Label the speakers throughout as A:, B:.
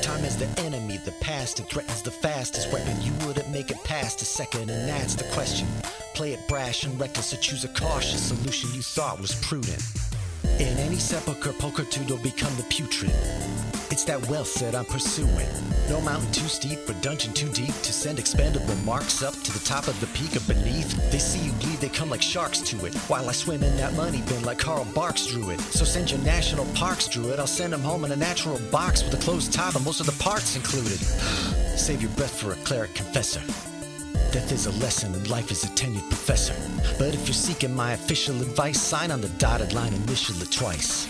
A: Time is the enemy, the past it threatens the fastest weapon. You wouldn't make it past a second, and that's the question. Play it brash and reckless, or choose a cautious solution you thought was prudent. In any sepulchre, pulchritude will become the putrid. It's that wealth that I'm pursuing. No mountain too steep or dungeon too deep to send expendable marks up to the top of the peak of beneath. They see you bleed, they come like sharks to it. While I swim in that money bin like Carl Barks drew it. So send your national parks drew it. I'll send them home in a natural box with a closed top and most of the parts included. Save your breath for a cleric confessor. Death is a lesson and life is a tenured professor. But if you're seeking my official advice, sign on the dotted line, initial it twice.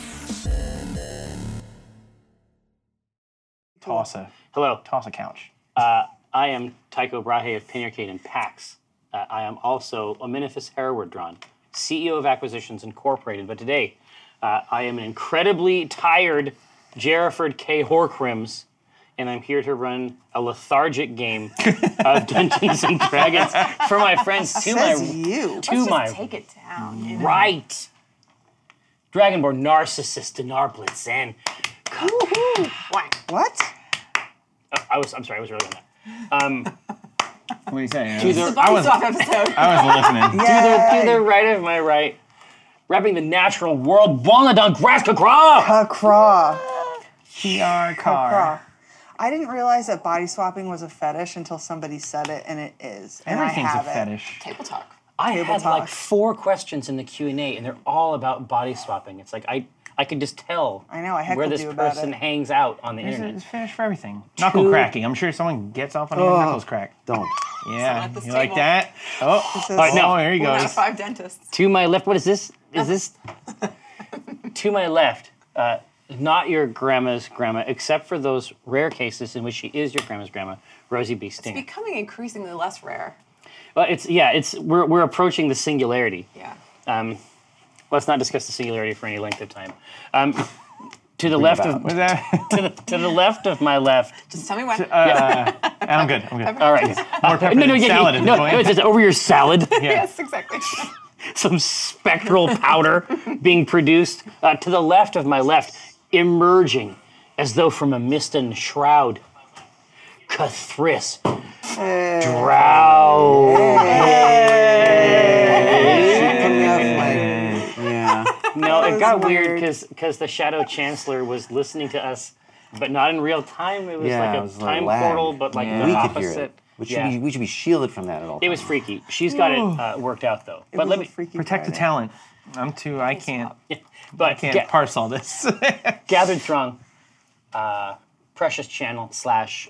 B: Toss a
C: Hello,
B: toss a couch.
C: uh, I am Tycho Brahe of Pin Arcade and PAX. Uh, I am also Amenophis Herwardron, CEO E of Acquisitions Incorporated. But today, uh, I am an incredibly tired Jerriford K. Horcrims, and I'm here to run a lethargic game of Dungeons and Dragons for my friends to my
D: Says you.
C: to
E: Let's
C: my
E: just take it down. You know?
C: right. Dragonborn narcissist in Arblitz and
E: Woohoo. One.
D: What?
C: I was I'm sorry I was really on that.
B: What do you say?
C: To the-
E: The Buffy Swap episode.
B: I was listening.
C: To the right of my right, repping the natural world, Walnut on Grass Kakra!
D: A craw.
B: TR car.
D: Craw. I didn't realize that body swapping was a fetish until somebody said it, and it is. And I
B: Everything's a
D: have it.
B: fetish.
E: Table talk.
C: I had
D: talk.
C: like four questions in the Q and A, and they're all about body swapping. It's like I, I could just tell.
D: I know, I heckled
C: where this
D: you about
C: person
D: it.
C: hangs out on the
B: There's a
C: internet.
B: fetish for everything. Knuckle cracking. I'm sure someone gets off on your knuckles crack.
F: Don't.
B: Yeah,
E: at
B: you
E: this
B: like
E: table.
B: that? Oh,
D: is-
B: all right, no, here he
E: One out
B: goes.
E: of five dentists.
C: To my left, what is this? Is this to my left? Uh, not your grandma's grandma, except for those rare cases in which she is your grandma's grandma, Rosie B. Sting.
E: Becoming increasingly less rare.
C: Well, it's yeah, it's we're we're approaching the singularity.
E: Yeah.
C: Um, let's not discuss the singularity for any length of time. Um, to the left of
B: What's that?
C: to the, to the left of my left.
E: Just tell me when.
B: uh, I'm good. I'm good.
C: All right. Uh,
B: More pepper
C: No, no,
B: than
C: yeah,
B: salad
C: yeah,
B: at
C: no,
B: this point.
C: no, it's just over your salad.
E: yes, exactly.
C: Some spectral powder being produced uh, to the left of my left, emerging as though from a mist and shroud. Cathris Drow.
F: Yeah.
C: No, it got weird
D: weird.
C: because the Shadow Chancellor was listening to us, but not in real time. It was
F: yeah.
C: like a
F: it was
C: time
F: lag.
C: portal, but like the
F: we
C: opposite.
F: could hear it. We should,
C: Yeah.
F: be, we should be shielded from that at all.
C: It was freaky. She's got it uh, worked out though. but let me.
B: Protect the talent. I'm too. I can't.
C: But
B: Can't
C: ga-
B: parse all this.
C: gathered throng, uh, precious channel slash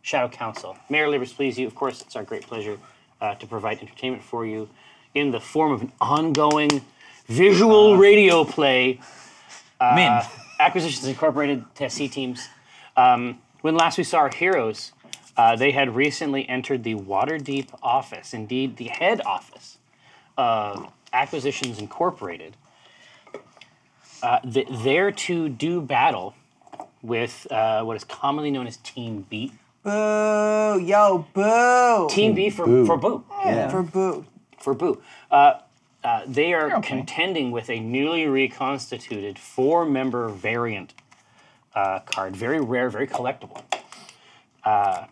C: Shadow Council. Mayor Labors, please you. Of course, it's our great pleasure uh, to provide entertainment for you in the form of an ongoing
F: Ah.
C: visual radio play
B: Min.
C: Acquisitions Incorporated TSC teams. Um, when last we saw our heroes, uh, they had recently entered the Waterdeep office, indeed the head office of Acquisitions Incorporated, uh, th- there to do battle with uh, what is commonly known as Team B.
D: Boo, yo, boo.
C: Team B for for Boo.
F: yeah.
D: For boo.
C: For Boo. Uh, uh, they are
B: okay.
C: contending with a newly reconstituted four member variant uh, card. Very rare, very collectible. Uh,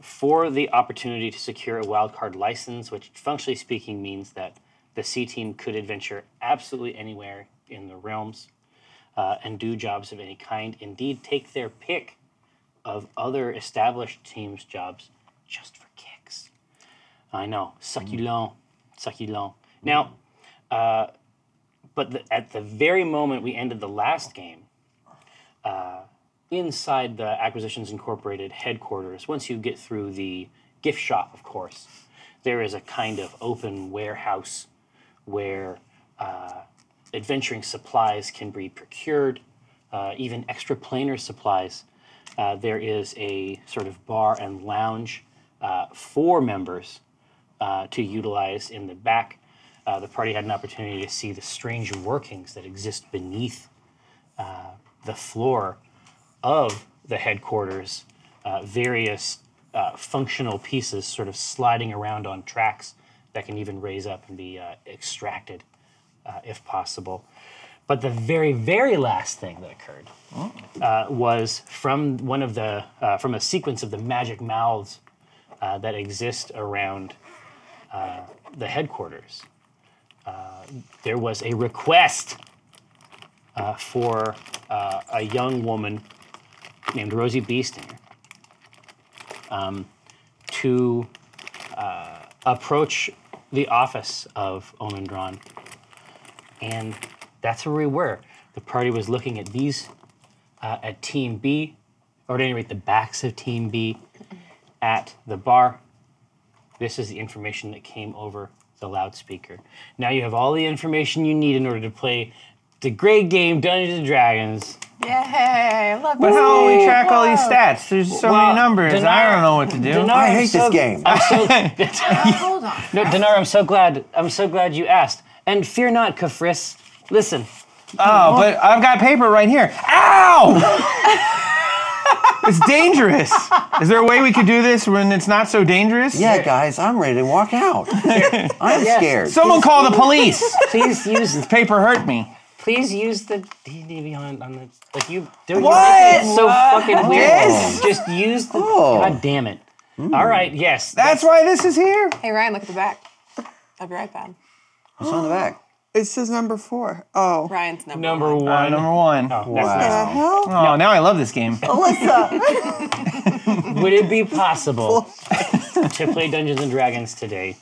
C: for the opportunity to secure a wildcard license, which functionally speaking means that the C team could adventure absolutely anywhere in the realms uh, and do jobs of any kind. Indeed, take their pick of other established teams' jobs just for kicks. I know, succulent, succulent. Now, uh, but the, at the very moment we ended the last game, uh, inside the Acquisitions Incorporated headquarters, once you get through the gift shop, of course, there is a kind of open warehouse where uh, adventuring supplies can be procured, uh, even extraplanar supplies. Uh, there is a sort of bar and lounge uh, for members uh, to utilize in the back. Uh, the party had an opportunity to see the strange workings that exist beneath uh, the floor of the headquarters, uh, various uh, functional pieces sort of sliding around on tracks that can even raise up and be uh, extracted uh, if possible. But the very, very last thing that occurred uh, was from one of the uh, from a sequence of the magic mouths uh, that exist around uh, the headquarters. Uh, there was a request uh, for uh, a young woman named Rosie Beestinger um, to uh, approach the office of Omendron. And that's where we were. The party was looking at these, uh, at Team B, or at any rate, the backs of Team B at the bar. This is the information that came over the loudspeaker. Now you have all the information you need in order to play the great game Dungeons and Dragons.
E: Yay! I love
B: But
E: this
B: how will we
E: game.
B: track all these stats? There's so
C: Well,
B: many numbers. I
C: Dinar-
B: don't know what to do.
C: Dinar,
F: I
C: I'm
F: hate
C: so-
F: this game.
C: I'm so,
E: Hold on.
C: No, Dinar, I'm so glad. I'm so glad you asked. And fear not, Kafris. Listen,
B: Oh, but I've got paper right here. Ow! it's dangerous. Is there a way we could do this when it's not so dangerous?
F: Yeah, guys, I'm ready to walk out. I'm scared.
B: Someone call the police.
C: please use
B: paper hurt me.
C: please use the DD on on the like you don't
B: What?
C: you make it so fucking weird.
B: This?
C: Just use the
F: Oh.
C: God damn it. All right, yes.
B: That's why this is here.
E: Hey Ryan, look at the back of your iPad.
F: What's on the back?
D: It says number four. Oh.
E: Ryan's number.
C: number one.
B: Uh, number one.
C: Oh,
B: Oh,
C: that's-
D: The
F: Wow.
D: hell?
B: now I love this game.
D: Alyssa!
C: Would it be possible to play Dungeons and Dragons today?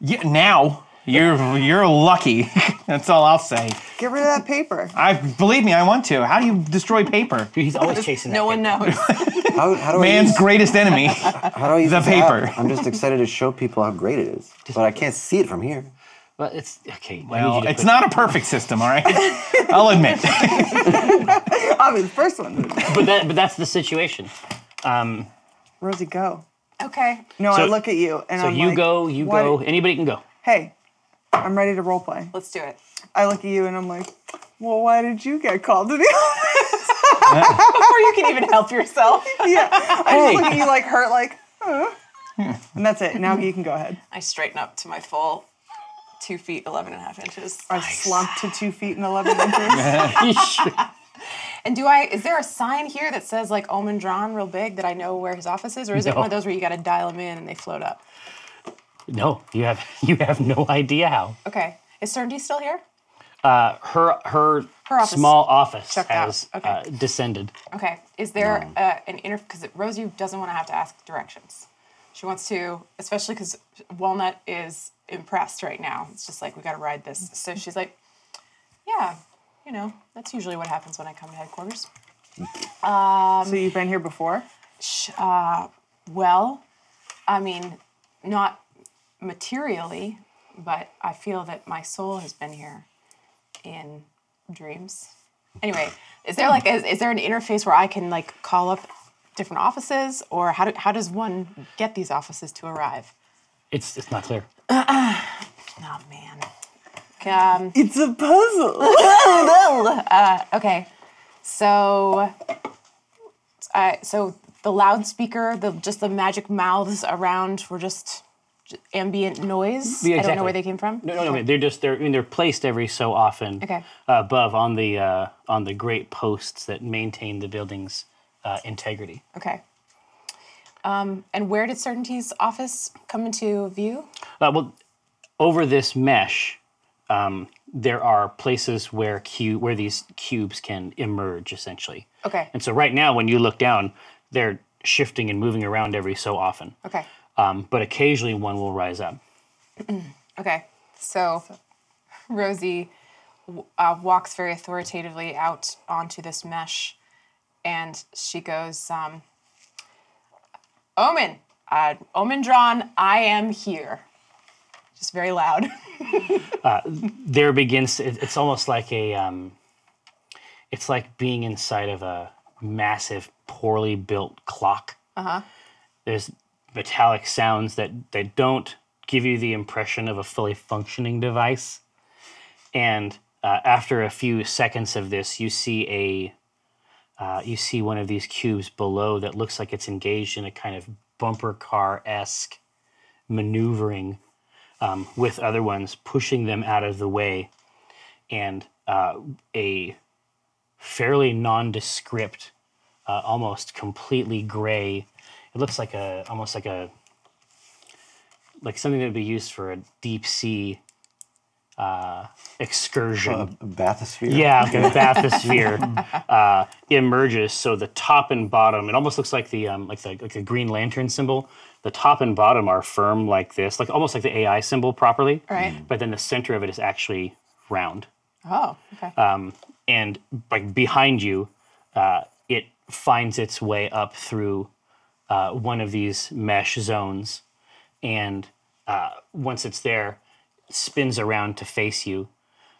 B: Yeah, now you're you're lucky. That's all I'll say.
D: Get rid of that paper.
B: I believe me, I want to. How do you destroy paper?
C: Dude, he's always chasing that
E: No one
C: paper.
E: knows.
F: How, how do I
B: Man's
F: use,
B: greatest enemy.
F: how do I use
B: the
F: this app?
B: paper.
F: I'm just excited to show people how great it is, but I can't see it from here.
C: Well, it's okay. I need you
B: Well,
C: to
B: it's
C: put-
B: not a perfect system, all right? I'll admit.
D: I'll be the first one.
C: But that but that's the situation. Um,
D: Rosie, go.
E: okay.
D: No, I
C: So-
D: look at you and
C: So
D: I'm
C: you
D: like,
C: go, you
D: why-
C: go. Anybody can go.
D: Hey, I'm ready to role play.
E: Let's do it.
D: I look at you and I'm like, well, why did you get called to the office?
E: Before you can even help yourself.
D: yeah. I just look at you like hurt, like, huh? and that's it. Now you can go ahead.
E: I straighten up to my full two feet, 11 and a half inches.
D: I slumped to two feet and 11 inches.
E: And do I, is there a sign here that says like Omen Drawn real big that I know where his office is? Or is it
C: No.
E: one of those where you got to dial them in and they float up?
C: No, you have you have no idea how. Uh,
E: Okay. Is Certainty still here?
C: Her her,
E: Her office
C: small office
E: checked out.
C: has
E: Okay.
C: uh, descended.
E: Okay. Is there uh, an inter, because Rosie doesn't want to have to ask directions. She wants to, especially because Walnut is impressed right now. It's just like, we got to ride this. So she's like, yeah, you know, that's usually what happens when I come to headquarters.
D: so you've been here before?
E: Sh- Uh, well, I mean, not materially, but I feel that my soul has been here in dreams. Anyway, is there like is, is there an interface where I can like call up different offices, or how do, how does one get these offices to arrive?
C: It's it's not clear.
E: Oh man. Um,
D: It's a puzzle.
E: okay, so, uh, so the loudspeaker, the just the magic mouths around were just j- ambient noise.
C: Yeah,
E: I don't know where
C: exactly.
E: they came from.
C: No, no, no. They're just they're I mean, they're placed every so often
E: Okay.
C: above on the uh, on the great posts that maintain the building's uh, integrity.
E: Okay. Um, and where did Certainty's office come into view?
C: Uh, well, over this mesh, um, there are places where cu- where these cubes can emerge essentially.
E: Okay.
C: And so right now, when you look down, they're shifting and moving around every so often.
E: Okay.
C: Um, but occasionally one will rise up.
E: Okay. So, Rosie w- uh, walks very authoritatively out onto this mesh, and she goes, um, "Omen, uh, Omen drawn. I am here." Just very loud.
C: there begins it, it's almost like a um, it's like being inside of a massive poorly built clock uh-huh. there's metallic sounds that that don't give you the impression of a fully functioning device and uh, after a few seconds of this you see a uh, you see one of these cubes below that looks like it's engaged in a kind of bumper car-esque maneuvering um, with other ones, pushing them out of the way. And a fairly nondescript, uh, almost completely gray. It looks like a almost like a like something that would be used for a deep sea uh, excursion.
F: A bathysphere.
C: Yeah, like a bathysphere uh, emerges. So the top and bottom, it almost looks like the um, like the like the Green Lantern symbol. The top and bottom are firm like this, like almost like the AI symbol properly.
E: Right.
C: But then the center of it is actually round,
E: Oh, okay.
C: um, and like behind you, uh, it finds its way up through uh, one of these mesh zones, and uh, once it's there, spins around to face you,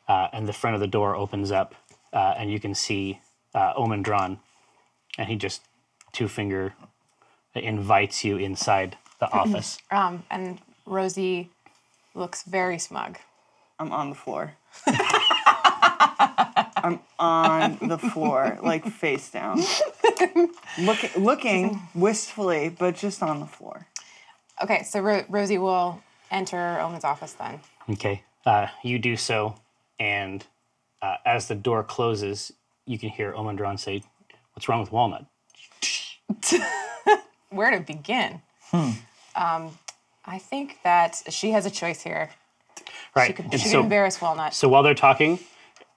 C: uh, and the front of the door opens up, uh, and you can see uh, Omendron, and he just two finger invites you inside the office.
E: Um, and Rosie looks very smug.
D: I'm on the floor. I'm on the floor, like face down, Look, looking wistfully, but just on the floor.
E: Okay, so Ro- Rosie will enter Omen's office then.
C: Okay. Uh, you do so, and uh, as the door closes, you can hear Omandron say, What's wrong with Walnut?
E: Where to begin?
C: Hmm.
E: Um, I think that she has a choice here.
C: Right.
E: She could,
C: and
E: she
C: so,
E: could embarrass Walnut.
C: so while they're talking,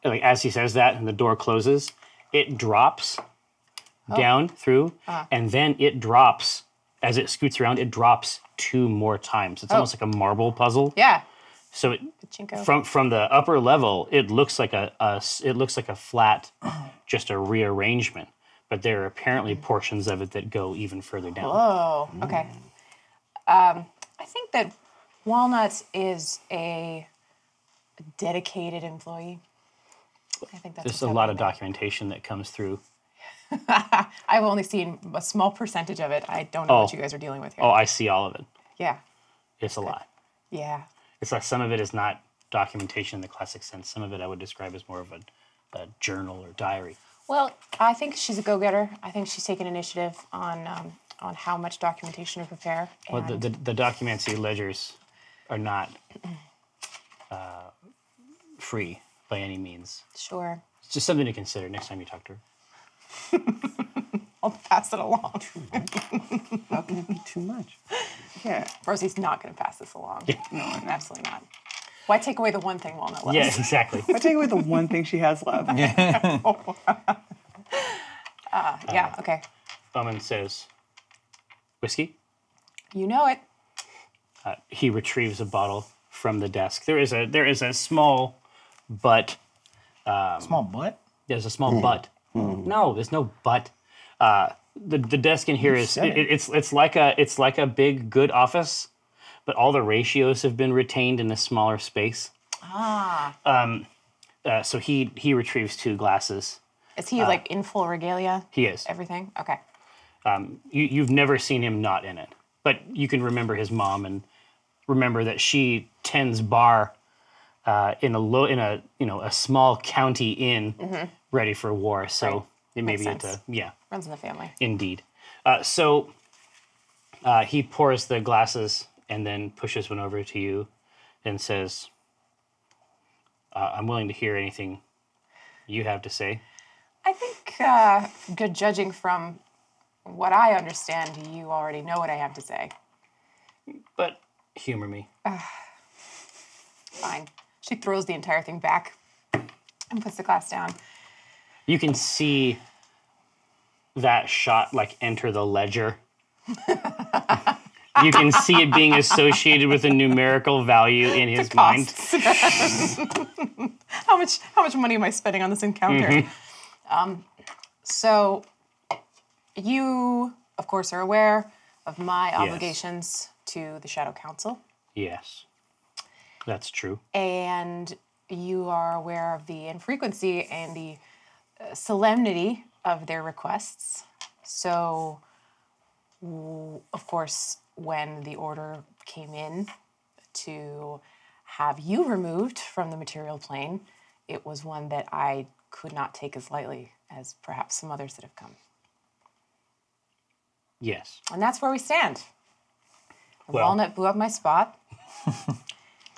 C: like as he says that and the door closes, it drops
E: Oh.
C: down through,
E: Ah.
C: and then it drops as it scoots around, it drops two more times.
E: Oh.
C: It's almost like a marble puzzle.
E: yeah,
C: So it
E: Pachinko.
C: from from the upper level, it looks like a, a s- it looks like a flat, just a rearrangement. But there are apparently portions of it that go even further down.
E: Oh, okay. Um, I think that Walnut is a dedicated employee. I think that's
C: There's
E: what's
C: a lot of
E: happening.
C: documentation that comes through.
E: I've only seen a small percentage of it. I don't know what
C: Oh.
E: you guys are dealing with here.
C: Oh, I see all of it.
E: Yeah,
C: It's a lot.
E: yeah.
C: It's like some of it is not documentation in the classic sense. Some of it I would describe as more of a, a journal or diary.
E: Well, I think she's a go-getter. I think she's taken initiative on um, on how much documentation to prepare.
C: Well, the,
E: and-
C: the, the documancy ledgers are not uh, free by any means.
E: sure,
C: It's just something to consider next time you talk to her.
E: I'll pass it along.
F: How can it be too much?
D: Yeah,
E: Rosie's not going to pass this along. No, absolutely not. Why take away the one thing Walnut loves?
C: Yes, exactly.
D: I take away the one thing she has left.
E: Yeah. Okay.
C: Bowman says, Whiskey?
E: You know it.
C: He retrieves a bottle from the desk. There is a there is a small butt.
B: Small butt.
C: There's a small butt. No, there's no butt. Uh, the, the desk in here is
B: said
C: it-
B: it.
C: it's it's like a it's like a big good office, but all the ratios have been retained in a smaller space. Ah. Um, uh, so he he retrieves two glasses.
E: Is he like in full regalia?
C: He is.
E: Everything? Okay.
C: you, you've never seen him not in it, but you can remember his mom and remember that she tends bar uh, in a low in a you know a small county inn, ready for war. So it may
E: Mm-hmm. Makes
C: be at
E: sense.
C: the yeah
E: Runs in the family.
C: indeed. Uh, so uh, he pours the glasses and then pushes one over to you and says, uh, "I'm willing to hear anything you have to say."
E: I think, uh, good judging from what I understand, you already know what I have to say.
C: But humor me.
E: Fine. She throws the entire thing back and puts the glass down.
C: you can see that shot like enter the ledger. you can see it being associated with a numerical value in his mind.
E: Costs. how much? How much money am I spending on this encounter? Um,
C: Mm-hmm.
E: so, you, of course, are aware of my obligations to the Shadow Council.
C: Yes. That's true.
E: and you are aware of the infrequency and the uh, solemnity of their requests. So, w- of course, when the order came in to have you removed from the material plane, it was one that I could not take as lightly as perhaps some others that have come.
C: Yes.
E: And that's where we stand. The
C: Well-
E: Walnut blew up my spot.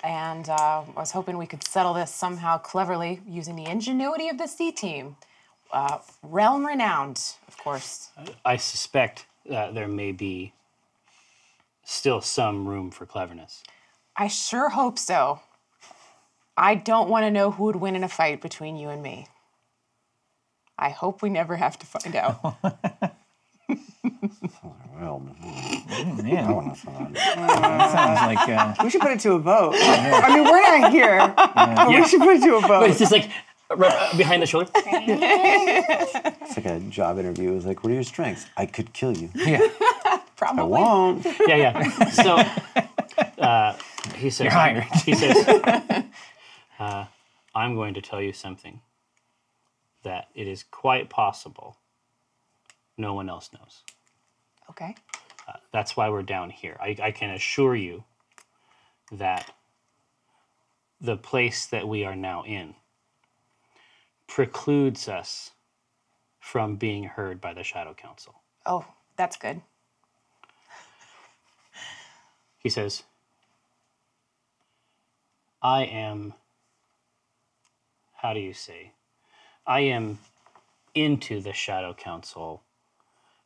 E: and uh, I was hoping we could settle this somehow cleverly using the ingenuity of the C team. Uh, realm renowned, of course.
C: I suspect uh, there may be still some room for cleverness.
E: I sure hope so. I don't want to know who would win in a fight between you and me. I hope we never have to find out.
F: Well,
B: Yeah,
F: that's not-
B: that sounds like uh,
D: We should put it to a vote. I mean, we're not here, but we should put it to a
C: But it's
D: vote.
C: just like right, uh, behind the shoulder.
F: it's like a job interview. It's like, what are your strengths? I could kill you.
B: yeah.
F: I
E: Probably.
F: won't.
C: Yeah, yeah. So uh, he says,
B: hired.
C: He says, uh, I'm going to tell you something that it is quite possible no one else knows.
E: Okay.
C: That's why we're down here. I, I can assure you that the place that we are now in precludes us from being heard by the Shadow Council.
E: Oh, that's good.
C: He says, I am, how do you say? I am into the Shadow Council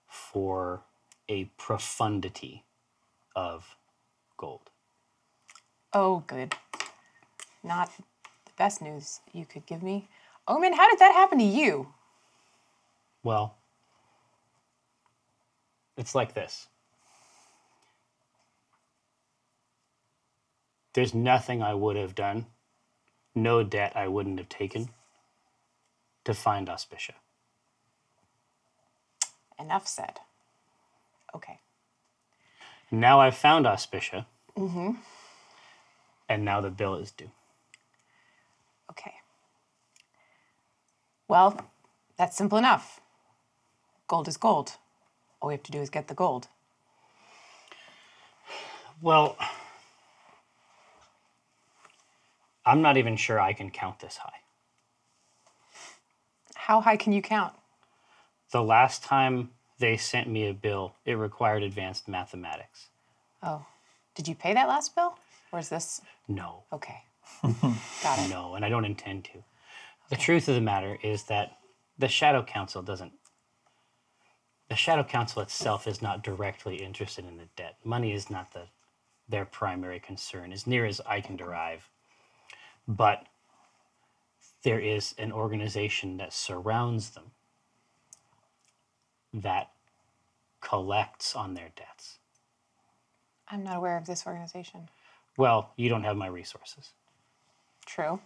C: for a profundity of gold.
E: Oh, good. Not the best news you could give me. Omen, how did that happen to you?
C: Well, it's like this there's nothing I would have done, no debt I wouldn't have taken to find Auspicia.
E: Enough said. Okay.
C: Now I've found Auspicia. And now the bill is due.
E: Okay. Well, that's simple enough. Gold is gold. All we have to do is get the gold.
C: Well, I'm not even sure I can count this high.
E: How high can you count?
C: The last time they sent me a bill, it required advanced mathematics.
E: Oh, did you pay that last bill? Or is this
C: No,
E: okay? Got it.
C: no, and I don't intend to. The truth of the matter is that the Shadow Council doesn't. The Shadow Council itself is not directly interested in the debt. Money is not the, their primary concern, as near as I can derive. But there is an organization that surrounds them that collects on their debts.
E: I'm not aware of this organization.
C: Well, you don't have my resources.
E: True.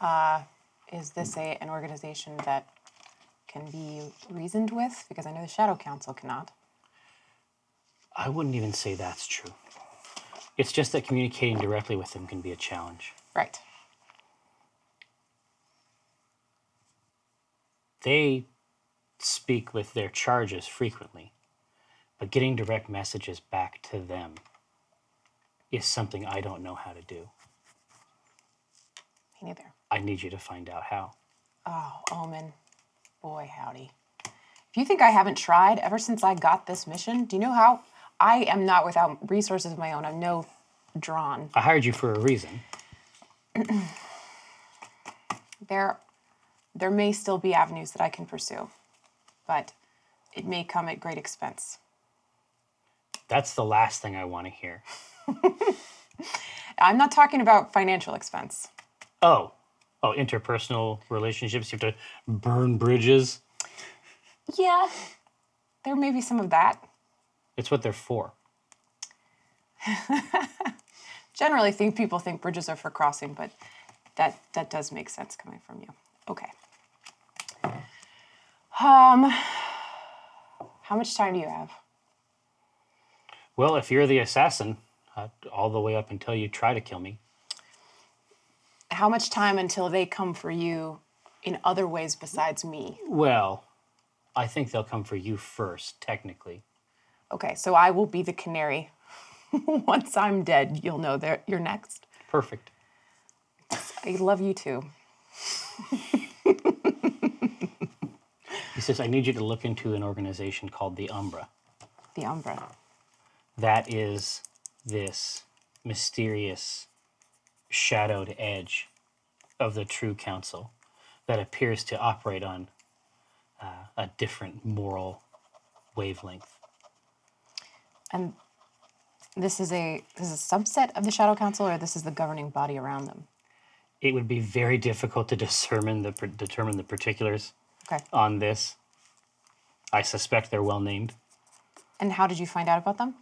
E: Uh, is this a, an organization that can be reasoned with? Because I know the Shadow Council cannot.
C: I wouldn't even say that's true. It's just that communicating directly with them can be a challenge.
E: Right.
C: They speak with their charges frequently, but getting direct messages back to them is something I don't know how to do.
E: Me neither.
C: I need you to find out how.
E: Oh, Omen. Boy, howdy. If you think I haven't tried ever since I got this mission, do you know how? I am not without resources of my own. I'm no drawn.
C: I hired you for a reason.
E: There, there may still be avenues that I can pursue, but it may come at great expense.
C: That's the last thing I want to hear.
E: I'm not talking about financial expense.
C: Oh, oh, interpersonal relationships. You have to burn bridges.
E: Yeah, there may be some of that.
C: It's what they're for.
E: Generally, think people think bridges are for crossing, but that that does make sense coming from you. Okay. Um, how much time do you have?
C: Well, if you're the assassin, uh, all the way up until you try to kill me,
E: How much time until they come for you in other ways besides me?
C: Well, I think they'll come for you first, technically.
E: Okay, so I will be the canary. Once I'm dead, you'll know that you're next.
C: Perfect.
E: I love you too.
C: He says, I need you to look into an organization called the Umbra.
E: The Umbra.
C: That is this mysterious shadowed edge of the true council that appears to operate on uh, a different moral wavelength.
E: And this is a this is a subset of the Shadow Council, or this is the governing body around them.
C: It would be very difficult to discern the par- determine the particulars
E: Okay.
C: on this. I suspect they're well named.
E: And how did you find out about them?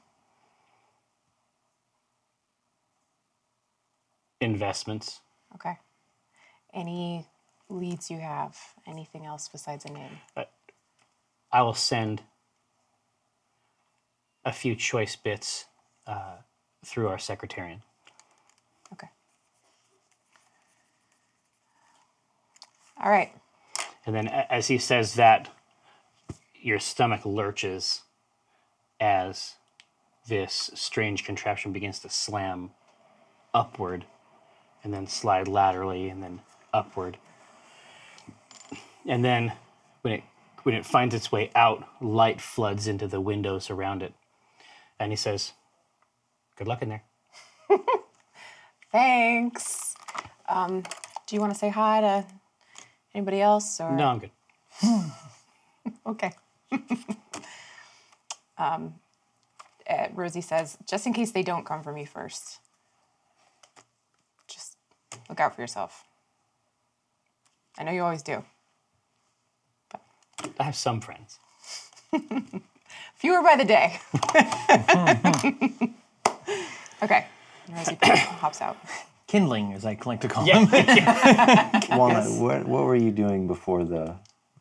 C: Investments.
E: Okay. Any leads you have? Anything else besides a name?
C: I will send a few choice bits uh, through our secretarian.
E: Okay. All right.
C: And then a- as he says that, your stomach lurches as this strange contraption begins to slam upward and then slide laterally and then upward. And then when it when it finds its way out, light floods into the windows around it. And he says, Good luck in there.
E: Thanks. Um, do you want to say hi to anybody else? Or
C: No, I'm good.
E: Okay. um, uh, Rosie says, just in case they don't come for me first, just look out for yourself. I know you always do.
C: I have some friends.
E: Fewer by the day. okay. Rosie hops out.
B: Kindling, as I like to call them.
F: Walnut, what, what were you doing before the,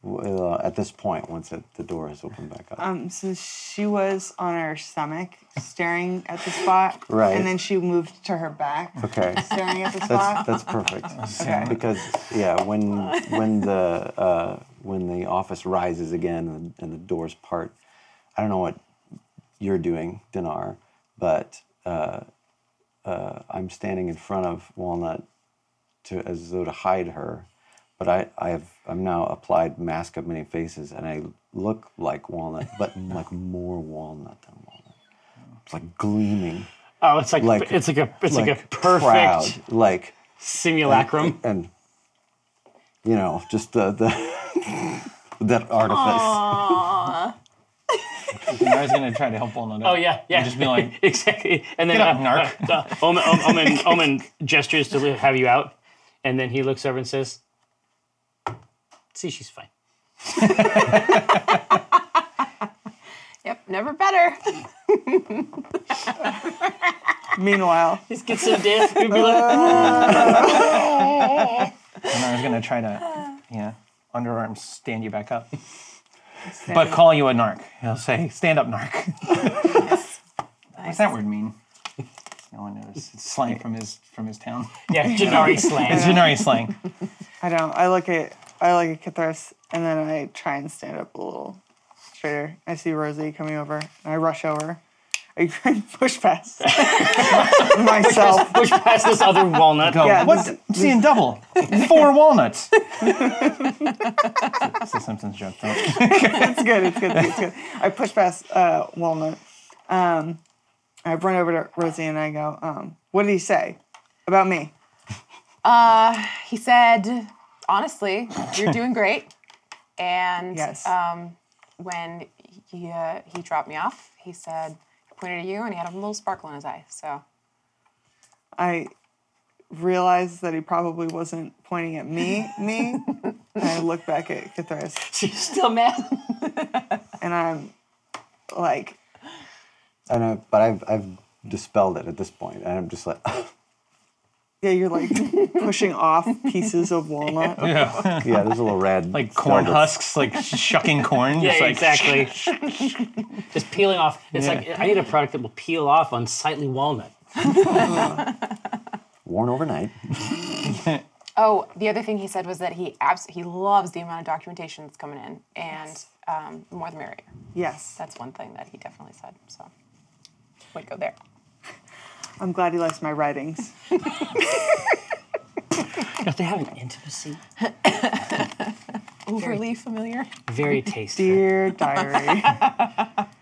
F: uh, at this point, once it, the door has opened back up?
D: Um, so she was on her stomach, staring at the spot.
F: Right.
D: And then she moved to her back,
F: okay.
D: staring at the spot.
F: That's that's perfect. Because yeah, when when the uh, when the office rises again and, and the doors part, I don't know what you're doing, Dinar, but uh, uh, I'm standing in front of Walnut to as though to hide her. But I, I have I'm now applied mask of many faces and I look like Walnut, but like more Walnut than Walnut. It's like gleaming,
C: Oh, it's like,
F: Like-
C: it's like a it's like, a perfect
F: proud, like
C: simulacrum.
F: and you know just the, the that artifice
B: I was gonna try to help Walnut.
C: Oh yeah, yeah.
B: just be like,
C: exactly. And then
B: "Get up,
C: uh,
B: narc."
C: uh, uh, Omen, Om- Omen, Omen gestures to li- have you out, and then he looks over and says, "See, she's fine."
E: Yep, never better.
D: Meanwhile,
C: Just gets so dance. We'd be like,
B: and I was gonna try to, yeah, underarm stand you back up, but call you a narc. He'll say, "Stand up, narc." What's that word mean? No one knows. It's slang from his from his town.
C: yeah, Janari
B: It's
C: slam.
B: Janari slang.
D: I don't. I look at I look at Kithris, and then I try and stand up a little straighter. I see Rosie coming over, and I rush over. I try and push past myself.
C: Push past this other walnut.
B: Go.
D: Yeah,
B: what?
D: this-
B: I'm seeing double. Four walnuts. it's a Simpsons joke. Though.
D: it's good. It's good. It's good. I push past uh, Walnut. Um, I run over to Rosie and I go, um, "What did he say about me?"
E: He said, honestly, you're doing great. And
D: Yes.
C: Uh.
E: when he, uh, he dropped me off, he said, he pointed at you and he had a little sparkle in his eye. So,
D: I realized that he probably wasn't pointing at me. Me. and I look back at Kithris.
C: She's still mad.
D: and I'm like,
F: i know but i've i've dispelled it at this point and i'm just like
D: yeah, you're like pushing off pieces of walnut.
F: yeah there's a little red
B: Like corn
F: velvet.
B: husks, like shucking corn.
C: Yeah,
B: just like,
C: exactly. Just peeling off. It's
B: Yeah.
C: like I need a product that will peel off unsightly walnut.
F: worn overnight
E: oh, the other thing he said was that he abs- he loves the amount of documentation that's coming in, and um, the more the merrier.
D: Yes,
E: That's one thing that he definitely said. So, would go there.
D: I'm glad he likes my writings.
C: Don't they have an intimacy?
E: Overly familiar.
C: Very tasty.
D: Dear diary,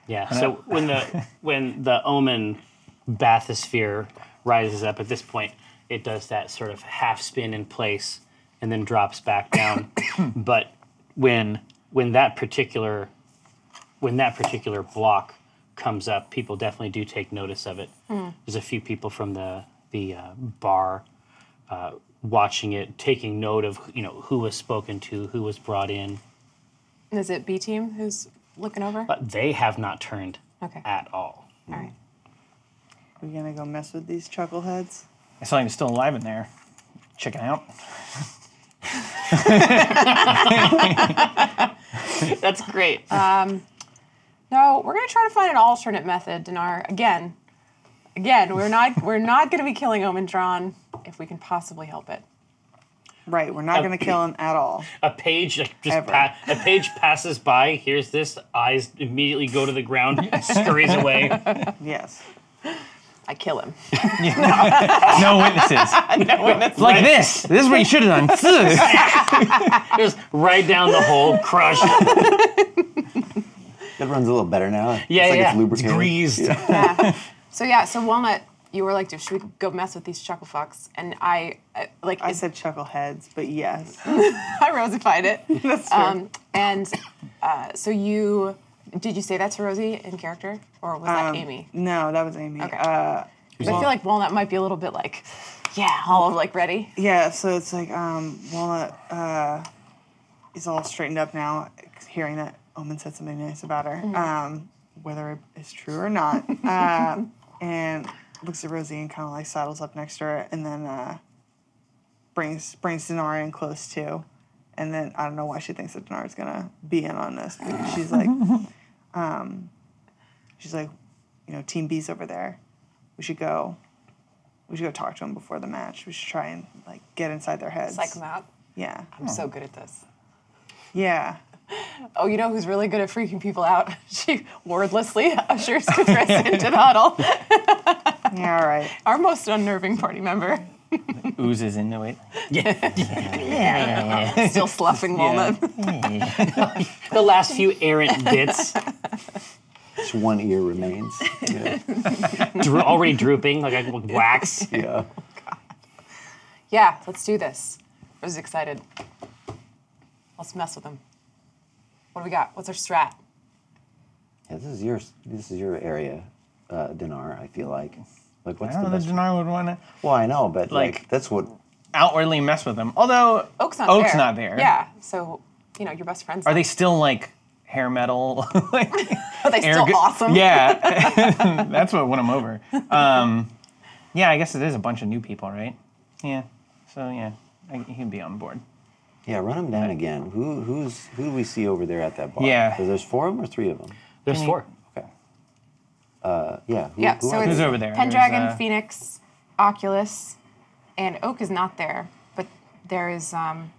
C: Yeah. So when the when the omen bathysphere rises up. At this point, it does that sort of half spin in place and then drops back down. but when when that particular when that particular block comes up, people definitely do take notice of it. There's a few people from the the uh, bar uh, watching it, taking note of you know who was spoken to, who was brought in.
E: Is it B team who's looking over?
C: But they have not turned
E: Okay.
C: at all.
E: All right.
D: We're gonna go mess with these chuckleheads.
B: I saw him still alive in there. Check it out.
C: That's great.
E: Um, No, we're gonna try to find an alternate method, Dinar. Again, again, we're not we're not gonna be killing Omendron if we can possibly help it.
D: Right, we're not gonna kill him at all.
C: a page like, just
D: Ever.
C: pa- a page passes by, hears this, eyes immediately go to the ground, scurries away.
D: Yes.
E: I kill him.
B: No witnesses. Like this. This is what you should have done.
C: Just right down the hole, crushed.
F: It runs a little better now.
C: Yeah,
F: it's like
C: yeah.
F: It's lubricated.
B: Greased.
E: Yeah. so yeah, so Walnut, you were like, "Dude, should we go mess with these chuckle fucks? And I, I like
D: I said chuckleheads, but yes.
E: I rosified it.
D: That's true.
E: Um, and uh, so you did you say that to Rosie in character, or was that
D: Um,
E: Amy?
D: No, that was Amy.
E: Okay.
D: Uh,
E: 'Cause I feel like Walnut might be a little bit like, yeah, all of like ready.
D: yeah, so it's like um, Walnut uh, is all straightened up now, hearing that Omen said something nice about her, um, whether it is true or not. Uh, and looks at Rosie and kind of like saddles up next to her, and then uh, brings brings Dinara in close too. And then I don't know why she thinks that Dinara's gonna be in on this. But she's like, um, she's like, you know, Team B's over there. We should go. We should go talk to them before the match. We should try and like get inside their heads.
E: Psych them out.
D: yeah,
E: I'm so
B: Hmm.
E: good at this.
D: yeah.
E: Oh, you know who's really good at freaking people out? She wordlessly ushers Catrice into the huddle,
D: Yeah, all right.
E: our most unnerving party member,
B: Oozes into it.
E: still sloughing
B: Yeah.
E: walnut.
C: The last few errant bits,
F: Just one ear remains. Yeah.
C: dro- already drooping like a wax.
F: yeah.
E: Yeah, let's do this. I was excited. Let's mess with them. What do we got? What's our strat?
F: Yeah, This is your this is your area, uh, Dinar. I feel like. Like
B: I
F: what's
B: don't
F: the
B: know that
F: best?
B: Dinar would want to
F: Well, I know, but like,
B: Like-
F: that's what.
B: outwardly mess with them. Although
E: Oak's not there.
B: Oak's not there.
E: Yeah, so, you know, your best friends.
B: Are they still like hair metal? like,
E: Are they still
B: ergo-
E: awesome?
B: Yeah. That's what won them over. Um, yeah, I guess it is a bunch of new people, right? Yeah. So yeah, I, he'd be on board.
F: Yeah, run them down again. Who who's who do we see over there at that bar?
B: Yeah.
F: So there's four of them or three of them.
C: There's four.
F: Okay. Uh, yeah. Who,
E: Yeah,
F: who
E: so
F: are
E: it's
B: Who's
F: they?
B: over there?
E: Pendragon,
B: There's, uh,
E: Phoenix, Oculus, and Oak is not there, but there is um,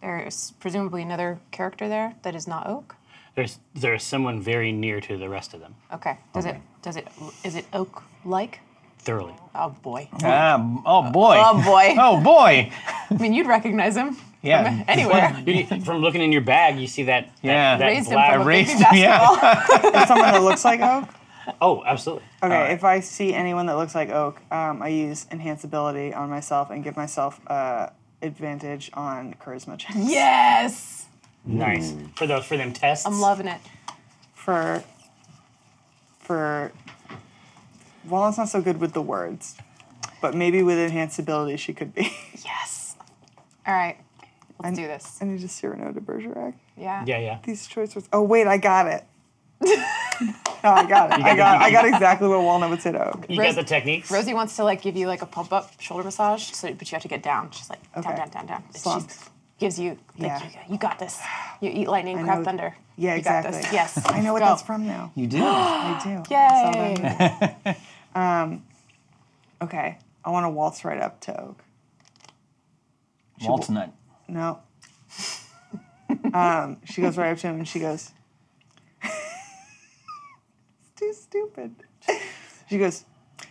E: there is presumably another character there that is not Oak.
C: There's there's someone very near to the rest of them.
E: Okay. Does it does it is it Oak like?
C: Thoroughly.
E: Oh boy.
B: Ah, oh boy.
E: Oh boy.
B: Oh boy.
E: I mean, you'd recognize him.
B: Yeah.
E: Anywhere.
C: You- from looking in your bag, you see that. that-
B: Yeah.
C: That,
E: Raised him
C: black.
E: from a
B: raised
E: baby
B: him, yeah.
E: basketball.
D: Is someone that looks like Oak?
C: oh, absolutely.
D: Okay, if I see anyone that looks like Oak, um, I use enhance ability on myself and give myself uh, advantage on charisma checks.
E: Yes.
C: Nice
F: Mm.
C: for those for them tests.
E: I'm loving it.
D: For for Walnut's not so good with the words, but maybe with enhanced ability she could be.
E: Yes. All right. Let's do this.
D: I need to Cyrano de Bergerac.
E: Yeah.
C: Yeah, yeah.
D: These choice words. Oh wait, I got it. no, I got it. I got I got exactly what Walnut would say to Oak.
C: You
E: Rose-
C: got the techniques.
E: Rosie wants to like give you like a pump up shoulder massage, so but you have to get down. She's like down,
D: Okay.
E: down, down, down. But
D: Slumps.
E: She gives you like
D: Yeah.
E: you, you got this. You eat lightning, crap
D: know-
E: thunder.
D: Yeah,
E: you
D: exactly.
E: Got this. Yes.
D: I know what
E: Go.
D: that's from now.
B: You do.
D: I do. I saw that
E: Yay.
D: movie. Um, Okay, I want to waltz right up to Oak.
B: Waltnut.
D: No. um, she goes right up to him and she goes, "It's too stupid." She goes,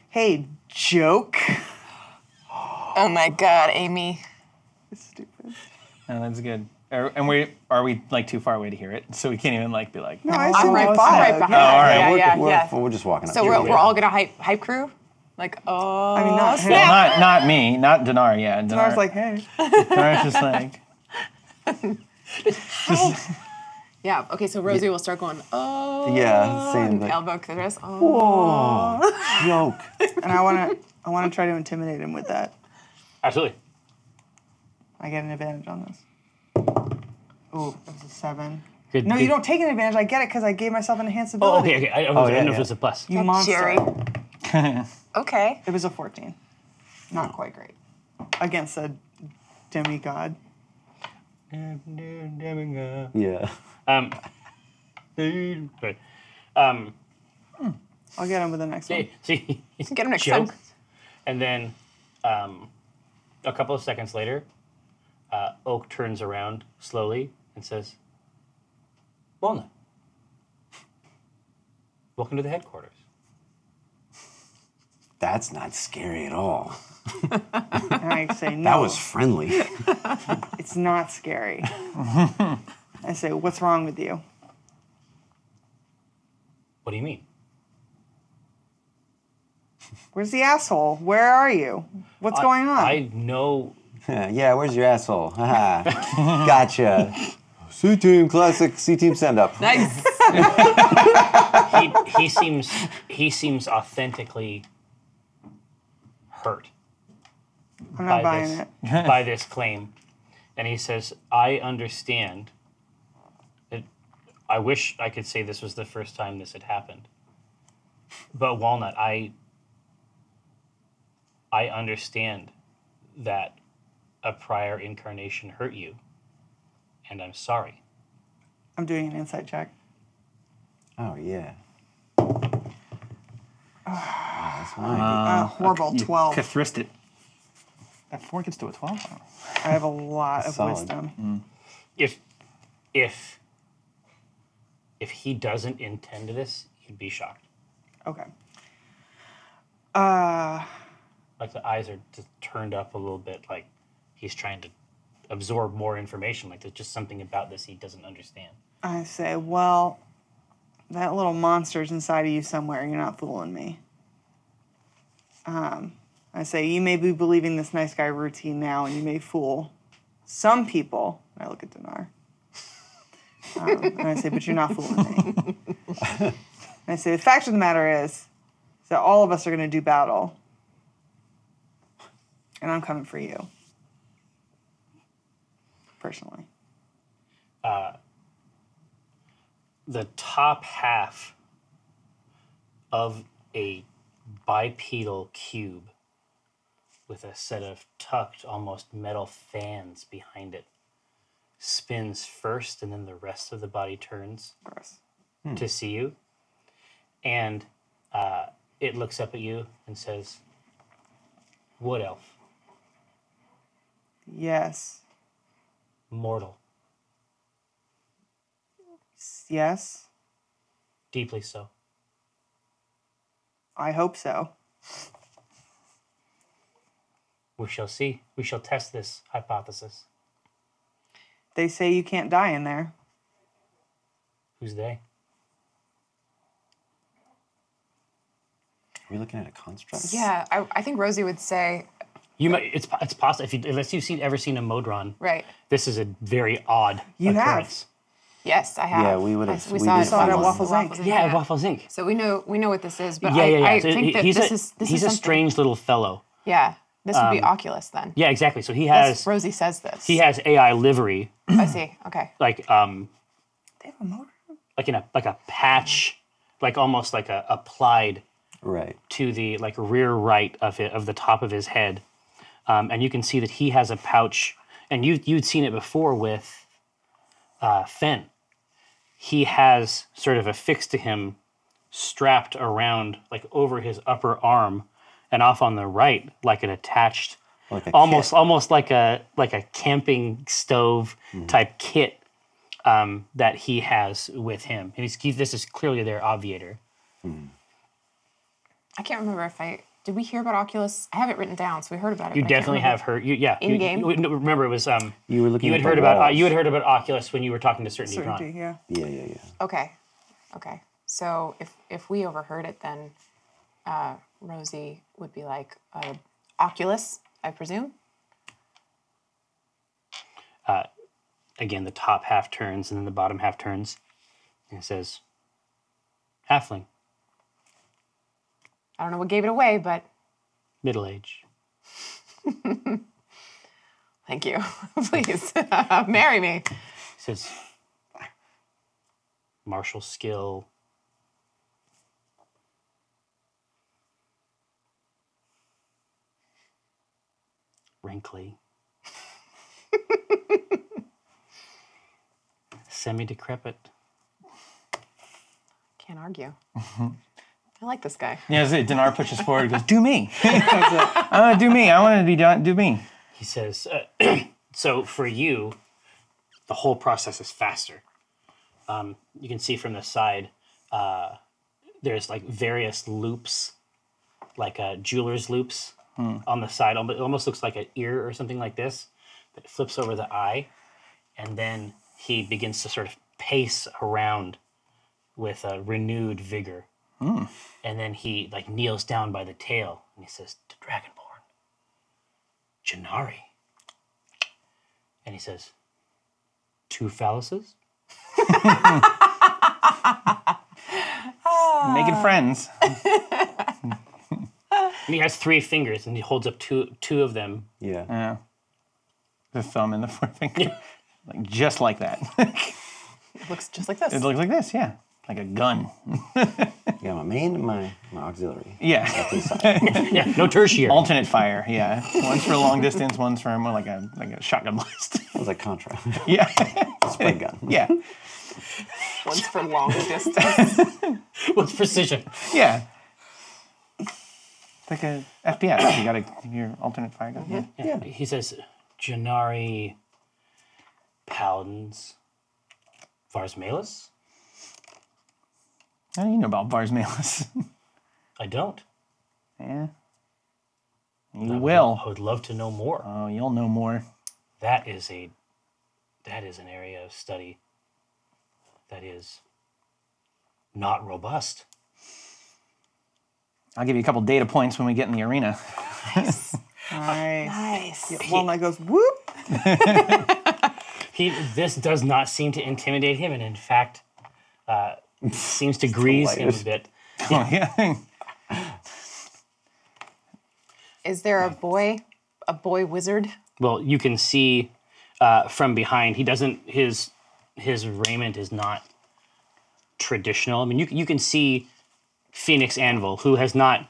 D: "Hey, joke."
E: Oh my God, Amy.
D: It's stupid.
B: No, Oh, that's good. Are- And we are we like too far away to hear it, so we can't even like be like.
D: No, I
E: I'm
D: assume
E: right,
D: that
E: I'm
D: was
E: right
D: Oak.
E: behind.
B: all right.
E: Yeah,
F: Oh, We're,
E: yeah,
F: we're,
E: yeah.
F: we're just walking up.
E: So
F: to
E: we're,
F: you.
E: we're all gonna hype hype crew. Like, oh,
D: I mean, not him.
B: Not
E: snap.
B: not me, not Dinar. Yeah,
D: And I was
B: Dinar.
D: like, hey,
B: Dinar's just like
E: Yeah. Okay. So Rosie will start going, oh.
F: Yeah, same,
E: and
F: like-
E: elbow Chris. Oh.
F: Joke.
D: and I want to, I want to try to intimidate him with that.
C: Absolutely.
D: I get an advantage on this. Ooh, it was a seven.
C: Good-
D: no, you
C: good-
D: don't take an advantage. I get it because I gave myself an enhanced
C: Oh,
D: ability.
C: okay, okay. I, I, was, I
F: yeah,
C: don't know
F: yeah.
C: if it's a plus.
D: You monster.
E: Jerry. okay.
D: It was a 14. Not quite great. Against a demigod.
F: Yeah.
C: Um, right. um,
D: I'll get him with the next one.
C: okay, so you
E: Get him next
C: joke,
E: time.
C: and then um, a couple of seconds later, uh, Oak turns around slowly and says, "Walnut, welcome to the headquarters."
F: That's not scary at all.
D: And I say, no,
F: That was friendly.
D: it's not scary. I say, what's wrong with you?
C: What do you mean?
D: Where's the asshole? Where are you? What's going on?
C: I know
F: yeah, where's your asshole? Haha. gotcha. C Team Classic, C Team Send Up.
E: Nice.
C: he, he seems he seems authentically hurt
D: I'm
C: by
D: not buying
C: this
D: it.
C: by this claim, and he says, "I understand." It, I wish I could say this was the first time this had happened, but Walnut, I I understand that a prior incarnation hurt you, and I'm sorry.
D: I'm doing an insight check.
F: Oh, yeah. Wow, that's why.
D: Uh, horrible. 12.
B: cathrist it. That four gets to a twelve.
D: I have a lot of
F: Solid.
D: wisdom.
C: If if if he doesn't intend this, he'd be shocked.
D: Okay.
C: like the eyes are just turned up a little bit like he's trying to absorb more information like there's just something about this he doesn't understand
D: I say, well, that little monster's inside of you somewhere. You're not fooling me. Um, I say, you may be believing this nice guy routine now, and you may fool some people. And I look at Dinar. Um, and I say, but you're not fooling me. and I say, the fact of the matter is that all of us are going to do battle. And I'm coming for you. Personally.
C: the top half of a bipedal cube with a set of tucked almost metal fans behind it spins first and then the rest of the body turns
D: Gross.
C: to see you. And uh, it looks up at you and says, Wood elf,
D: Yes.
C: mortal,
D: Yes.
C: deeply so.
D: I hope so.
C: We shall see. We shall test this hypothesis.
D: They say you can't die in there.
C: Who's they?
F: Are we looking at a construct?
E: Yeah. I, I think Rosie would say,
C: You might. It's po- it's possible if you, unless you've seen ever seen a modron.
E: right.
C: This is a very odd
D: You have.
C: occurrence.
E: Yes, I have.
F: Yeah, we would
E: I-
F: have-
E: We
F: we
E: saw
F: did
E: it,
F: see one.
E: at Waffles
D: Waffles Inc.
E: Inc.
C: Yeah, Waffle Zinc.
E: So we know we know what this is, but
C: Yeah,
E: I,
C: yeah, yeah.
E: I
C: So he-
E: think that
C: he's
E: this
C: a,
E: is this
C: he's
E: is
C: a
E: something-
C: strange little fellow.
E: Yeah, this would be Oculus then.
C: Yeah, exactly. So he has
E: Rosie says this.
C: he has AI livery,
E: I see. Okay.
C: like um,
D: They have a motor.
C: like in a like a patch, like almost like a applied
F: Right.
C: to the like rear right of it of the top of his head, um, and you can see that he has a pouch. And you you'd seen it before with uh, Fenn. He has sort of affixed to him, strapped around like over his upper arm, and off on the right, like an attached,
F: Like a
C: almost almost like a like a camping stove
F: Mm-hmm.
C: type kit um, that he has with him. And he's, he, this is clearly their obviator.
E: I can't remember if I did. We hear about Oculus. I have it written down, so we heard about it.
C: You
E: but I can't
C: definitely
E: remember.
C: have heard. You, yeah.
E: In
C: you-
E: game?
C: you- no, remember, it was um.
F: You were looking
C: You
F: at
C: had
F: the
C: heard about uh,
F: walls.
C: you had heard about Oculus when you were talking to Certainty,
D: Certainty,
C: Ron.
D: yeah.
F: Yeah, yeah, yeah.
E: Okay. Okay. So if if we overheard it, then uh, Rosie would be like uh, Oculus, I presume.
C: Again, the top half turns and then the bottom half turns. And it says, Halfling,
E: I don't know what gave it away, but
C: middle age.
E: thank you. Please marry me.
C: It says, martial skill. Wrinkly. Semi decrepit.
E: Can't argue. I like this guy.
B: Yeah, that's it. Dinar pushes forward. and Goes, do me. That's it. Uh, do me. I want to be done. Do me.
C: He says, uh, so for you, the whole process is faster. Um, you can see from the side, uh, there's like various loops, like uh, jeweler's loops on the side. Almo- It almost looks like an ear or something like this, but it flips over the eye. And then he begins to sort of pace around with a renewed vigor. And then he like kneels down by the tail and he says to Dragonborn, Janari. And he says, Two phalluses?
B: Making friends.
C: And he has three fingers and he holds up two two of them.
F: Yeah.
B: Yeah. The thumb and the forefinger. like just like that.
E: It looks just like this.
B: it looks like this. Yeah. Like a gun.
F: Yeah, my main and my, my auxiliary.
B: Yeah.
C: Yeah, no tertiary.
B: Alternate fire. Yeah. One's for long distance. One's for more like a like a shotgun blast.
F: That was like Contra.
B: yeah.
F: Spray gun.
B: Yeah.
E: One's for long distance.
C: with precision.
B: Yeah. It's like a FPS. You got a, your alternate fire gun. Yeah.
C: He says, Janari Paladins Varsmalis?
B: How do you know about Vars Malus?
C: I don't.
B: yeah. You will.
C: I would love to know more.
B: Oh, you'll know more.
C: that is a that is an area of study that is not robust.
B: I'll give you a couple data points when we get in the arena.
D: Nice.
E: nice.
D: Walnut goes whoop.
C: He this does not seem to intimidate him, and in fact, uh, seems to grease him a bit.
B: Oh, yeah.
E: Is there a boy, a boy wizard?
C: well you can see uh, from behind he doesn't his his raiment is not traditional i mean you, you can see phoenix anvil who has not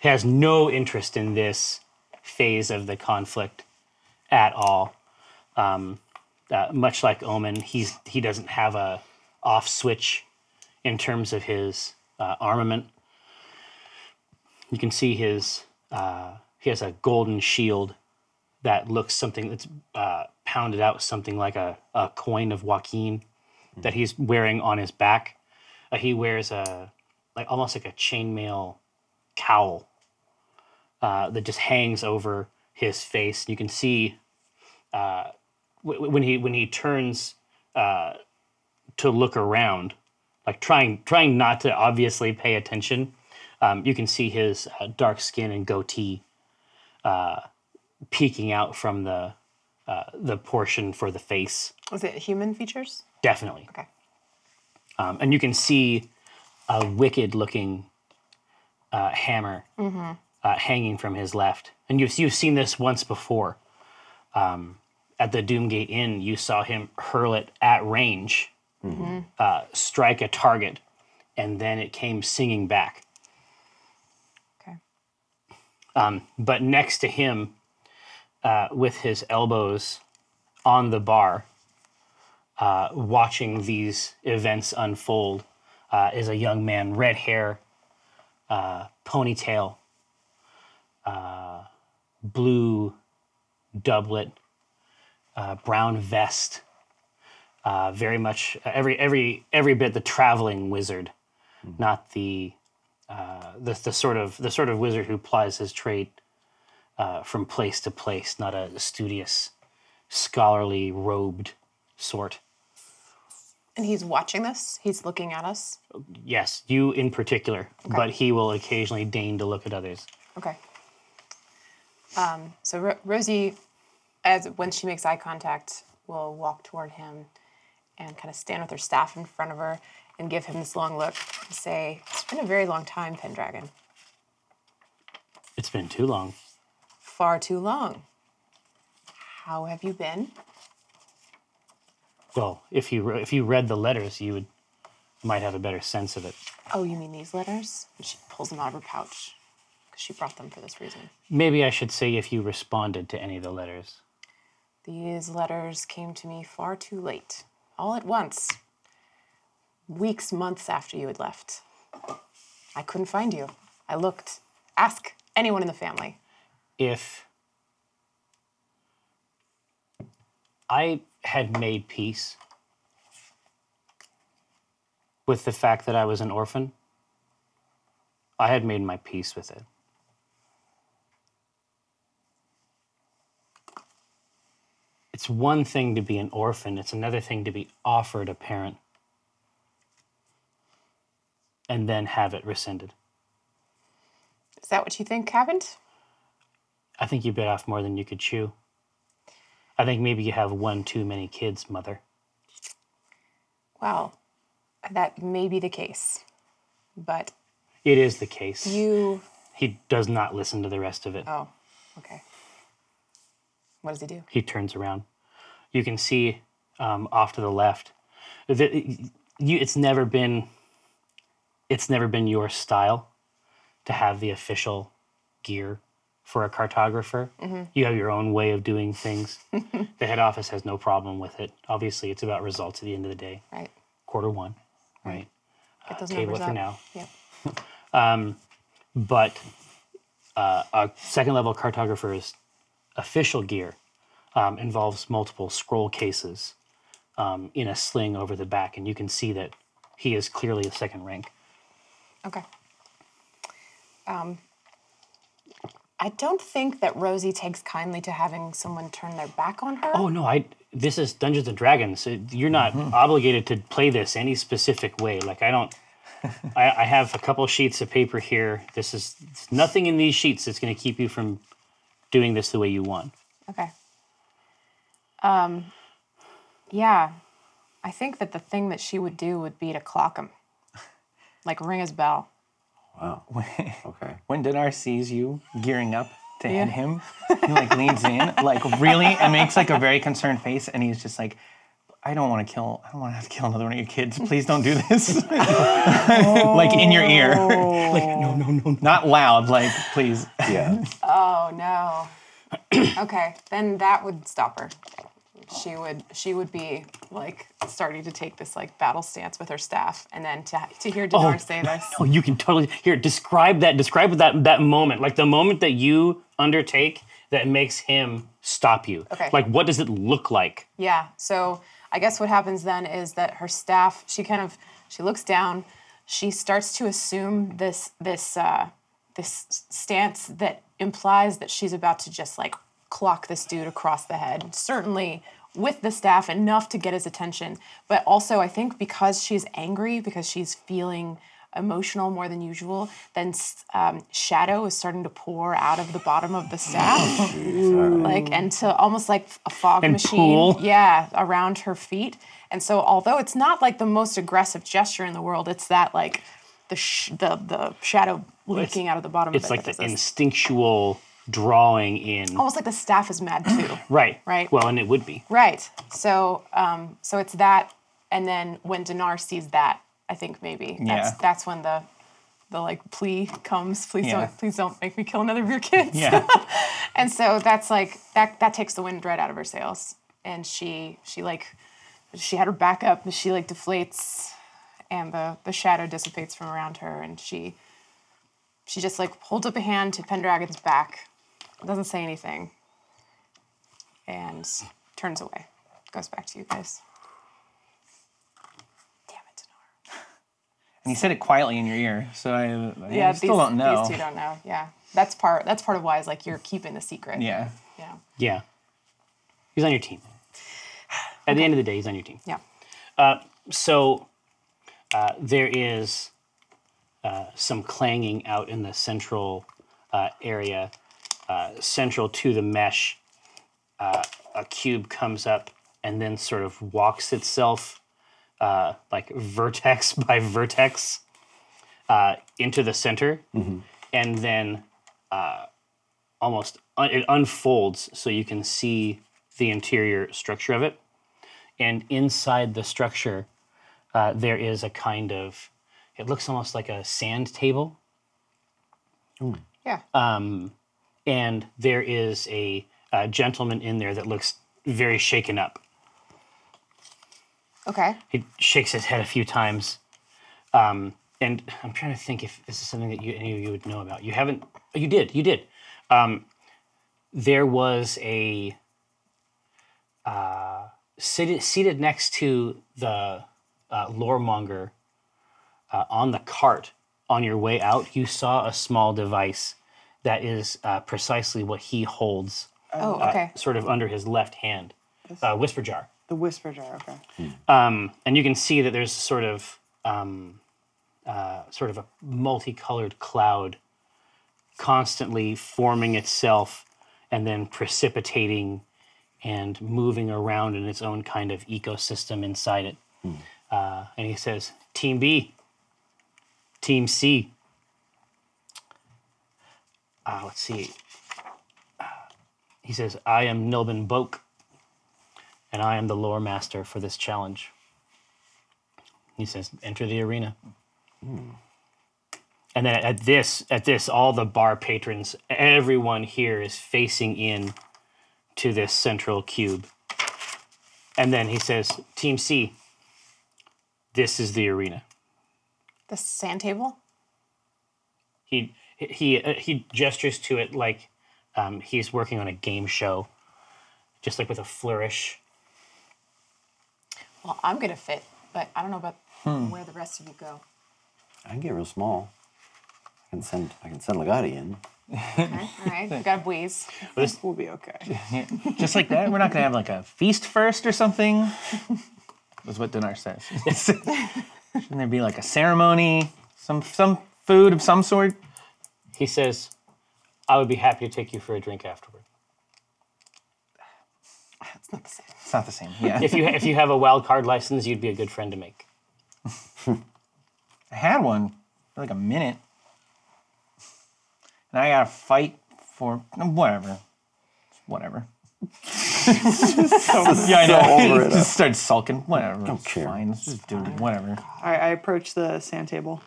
C: has no interest in this phase of the conflict at all um, uh, much like omen he's he doesn't have a off switch in terms of his uh, armament you can see his uh, he has a golden shield that looks something that's uh, pounded out something like a, a coin of Joaquin that he's wearing on his back. Uh, he wears a like almost like a chainmail cowl uh, that just hangs over his face. You can see uh, w- when he when he turns uh, to look around, like trying trying not to obviously pay attention. Um, you can see his uh, dark skin and goatee peeking out from the uh, the portion for the face.
E: Is it human features?
C: Definitely,
E: Okay.
C: um, and you can see a wicked looking uh, hammer
E: Mm-hmm.
C: uh, hanging from his left. And you've you've seen this once before. Um, at the Doomgate Inn, you saw him hurl it at range,
E: Mm-hmm.
C: uh, strike a target, and then it came singing back.
E: Okay.
C: Um, but next to him, uh, with his elbows on the bar, uh, watching these events unfold, uh, is a young man, red hair, uh, ponytail, uh, blue doublet, uh, brown vest. Uh, very much every every every bit the traveling wizard, not the uh, the, the sort of the sort of wizard who plies his trade uh, from place to place, not a studious, scholarly, robed sort.
E: And he's watching this. He's looking at us.
C: Yes, you in particular, but he will occasionally deign to look at others.
E: Okay. Um, so Ro- Rosie, as when she makes eye contact, will walk toward him and kind of stand with her staff in front of her and give him this long look and say, "It's been a very long time, Pendragon.
C: It's been too long.
E: Far too long. How have you been?
C: Well, if you re- if you read the letters, you would might have a better sense of it.
E: Oh, you mean these letters?" And she pulls them out of her pouch because she brought them for this reason.
C: Maybe I should say if you responded to any of the letters.
E: These letters came to me far too late, all at once. Weeks, months after you had left. I couldn't find you. I looked. Ask anyone in the family.
C: if I had made peace with the fact that I was an orphan, I had made my peace with it. It's one thing to be an orphan, it's another thing to be offered a parent and then have it rescinded.
E: Is that what you think happened?
C: I think you bit off more than you could chew. I think maybe you have one too many kids, mother.
E: Well, that may be the case. But
C: It is the case.
E: you.
C: he does not listen to the rest of it.
E: Oh, okay. What does he do?
C: He turns around. You can see um, off to the left. that you, it's never been. It's never been your style to have the official gear for a cartographer. You have your own way of doing things. the head office has no problem with it. Obviously, it's about results at the end of the day.
E: Right.
C: Quarter one, right?
E: Get those
C: table
E: numbers
C: for
E: up.
C: now. Um,
E: Yep.
C: but uh, a second level cartographer's official gear um, involves multiple scroll cases um, in a sling over the back, and you can see that he is clearly a second rank.
E: Okay. Um, I don't think that Rosie takes kindly to having someone turn their back on her.
C: Oh no, I this is Dungeons and Dragons. so You're not obligated to play this any specific way. Like I don't. I, I have a couple sheets of paper here. This is it's nothing in these sheets that's going to keep you from doing this the way you want.
E: Okay. Um, yeah, I think that the thing that she would do would be to clock him, like ring his bell.
F: Okay.
B: When Dinar sees you gearing up to hit him, he like leans in, like really, and makes like a very concerned face, and he's just like, "I don't want to kill. I don't want to have to kill another one of your kids. Please don't do this." like in your ear, like no, no, no, no, not loud. Like please,
F: Yeah.
E: Oh no. okay, then that would stop her. She would she would be like starting to take this like battle stance with her staff, and then to to hear Dinar say this.
C: Oh, you can totally here. Describe that. Describe that that moment, like the moment that you undertake that makes him stop you.
E: Okay.
C: Like, what does it look like?
E: Yeah. So I guess what happens then is that her staff, she kind of, she looks down, she starts to assume this this uh, this s- stance that implies that she's about to just like clock this dude across the head. Certainly with the staff enough to get his attention, but also I think because she's angry, because she's feeling emotional more than usual, then s- um, shadow is starting to pour out of the bottom of the staff like and to almost like a fog
C: And
E: machine
C: pool.
E: yeah around her feet and so although it's not like the most aggressive gesture in the world it's that like the sh- the, the shadow leaking out of the bottom
C: It's
E: of it
C: like the
E: that does this.
C: instinctual drawing in.
E: almost like the staff is mad too
C: right.
E: right.
C: Well, and it would be.
E: right so um so it's that and then when dinar sees that i think maybe
B: Yeah.
E: that's that's when the the like plea comes please
B: Yeah.
E: don't please don't make me kill another of your kids
B: yeah,
E: and so that's like that that takes the wind right out of her sails and she she like she had her back up but she like deflates and the the shadow dissipates from around her and she she just like holds up a hand to pendragon's back doesn't say anything and turns away goes back to you guys damn it Dinar.
B: and he said it quietly in your ear, so I, I
E: yeah
B: still
E: these,
B: don't know.
E: these two don't know yeah that's part that's part of why is like you're keeping the secret
B: yeah,
E: yeah
C: Yeah. He's on your team. At the end of the day, he's on your team.
E: yeah
C: so uh, there is uh, some clanging out in the central uh, area, uh, central to the mesh. Uh, a cube comes up and then sort of walks itself, uh, like vertex by vertex, uh, into the center, and then uh, almost un- it unfolds so you can see the interior structure of it and inside the structure uh, there is a kind of it looks almost like a sand table Um,
E: Yeah.
C: and there is a, uh gentleman in there that looks very shaken up
E: okay.
C: he shakes his head a few times um, and i'm trying to think if this is something that you, any of you would know about you haven't oh, you did you did um, there was a uh, seated, seated next to the uh, loremonger uh, on the cart on your way out you saw a small device that is uh, precisely what he holds
E: Oh, okay.
C: sort of under his left hand uh, whisper jar
D: The whisper jar. Okay.
C: and you can see that there's sort of um, uh, sort of a multicolored cloud constantly forming itself and then precipitating and moving around in its own kind of ecosystem inside it. Uh, and he says, "Team B, Team C." Uh, let's see. Uh, He says, "I am Nilbin Boke, and I am the lore master for this challenge." He says, "Enter the arena." And then at this, at this, all the bar patrons, everyone here is facing in to this central cube. And then he says, "Team C, this is the arena."
E: The sand table?
C: He he uh, he gestures to it like um, he's working on a game show, just like with a flourish.
E: Well, I'm going to fit, but I don't know about
B: Hmm.
E: where the rest of you go.
F: I can get real small. I can send I can send Legati in.
E: Okay. All right. We got a wheeze.
D: We'll be okay.
B: Just like that, we're not gonna have like a feast first or something. Is what Dinar says. Shouldn't there be like a ceremony, some some food of some sort?
C: He says, "I would be happy to take you for a drink afterward."
E: It's not the same.
B: It's not the same. Yeah,
C: if you if you have a wild card license, you'd be a good friend to make.
B: I had one for like a minute, and I got to fight for whatever, whatever. yeah, I know.
F: over it.
B: just start sulking. Whatever. Don't
F: care.
B: Fine. Let's just do whatever.
D: All right. I approach the sand table.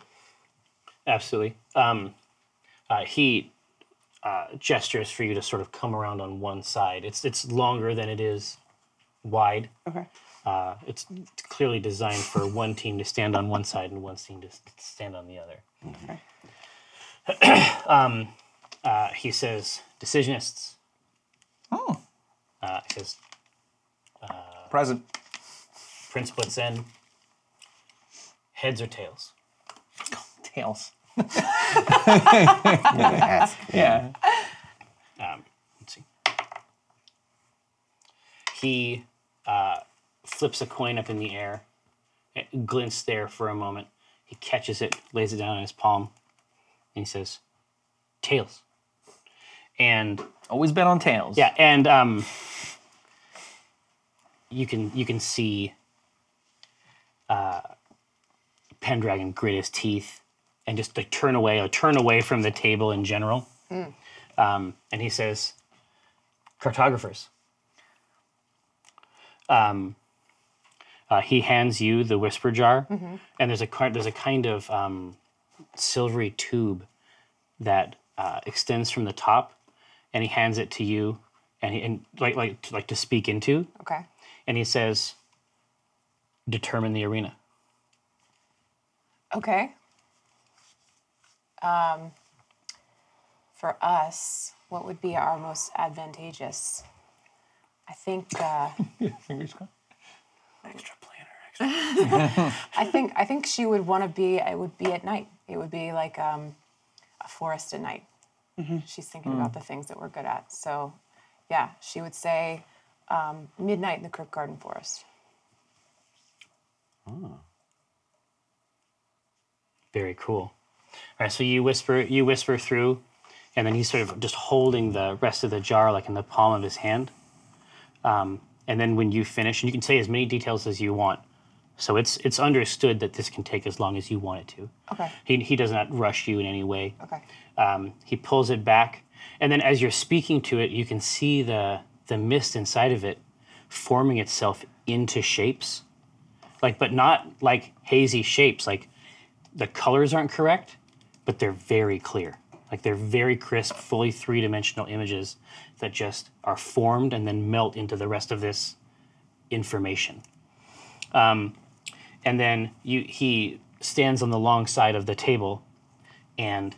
C: Absolutely. Um, uh, he uh, gestures for you to sort of come around on one side. It's it's longer than it is wide.
D: Okay.
C: Uh, it's clearly designed for one team to stand on one side and one team to s- stand on the other. um, uh, he says, "Decisionists." Oh. Uh, he says,
B: Present.
C: "Prince puts in heads or tails."
B: Tails.
F: Yeah, they ask.
B: Yeah.
C: Um, let's see. He uh, flips a coin up in the air, it glints there for a moment. He catches it, lays it down in his palm, and he says, "Tails." And
B: Always bet on tails.
C: yeah, and um, you can you can see uh, Pendragon grit his teeth and just like turn away or turn away from the table in general. Um, and he says, "Cartographers." Um, uh, he hands you the whisper jar, and there's a car- there's a kind of um, silvery tube that uh, extends from the top, and he hands it to you, and, he, and like like to, like to speak into,
E: Okay.
C: and he says, "Determine the arena."
E: Okay. Um, for us, what would be our most advantageous? I think. Uh,
B: Fingers crossed.
E: I think. I think she would want to be. It would be at night. It would be like um, a forest at night. She's
B: Mm.
E: thinking about the things that we're good at. So, yeah, she would say um, midnight in the Crypt Garden Forest.
C: Very cool. All right, so you whisper, you whisper through, and then he's sort of just holding the rest of the jar like in the palm of his hand. Um, and then when you finish, and you can say as many details as you want. So it's it's understood that this can take as long as you want it to.
E: Okay.
C: He he does not rush you in any way.
E: Okay.
C: Um, he pulls it back, and then as you're speaking to it, you can see the the mist inside of it forming itself into shapes, like but not like hazy shapes. Like the colors aren't correct, but they're very clear. Like they're very crisp, fully three dimensional images that just are formed and then melt into the rest of this information. Um, and then you, he stands on the long side of the table and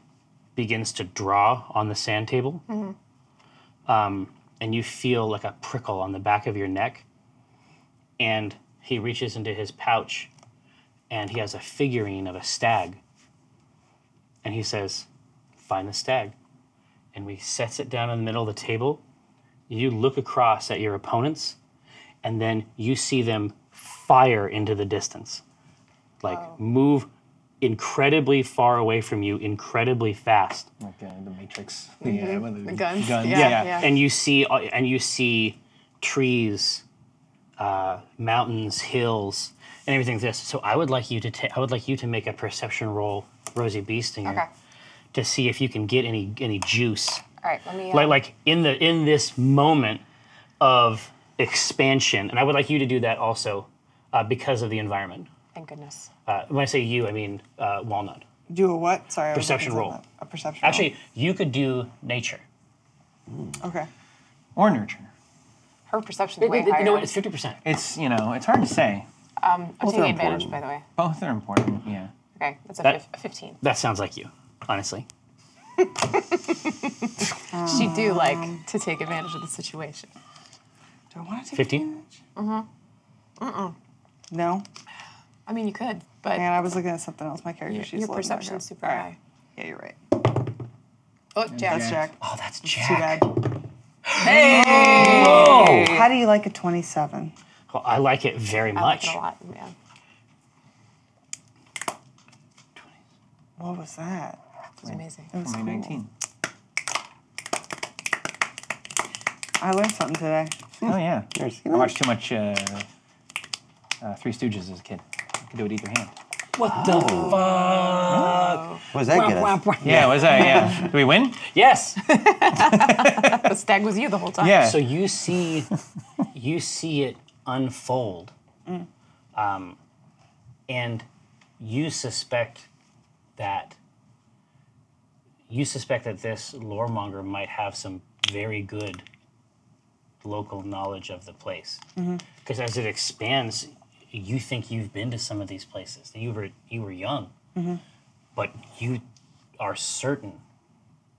C: begins to draw on the sand table. Um, and you feel like a prickle on the back of your neck. And he reaches into his pouch and he has a figurine of a stag. And he says, Find the stag. And we sets it down in the middle of the table. You look across at your opponents, and then you see them fire into the distance. Like move incredibly far away from you, incredibly fast.
B: Like uh, the Matrix. Yeah, with the,
E: The guns.
B: guns.
E: Yeah, yeah.
C: And you see uh, and you see trees, uh, mountains, hills, and everything like this. So I would like you to ta- I would like you to make a perception roll, Rosie Beastinger,
E: Okay.
C: to see if you can get any any juice.
E: All right. Let me. uh,
C: Like like in the in this moment of expansion, and I would like you to do that also uh, because of the environment.
E: thank goodness.
C: Uh, when I say you, I mean uh, Walnut.
D: Do a what? Sorry. I was
C: Perception
D: looking for
C: roll.
D: that. A perception
C: Actually, you could do nature.
D: roll. Okay.
B: Or nurture.
E: Her perception's way
C: You know
E: higher.
C: what, It's fifty percent.
B: It's, you know, it's hard to say.
E: I'm taking
F: are
E: advantage,
F: important.
E: by the way.
B: Both are important, yeah.
E: Okay, that's a
C: That-
E: fif- 15.
C: That sounds like you, honestly.
E: She do like to take advantage of the situation.
D: Do I want to take
C: 15?
D: advantage? Mm-hmm. Mm-mm. No.
E: I mean, you could, but
D: Man, I was looking at something else. My character she's
E: your perception's super high.
D: Yeah, you're right.
E: Oh, Jack.
D: That's Jack.
C: Oh, that's
D: Too
C: Jack.
D: bad. How do you like a 27?
C: Well, I like it very
E: I like
C: much.
E: it a lot. Yeah.
D: What was that?
E: It's amazing.
D: It was
B: Only
D: cool.
B: 19.
D: I learned something today.
B: Oh, yeah.
F: There's-
B: I watched too much uh, uh, Three Stooges as a kid. I could do it either hand.
C: What the
E: Oh.
F: What does that get us?
C: fuck?
B: Yeah, was that? Yeah. Did we win?
C: Yes.
E: The stag was you the whole time.
B: Yeah.
C: so you see, you see it unfold, um, and you suspect that you suspect that this loremonger might have some very good local knowledge of the place because as it expands you think you've been to some of these places you were you were young but you are certain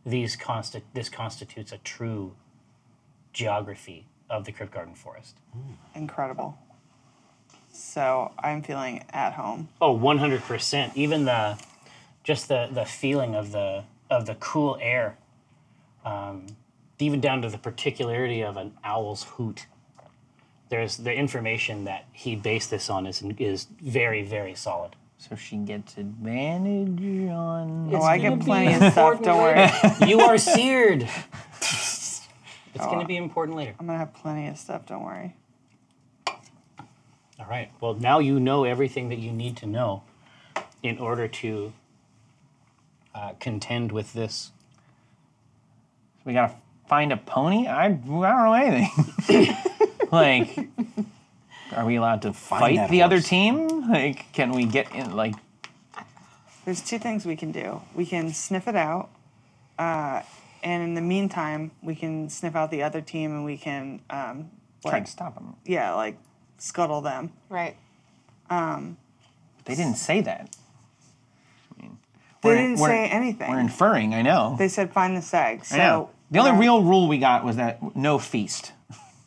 C: these consti- this constitutes a true geography of the crypt garden forest
D: Incredible. So I'm feeling at home.
C: oh 100% even the just the the feeling of the of the cool air um, even down to the particularity of an owl's hoot there's the information that he based this on is is very very solid
B: So she gets advantage on.
D: oh, I
C: gonna
D: get
C: be
D: plenty of stuff.
C: important
D: Don't worry.
C: later.
D: I'm
C: you are seared it's going to be important later
D: going to have plenty of stuff. Don't worry.
C: All right. Well, now you know everything that you need to know in order to uh, contend with this.
B: We gotta find a pony? I, I don't know anything. like, are we allowed to fight
F: that
B: the other
F: horse.
B: team? Like, can we get in? Like,
D: There's two things we can do. We can sniff it out, uh, and in the meantime, we can sniff out the other team, and we can, um,
B: try
D: like,
B: to stop them.
D: yeah, like scuttle them.
E: Right.
B: They didn't say that.
D: They
B: We're-
D: didn't
B: we're-
D: say anything.
B: We're inferring, I know.
D: they said find the sag.
B: I
D: So
B: know. The only
D: uh,
B: real rule we got was that no feast,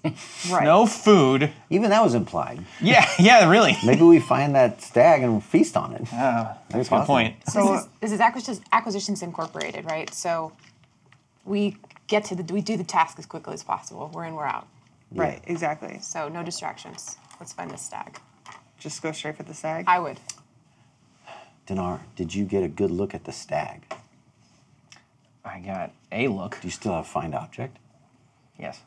D: right.
B: no food.
F: Even that was implied.
B: Yeah, yeah, really.
F: Maybe we find that stag and feast on it.
B: Ah, That's a
F: awesome.
B: good point.
D: So
E: this is, this is acquisitions, acquisitions incorporated, right? So we get to the we do the task as quickly as possible. We're in, we're out.
D: right, exactly.
E: So no distractions. Let's find the stag.
D: Just go straight for the stag.
E: I would.
F: Dinar, did you get a good look at the stag? Do
B: I got a look.
F: you still have find object?
B: Yes.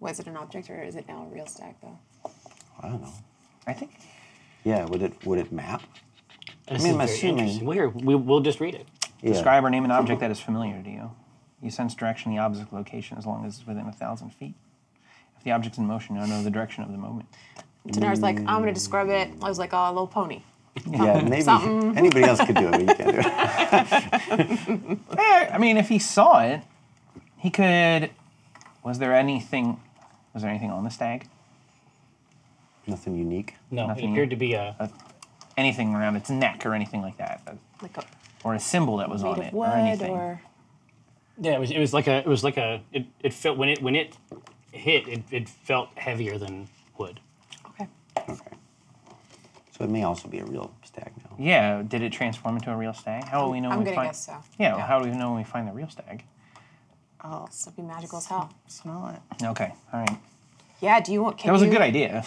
E: Was it an object or is it now a real stack though?
F: I don't know.
B: I think
F: Yeah, would it would it map?
C: This
F: mean,
C: is
F: I'm
C: very
F: assuming-
C: interesting. Here, we, we'll just read it.
F: Yeah.
B: describe or name an object that is familiar to you. You sense direction, the object location, as long as it's within a thousand feet. If the object's in motion, you'll know the direction of the movement.
E: Dinar's like, I'm
B: Mm.
E: gonna describe it. I was like, oh, a little pony.
F: Yeah, maybe
E: Something.
F: anybody else could do it, but you can't do it.
B: Eh, I mean, if he saw it, he could. Was there anything? Was there anything on the stag?
F: Nothing unique.
C: No,
B: Nothing.
C: it appeared to be a.
B: Anything around its neck or anything like that,
E: Like a
B: or a symbol that was on
E: made
B: it
E: of
B: or
E: wood
B: anything?
E: or
C: Yeah, it was. It was like a. It was like a. It, it felt when it when it hit. It, it felt heavier than wood.
E: Okay.
F: Okay. So it may also be a real stag now.
B: Yeah. Did it transform into a real stag? How will we know?
E: I'm
B: when we
E: gonna
B: find,
E: guess so.
B: Yeah, well, How do we know when we find the real stag?
D: I'll
E: This would be magical as hell.
D: smell it.
B: Okay. All right.
E: Yeah, do you want can
B: That was a
E: you-
B: good idea.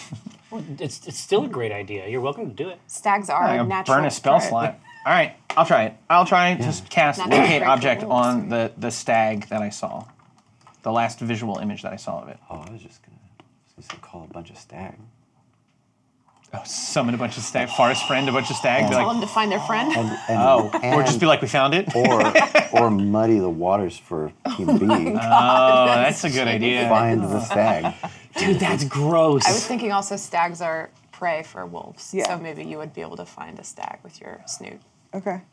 C: It's it's still a great idea. You're welcome to do it.
E: Stags are
B: I'm gonna
E: natural.
B: burn a spell
E: predators.
B: slot. All right, I'll try it. I'll try to just cast
E: Not
B: locate
E: natural
B: object
E: rules,
B: on the the stag that I saw, the last visual image that I saw of it.
F: Oh, I was just gonna, I was gonna call a bunch of stag.
B: Oh, summon a bunch of stag, forest friend, a bunch of stag, be
E: Tell
B: like,
E: them to find their friend.
F: And, and,
B: oh,
F: and,
B: or just be like, we found it. Oh,
F: or or muddy the waters for Team B.
B: "Oh, that's a good idea.
F: Find the stag.
C: Dude, that's gross.
E: I was thinking also stags are prey for wolves.
D: Yeah.
E: So maybe you would be able to find a stag with your snoot.
D: Okay. can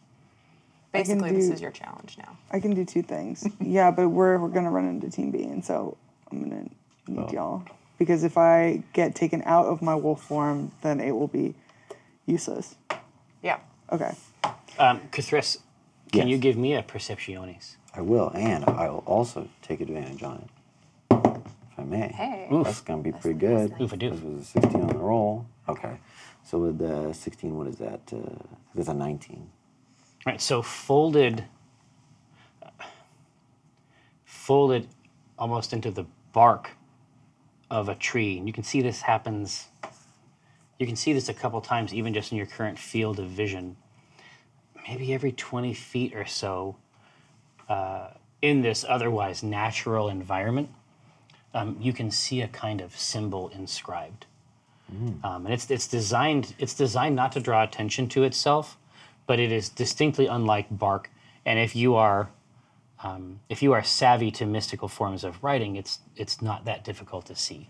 E: Basically, this
D: do-
E: is your challenge now.
D: I can do two things. yeah, but we're we're gonna run into Team B, and so I'm gonna need
B: Oh.
D: y'all because if I get taken out of my wolf form, then it will be useless.
E: Yeah.
D: Okay.
C: um, Cthulhu, can
F: Yes.
C: you give me a perceptiones?
F: I will, and I will also take advantage on it. If I may.
E: Hey.
F: That's gonna be pretty good.
C: Oof a doof.
F: This was a 16 on the roll. Okay. So with the 16, what is that? Uh, that's a 19.
C: All right, so folded, folded almost into the bark of a tree. And you can see this happens. You can see this a couple times, even just in your current field of vision. Maybe every 20 feet or so, uh, in this otherwise natural environment, um, you can see a kind of symbol inscribed. Um, and it's it's designed it's designed not to draw attention to itself, but it is distinctly unlike bark. And if you are um, if you are savvy to mystical forms of writing, it's it's not that difficult to see.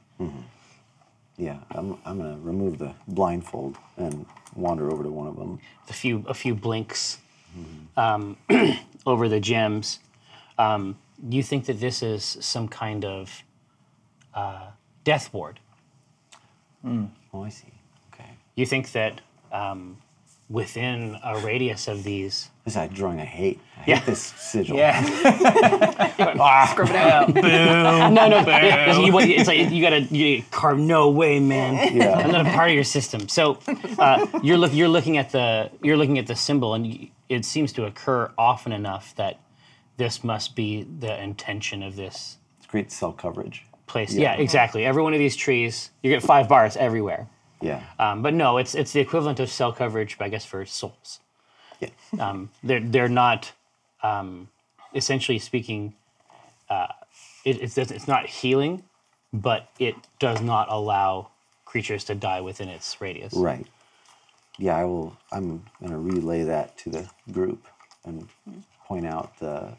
F: Yeah, I'm, I'm gonna remove the blindfold and wander over to one of them.
C: a few a few blinks um, over the gems. Um, you think that this is some kind of uh, death ward?
F: Oh, I see. Okay.
C: You think that um, within a radius of these,
F: This is that drawing I hate. I hate
C: Yeah.
F: this sigil.
B: Yeah.
E: Scrub it out.
C: no, no, yeah, you- it's like you gotta you gotta carve. No way, man.
F: Yeah.
C: I'm not a part of your system. So uh, you're look, you're looking at the you're looking at the symbol, and y- it seems to occur often enough that this must be the intention of this
F: It's great cell coverage.
C: place. Yeah, exactly. Every one of these trees, you get five bars everywhere.
F: Yeah.
C: Um, but no, it's it's the equivalent of cell coverage, I guess, for souls.
F: yeah.
C: Um, they're they're not, um, essentially speaking, uh, it, it's it's not healing, but it does not allow creatures to die within its radius.
F: Right. Yeah, I will. I'm gonna relay that to the group and point out the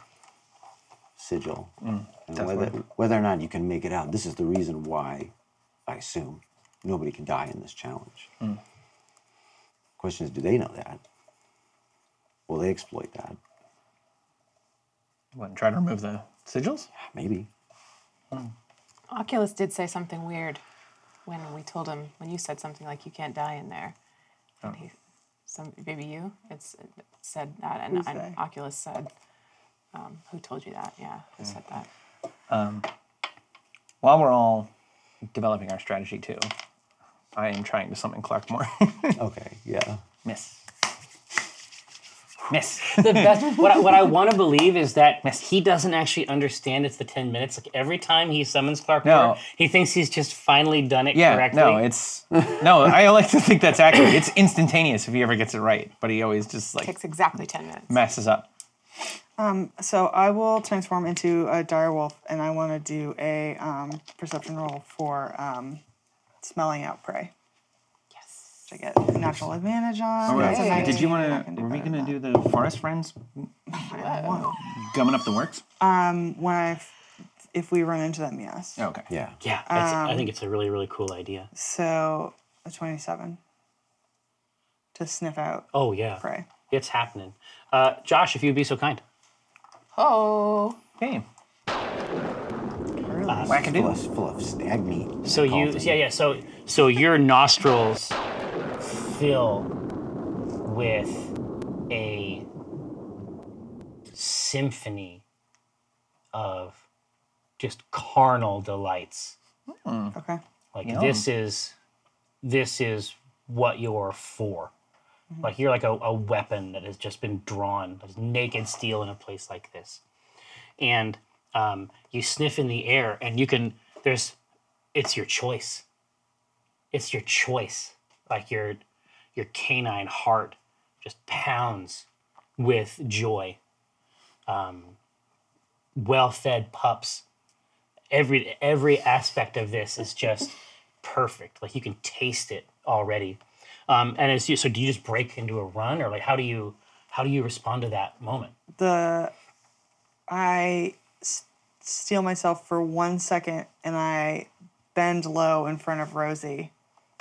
F: sigil and whether whether or not you can make it out. This is the reason why I assume nobody can die in this challenge. Question is, do they know that? Will they exploit that?
B: What, try to remove the sigils?
F: Maybe.
E: Oculus did say something weird when we told him when you said something like you can't die in there. And he, some maybe you. It's it said that, and,
D: Who's they?
E: and Oculus said, um, "Who told you that? Yeah, who said that?
B: While we're all developing our strategy too, I am trying to summon Clarkmore.
F: Okay. Yeah.
B: Miss. Miss.
C: the best. What I, what I want to believe is that he doesn't actually understand it's the ten minutes. Like every time he summons Clark,
B: No.
C: Kent, he thinks he's just finally done it
B: Yeah,
C: correctly.
B: no, it's no. I like to think that's accurate. It's instantaneous if he ever gets it right, but he always just like
E: Takes exactly 10 minutes.
B: messes up.
D: So I will transform into a dire wolf, and I want to do a um, perception roll for um, smelling out prey. Yes. I get natural advantage on. That's a
B: Hey, Oh, Did you
D: 19. I
B: want
D: can
B: to?
D: do
B: Were we
D: better than
B: gonna
D: that.
B: do the forest friends gumming up the works?
D: when I, if we run into them? Yes.
B: Okay.
F: Yeah.
C: Yeah, that's, I
B: Um.
C: think it's a really really cool idea.
D: So a twenty-seven to sniff out
C: Oh yeah,
D: prey.
C: it's happening. Uh, Josh, if you'd be so kind.
E: Oh,
B: Okay.
D: Really?
F: Full
B: Wackadoo.
F: of, full of stag meat.
C: So
F: Call
C: you,
F: them.
C: yeah, yeah. So so your nostrils fill with a symphony of just carnal delights.
D: Okay.
C: Like this is this is what you're for. Like you're like a, a weapon that has just been drawn, there's naked steel in a place like this. And um, you sniff in the air and you can there's it's your choice. It's your choice. Like your your canine heart just pounds with joy. Um, well-fed pups every every aspect of this is just perfect. Like you can taste it already. Um, and it's, so, do you just break into a run, or like how do you how do you respond to that moment?
D: The I s- steal myself for one second, and I bend low in front of Rosie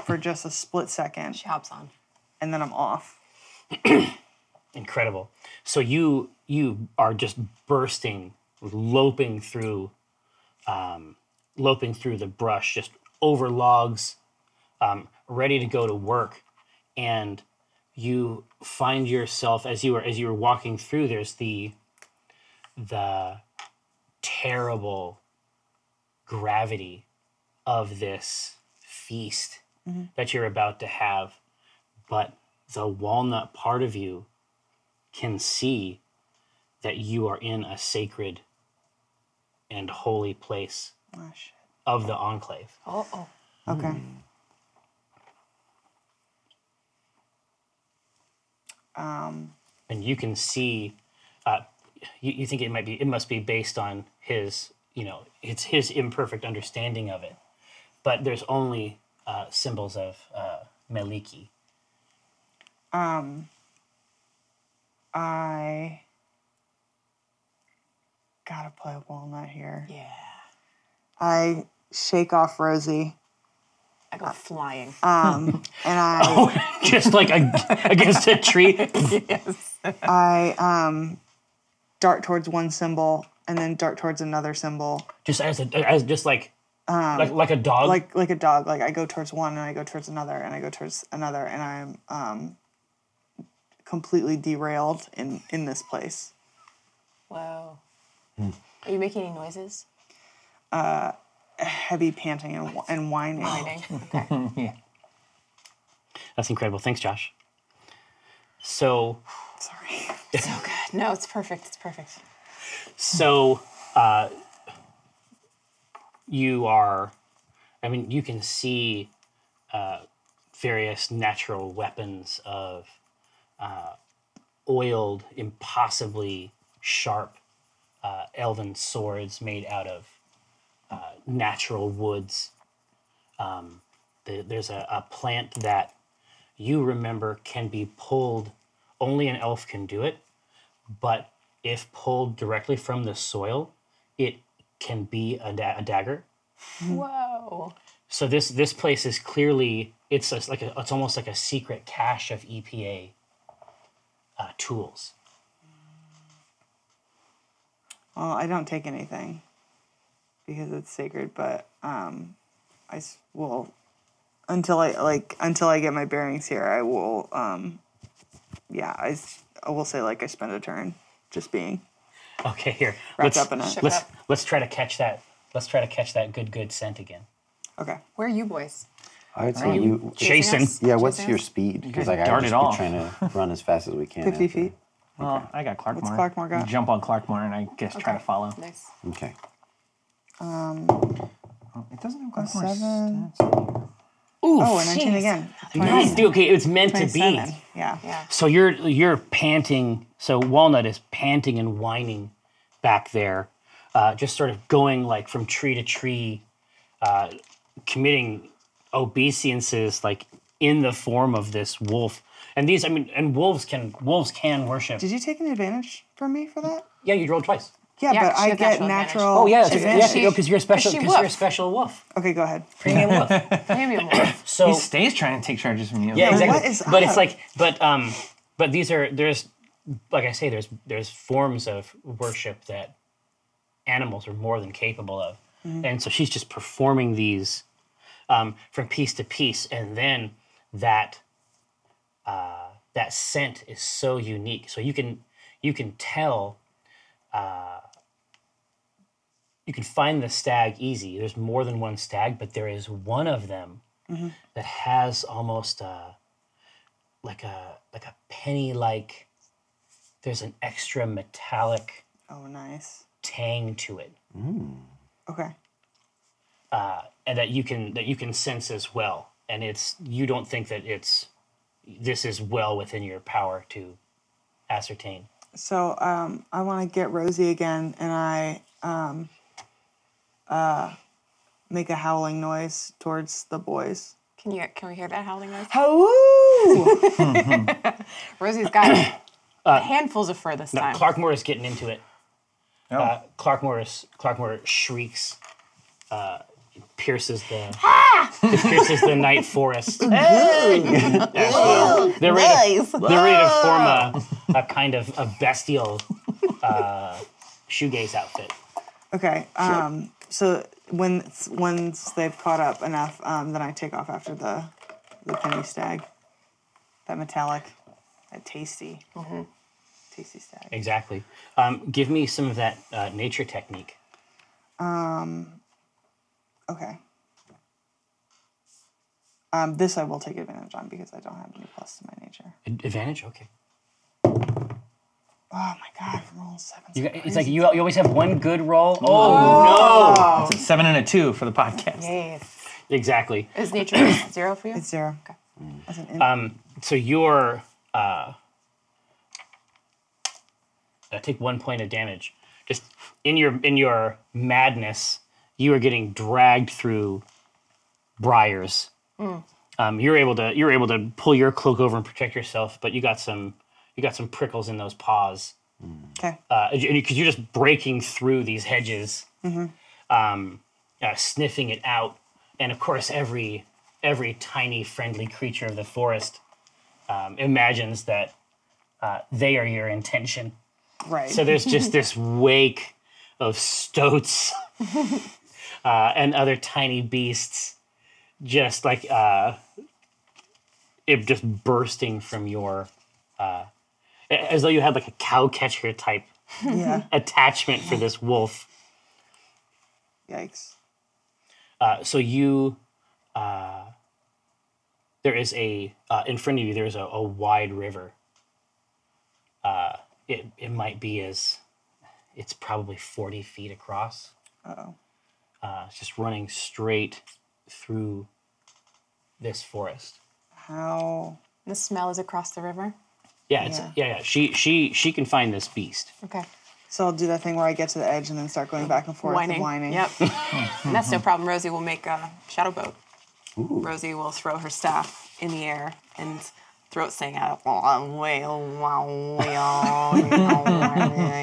D: for just a split second,
E: she hops on.
D: and then I'm off.
C: Incredible. So you you are just bursting, loping through, um, loping through the brush, just over logs, um, ready to go to work, and you find yourself as you were as you were walking through. There's the the terrible gravity of this feast that you're about to have, but the walnut part of you can see that you are in a sacred and holy place
D: Oh, shit.
C: of the enclave.
E: Oh, oh.
D: Okay.
C: And you can see, uh, you, you think it might be, it must be based on his, you know, it's his imperfect understanding of it. But there's only uh, symbols of uh, Meliki.
D: I gotta play walnut here.
E: Yeah.
D: I shake off Rosie, um,
E: I go flying.
D: Uh. and I.
C: Just like a, against a tree.
D: I um, dart towards one symbol and then dart towards another symbol,
C: Just as, a, as just like, like, like a dog.
D: like like a dog. Like I go towards one and I go towards another and I go towards another, and I'm um, completely derailed in in this place.
E: Whoa. Are you making any noises?
D: Heavy panting and, wh- and whining.
E: Okay.
C: That's incredible. Thanks, Josh. So,
D: Sorry.
E: so good. No, it's perfect. It's perfect.
C: so uh, you are i mean you can see uh, various natural weapons of uh, oiled impossibly sharp uh, elven swords made out of uh, natural woods um, the- there's a, a plant that you remember can be pulled only an elf can do it but if pulled directly from the soil, it can be a, da- a dagger.
E: Whoa.
C: So this this place is clearly it's a, like a, it's almost like a secret cache of EPA uh, tools.
D: Well, I don't take anything because it's sacred, but um, I s- will until I like until I get my bearings here. I will. Um, yeah, I, s- I will say like I spend a turn just being
C: Okay, here let's
D: wrapped up in it.
C: let's let's try to catch that. Let's try to catch that good good scent again.
D: Okay.
E: Where are you boys?
F: I would say you.
C: Chasing.
E: us?
F: Yeah, what's
E: Chasing
F: your
E: us?
F: speed? Because
B: guys
F: like I would
B: darted
F: just be
B: off.
F: trying to run as fast as we can.
D: 50
F: after.
D: feet.
B: Well, I got Clarkmore.
D: What's Clarkmore got?
B: Jump on Clarkmore and I guess try to follow.
E: Nice.
F: Okay.
B: It doesn't have Clarkmore
D: seven.
B: stats.
C: Ooh,
D: Oh, a 19 again.
C: nice, dude. Okay, it's meant to be.
D: 27. Yeah.
E: Yeah.
C: So you're you're panting. So Walnut is panting and whining back there, uh, just sort of going like from tree to tree, uh, committing obeisances like in the form of this wolf. And these, I mean, and wolves can wolves can worship.
D: Did you take an advantage from me for that?
C: yeah, you rolled twice.
D: Yeah,
E: Yeah,
D: but
E: she
D: I
E: had
D: get
E: natural advantage.
D: natural.
C: Oh yeah, because
D: advantage.
E: she-
C: you're a special
E: 'cause she
C: because you're a
E: wolf.
C: special wolf,
D: Okay, go ahead.
C: premium wolf.
E: Premium wolf.
C: So
B: He stays trying to take charges from you.
C: Yeah, exactly.
D: what is
C: but it's
D: up?
C: like, but um, but these are there's, like I say, there's there's forms of worship that animals are more than capable of,
D: Mm-hmm.
C: and so she's just performing these um, from piece to piece, and then that uh, that scent is so unique, so you can you can tell. Uh, you can find the stag easy. There's more than one stag, but there is one of them
D: Mm-hmm.
C: that has almost uh, a, like a like a penny like there's an extra metallic
D: Oh, nice.
C: tang to it
D: Okay.
C: and that you can that you can sense as well and it's you don't think that it's this is well within your power to ascertain
D: So um, I want to get Rosie again, and I um, uh, make a howling noise towards the boys.
E: Can you can we hear that howling noise?
D: Howl!
E: Rosie's got handfuls of fur this time.
C: Uh, clark moore is getting into it
B: Oh.
C: uh, clark morris clark moore shrieks uh, pierces the it pierces the night forest Absolutely. they're ready to They're ready to form a, a kind of a bestial uh, shoegaze outfit.
D: okay. Um, so when once they've caught up enough, um, then I take off after the the penny stag. That metallic, that tasty, tasty stag.
C: Exactly. Um, give me some of that uh, nature technique.
D: Okay. Um, this I will take advantage on because I don't have any plus to my nature.
C: Ad- Advantage. Okay.
D: Oh my god, I'm rolling seven.
C: You, got- it's like you, you always have one good roll. Oh,
B: It's a seven and a two for the podcast.
E: Yes.
C: no! Exactly.
E: Is nature zero for you?
D: It's zero. That's an in-
C: So you're uh, uh, take one point of damage. Just in your in your madness, you are getting dragged through briars. Um, you're able to you're able to pull your cloak over and protect yourself, but you got some you got some prickles in those paws
D: okay.
C: because uh, and you, 'cause you're just breaking through these hedges, um, uh, sniffing it out, and of course every every tiny friendly creature of the forest um, imagines that uh, they are your intention.
D: right.
C: So there's just this wake of stoats uh, and other tiny beasts, just like uh, it just bursting from your, uh, a- as though you had like a cow catcher type
D: yeah.
C: attachment for this wolf.
D: Yikes.
C: Uh, so you, uh, there is a uh, in front of you. There is a, a wide river. Uh, it it might be as, it's probably forty feet across. Uh oh. It's just running straight through this forest.
D: How?
E: The smell is across the river.
C: Yeah, it's yeah.
D: Yeah.
C: yeah, She she she can find this beast.
E: Okay.
D: So I'll do that thing where I get to the edge and then start going back and forth
E: Whining.
D: and whining.
E: Yep. That's no problem. Rosie will make a shadow boat. Rosie will throw her staff in the air and throat sing out.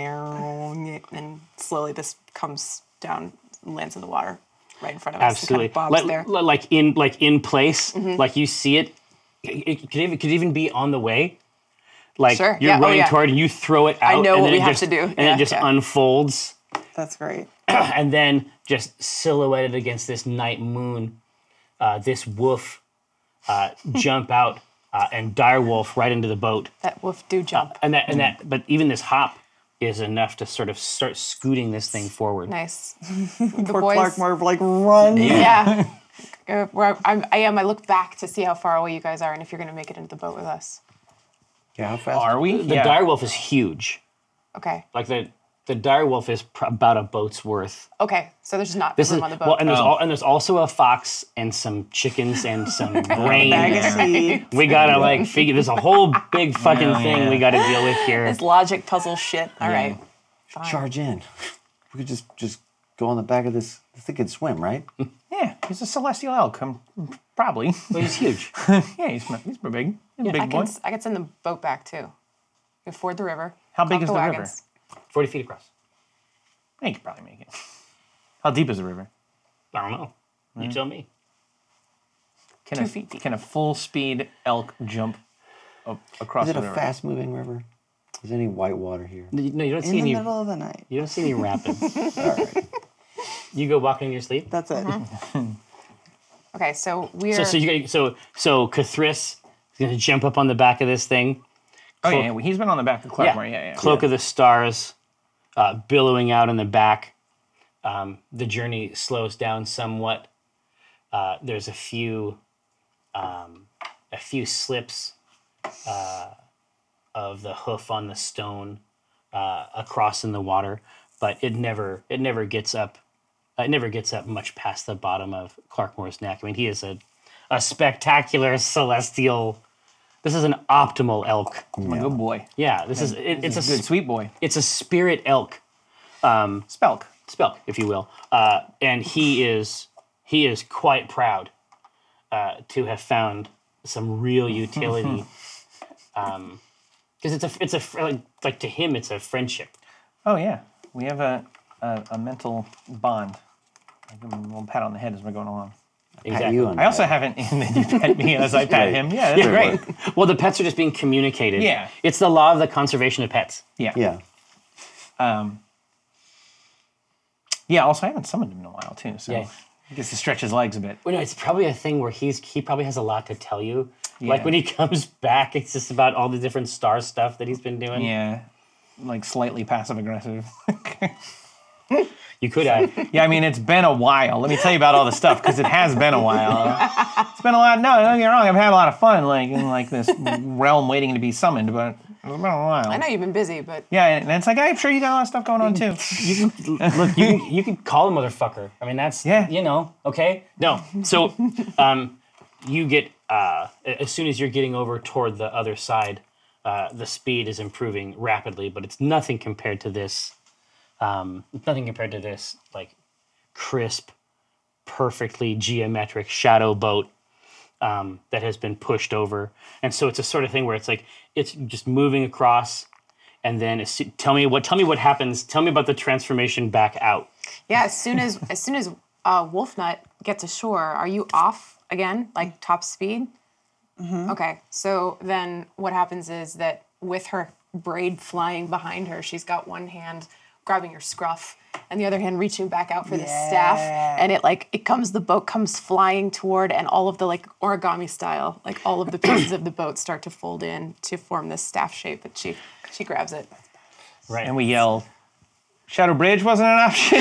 E: and slowly this comes down, lands in the water right in front of us. and
C: Absolutely,
E: Kind of bobs
C: like,
E: there. Mm-hmm.
C: li- like in like in place, like you see it. It it could even, could even be on the way. Like
E: Sure,
C: you're
E: yeah, oh,
C: running
E: yeah.
C: toward, and you throw it out.
E: know
C: and
E: what
C: then
E: we
C: it
E: have
C: just-
E: to do.
C: and
E: Yeah,
C: it just
E: yeah.
C: unfolds,
D: That's great.
C: and then just silhouetted against this night moon, uh, this wolf uh, jump out uh, and dire wolf right into the boat, Uh,
E: that wolf do jump.
C: and that and
E: Mm.
C: that. But even this hop is enough to sort of start scooting this thing forward.
E: Nice. The
D: Poor
E: boys.
D: Clark Marv, like, run.
E: Yeah. Uh, Where I'm, I am, I look back to see how far away you guys are and if you're going to make it into the boat with us.
F: Yeah, how fast?
B: Are we?
C: The direwolf is huge.
E: Okay.
C: Like the the direwolf is pr- about a boat's worth.
E: Okay. So there's just not
C: This
E: room
C: is
E: on the boat.
C: well, and there's all, and there's also a fox and some chickens and some
D: Bag
C: grain.
D: of seeds.
C: we gotta like figure. There's a whole big fucking thing we gotta deal with here.
E: It's logic puzzle shit. All right. Fine.
F: Charge in. We could just just go on the back of this. This thing can swim, right?
B: Yeah, he's a celestial elk. um, Probably.
C: But he's huge.
B: yeah, he's he's big. He's a
E: I
B: big
E: can,
B: boy.
E: s- I can send the boat back too. We ford the river.
B: How big
E: conk
B: is the river?
C: Forty feet across.
B: He could probably make it. How deep is the river?
C: I don't know. You tell me.
B: Can
E: Two
B: a,
E: feet deep.
B: Can a full speed elk jump up, across
F: Is it
B: the
F: a
B: river?
F: fast moving river? Is there any white water here?
C: No, you don't
D: In
C: see
D: the
C: any.
D: middle of the night.
C: You don't see any rapids.
F: All right.
C: you go walking in your sleep.
D: That's it.
E: Okay, so we're
C: So so you gotta- so so Cathris is gonna jump up on the back of this thing.
B: Oh
C: Clo-
B: yeah, well, he's been on the back of Clarkmore. Yeah, yeah. yeah.
C: Cloak of the Stars, uh, billowing out in the back. Um, the journey slows down somewhat. Uh, there's a few, um, a few slips uh, of the hoof on the stone uh, across in the water, but it never it never gets up. It never gets up much past the bottom of Clarkmore's neck. I mean, he is a, a spectacular celestial. This is an optimal elk.
B: Oh, good boy.
C: Yeah, this is it, it's a
B: He's a good
C: sp-
B: sweet boy.
C: it's a spirit elk
B: Spelk.
C: spelk, if you will, uh, and he is he is quite proud uh, to have found some real utility. Because it's a it's a like, like to him it's a friendship.
B: Oh yeah, we have a a, a mental bond. I give him a little pat on the head as we're going along.
F: Pat you on
B: I also
F: that.
B: haven't. and then you pat me as I pat
F: Right.
B: him. Yeah, that's great.
C: Well, the pets are just being communicated.
B: Yeah.
C: it's the law of the conservation of pets.
B: Yeah.
F: Yeah.
B: Um, yeah. Also, I haven't summoned him in a while too, so
C: Yeah.
B: he gets to stretch his legs a bit.
C: Well, no, it's probably a thing where he's he probably has a lot to tell you.
B: Yeah.
C: Like when he comes back, it's just about all the different star stuff that he's been doing.
B: Yeah, like slightly passive aggressive.
C: You could uh, have.
B: yeah, I mean it's been a while. Let me tell you about all the stuff because it has been a while. It's been a lot. No, don't get me wrong. I've had a lot of fun, like in like this realm waiting to be summoned, but it's been a while.
E: I know you've been busy, but
B: Yeah, and it's like I'm sure you got a lot of stuff going on too.
C: You can look. You can, you can call a motherfucker. I mean, that's
B: Yeah.
C: You know, okay. No. So, um, you get uh, a- as soon as you're getting over toward the other side, uh, the speed is improving rapidly, but it's nothing compared to this. Um, it's nothing compared to this like crisp, perfectly geometric shadow boat um, that has been pushed over, and so it's a sort of thing where it's like it's just moving across and then as soo- tell me what tell me what happens. Tell me about the transformation back out.
E: yeah, as soon as as soon as uh, Wolfnut gets ashore, are you off again, like top speed? Okay, so then what happens is that with her braid flying behind her, she's got one hand grabbing your scruff and the other hand reaching back out for the staff, and it like it comes the boat comes flying toward, and all of the like origami style, like all of the pieces of the boat start to fold in to form this staff shape, and she she grabs it.
C: Right.
B: And we yell, Shadow Bridge wasn't an option.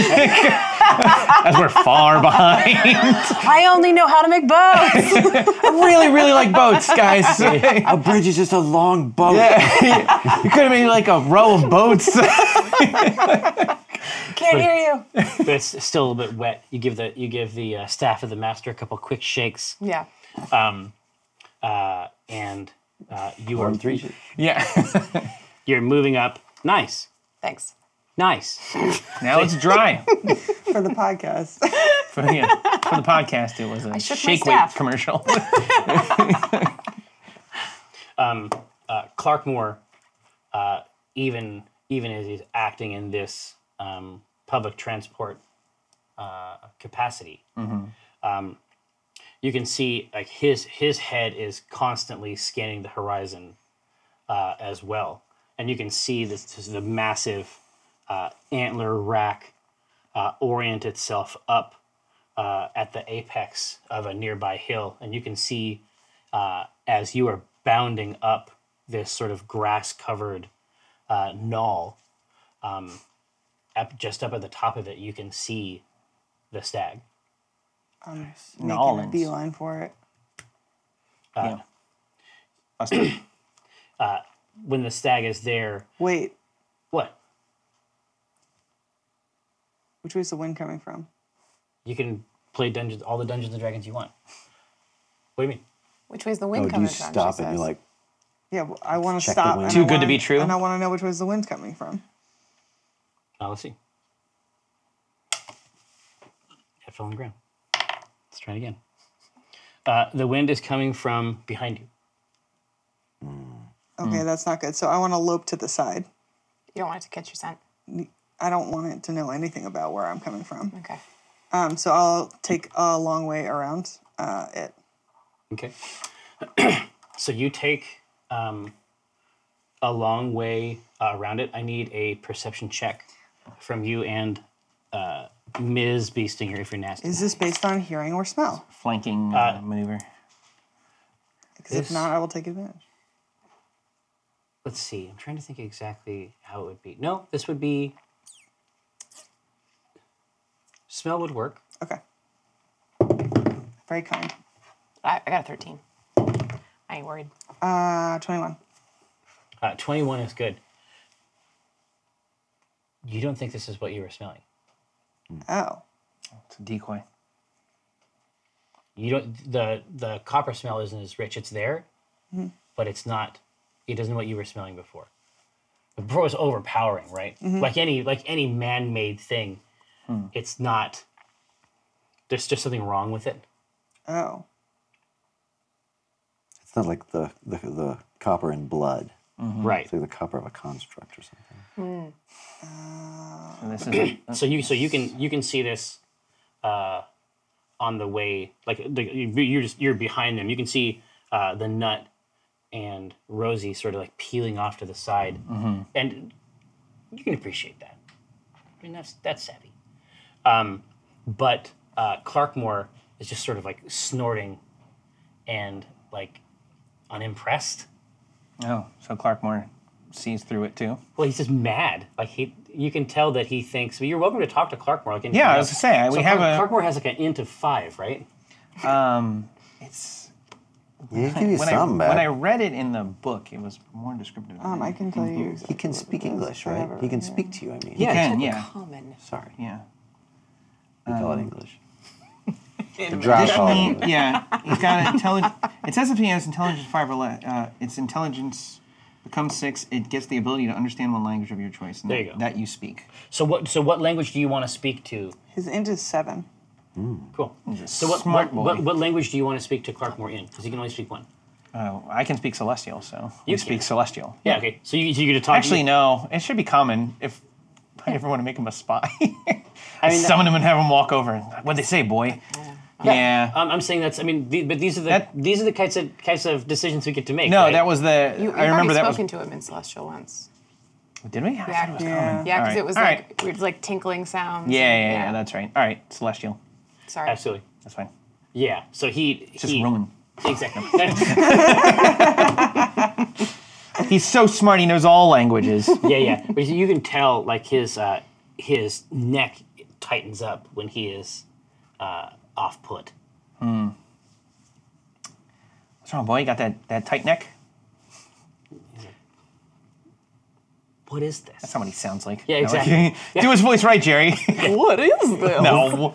B: As we're far behind.
E: I only know how to make boats.
B: I really, really like boats, guys.
F: A bridge is just a long boat.
B: you could have made like a row of boats.
E: Can't hear you.
C: but it's still a little bit wet. You give the you give the uh, staff of the master a couple quick shakes,
E: Yeah.
C: uh, and uh, you are
F: One, three, sh-
B: yeah.
C: you're moving up. Nice,
E: Thanks.
C: nice.
B: Now it's dry.
D: For the podcast.
B: For, yeah, for the podcast, it was a
E: shook my
B: shake weight
E: staff.
B: commercial.
C: Uh, Clark Moore, uh, even even as he's acting in this um, public transport uh, capacity, um, you can see like his his head is constantly scanning the horizon uh, as well, and you can see this, this is the massive uh, antler rack uh, orient itself up uh, at the apex of a nearby hill, and you can see uh, as you are bounding up this sort of grass covered uh, knoll. Um, up, just up at the top of it, you can see the stag.
D: I'm just making a
B: Nolans.
D: beeline for it.
B: Yeah. Us too.
C: when the stag is there.
D: Wait,
C: What?
D: which way's the wind coming from?
C: You can play dungeons, all the Dungeons and Dragons you want. What do you mean?
E: Which way's the wind
F: Oh, do
E: coming
F: you
E: from? she
F: stop and
E: says.
F: you're like,
D: Yeah, well, I want to
F: check the
D: stop.
F: wind.
D: and I
F: Too
B: good to
D: wanna-
B: be true?
D: And I want to know which way's the wind coming from.
C: Uh, let's see. It fell on the ground. Let's try it again. Uh, the wind is coming from behind you.
D: Okay, that's not good. So I want to lope to the side.
E: You don't want it to catch your scent.
D: I don't want it to know anything about where I'm coming from.
E: Okay.
D: Um, so I'll take a long way around uh, it.
C: Okay. so you take um, a long way uh, around it. I need a perception check from you and uh, Ms. Beestinger if you're nasty.
D: Is this based on hearing or smell?
B: Flanking uh, maneuver.
D: Because if
C: This-
D: not, I will take advantage.
C: Let's see. I'm trying to think exactly how it would be. No, this would be. Smell would work.
D: Okay. Very kind.
E: I, I got a 13. I ain't worried.
D: Uh, 21.
C: Uh, 21 is good. You don't think this is what you were smelling.
D: Oh.
B: It's a decoy.
C: You don't the the copper smell isn't as rich. It's there, but it's not. It isn't what you were smelling before. Before it was overpowering, right? Like any like any man made thing, it's not. There's just something wrong with it.
D: Oh.
F: it's not like the, the, the copper in blood.
C: Right.
F: It's like the copper of a construct or something.
B: So this is
C: so you so you can you can see this uh, on the way like the, you- you're just you're behind them you can see uh, the nut and rosie sort of like peeling off to the side and you can appreciate that i mean that's that's savvy um, but uh, clarkmore is just sort of like snorting and like unimpressed
B: oh, so Clark Moore sees through it too.
C: well he's just mad like he you can tell that he thinks well, you're welcome to talk to clarkmore like anyone
B: Yeah, I was
C: else.
B: gonna say we
C: So
B: have
C: Clark-
B: a
C: Clarkmore has like an int of five, right?
B: um. It's
F: Yeah, give you
B: when
F: some
B: I
F: back.
B: when I read it in the book, it was more descriptive. than
D: Um, I
B: that.
D: can tell you.
F: he can speak English, right? He can speak to you, I mean.
B: You
C: Yeah,
B: can,
E: Type of
B: yeah,
E: Common.
F: Sorry.
B: yeah.
F: We call it English. The dry call it
B: Additionally,
F: English.
B: yeah, he's got intelligence. It says if he has intelligence five or less, uh, its intelligence becomes six. It gets the ability to understand one language of your choice, and
C: There
B: that,
C: you go.
B: that you speak.
C: So what? So what language do you want to speak to?
D: His int is 7.
C: Cool. So what?
B: smart
C: what, what,
B: boy.
C: what language do you want to speak to Clarkmore in? Because he can only speak one.
B: Uh, I can speak Celestial, so you
C: You
B: speak
C: can.
B: Celestial.
C: Yeah. Okay. So you so you get to talk.
B: Actually, no, it should be common if I ever want to make him a spy. I
C: mean,
B: summon him and have him walk over. What'd they say, boy? Yeah.
C: Um, I'm saying that's. I mean, the, but these are the
B: That-
C: these are the kinds of kinds of decisions we get to make.
B: no,
C: right?
B: that was the.
E: You, have
B: I remember
E: already
B: that was.
E: spoken to him in Celestial once.
B: Did we? I thought it was
D: Yeah.
B: common.
E: Yeah,
B: All
E: because
B: right.
E: it was
B: All
E: like
B: right.
E: it was like tinkling sounds.
B: Yeah,
E: and-
B: yeah, yeah, That's right. All right, Celestial.
E: Sorry.
C: absolutely.
B: That's fine.
C: Yeah. So he
B: It's just
C: he,
B: Roman.
C: Exactly.
B: He's so smart. He knows all languages.
C: yeah, yeah. But you can tell like his uh, his neck tightens up when he is uh, off put.
B: What's wrong, boy? You got that, that tight neck?
C: What is this?
B: That's not what he sounds like.
C: Yeah,
B: No,
C: exactly.
B: Do his voice right, Jerry.
D: What is this?
B: no.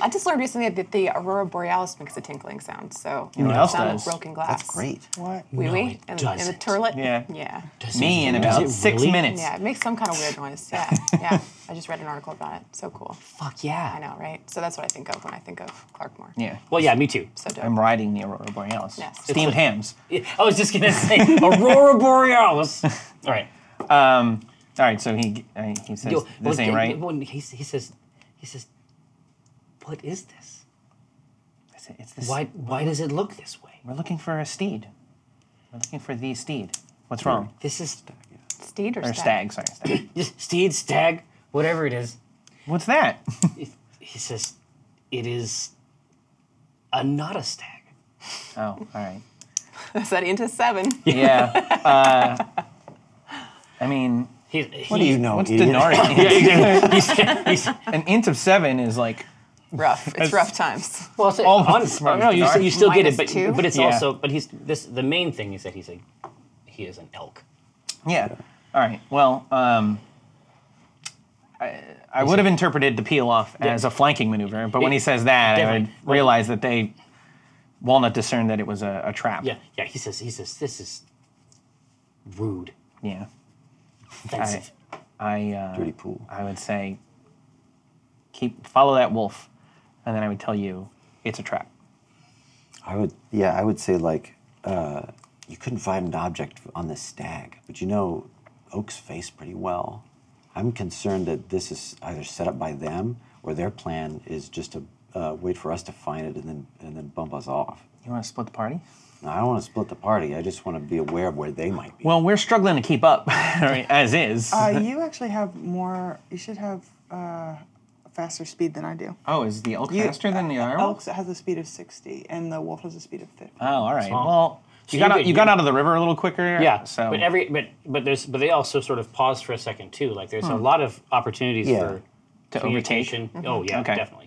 E: I just learned recently that the aurora borealis makes a tinkling sound. So you
B: know what else
E: sound
B: does?
E: of broken glass.
F: That's great.
D: What?
E: Wee
C: No,
E: wee
C: it
E: in, in the
C: doesn't.
E: turlet.
B: Yeah.
E: Yeah.
B: Me in about
C: Does it
B: six
C: really?
B: minutes.
E: Yeah, it makes some kind of weird noise. Yeah, yeah. I just read an article about it. So cool.
C: Fuck yeah.
E: I know, right? So that's what I think of when I think of Clarkmore.
B: Yeah.
C: Well, yeah, me too.
E: So dope.
B: I'm riding the Aurora Borealis.
E: Yes.
B: Steamed hams.
C: I was just gonna say Aurora Borealis. All right.
B: Um, all right, so he uh, he says
C: Yo,
B: this
C: when-
B: ain't right.
C: when he, he says, he says, what is this?
B: I said, It's this.
C: Why why does it look this way?
B: We're looking for a steed. We're looking for the steed. What's wrong?
C: This is
E: Steed or,
B: Or stag, sorry, stag.
C: just steed, stag, whatever it is.
B: What's that?
C: It- he says, it is a not a stag.
B: Oh, all right.
E: Is that into seven?
B: Yeah. Uh, I mean,
C: He, he,
F: What do you know,
B: what's
F: idiot?
B: denarii?
C: Yeah, exactly. He's- he's-
B: An int of seven is like
E: rough. It's rough times.
C: Well, it's
B: Almost
C: on-
B: as smart
C: no,
B: as
C: you,
B: an
C: still- you
B: arc.
C: still get
E: Minus
C: it, but
E: two?
C: but it's
B: Yeah.
C: also but he's this the main thing is that he's a he is an elk.
B: Yeah. All right. Well, um, I, I would have interpreted the peel off as a flanking maneuver, but when he says that,
C: Definitely.
B: I would realize that they Walnut discerned that it was a, a trap.
C: Yeah, yeah. He says he says this is rude,
B: Yeah.
C: offensive.
B: I uh,
F: Dirty pool.
B: I would say keep follow that wolf, and then I would tell you it's a trap.
F: I would, yeah, I would say like uh, you couldn't find an object on this stag, but you know Oak's face pretty well. I'm concerned that this is either set up by them or their plan is just to uh, wait for us to find it and then and then bump us off.
B: You want to split the party?
F: Now, I don't want to split the party. I just want to be aware of where they might be.
B: Well, we're struggling to keep up right, as is.
D: Uh, you actually have more. You should have uh, a faster speed than I do.
B: oh, is the elk
D: You- uh,
B: faster than the other
D: Elk has a speed of sixty, and the wolf has a speed of fifty.
B: Oh, all right. Well, you
C: you
B: got out,
C: could-
B: you got out of the river a little quicker.
C: yeah.
B: So
C: but every but but there's but they also sort of pause for a second too. Like there's a lot of opportunities
F: Yeah. Mm-hmm.
C: for
B: to Hmm. overtake.
C: communication. Oh yeah,
B: Okay.
C: definitely.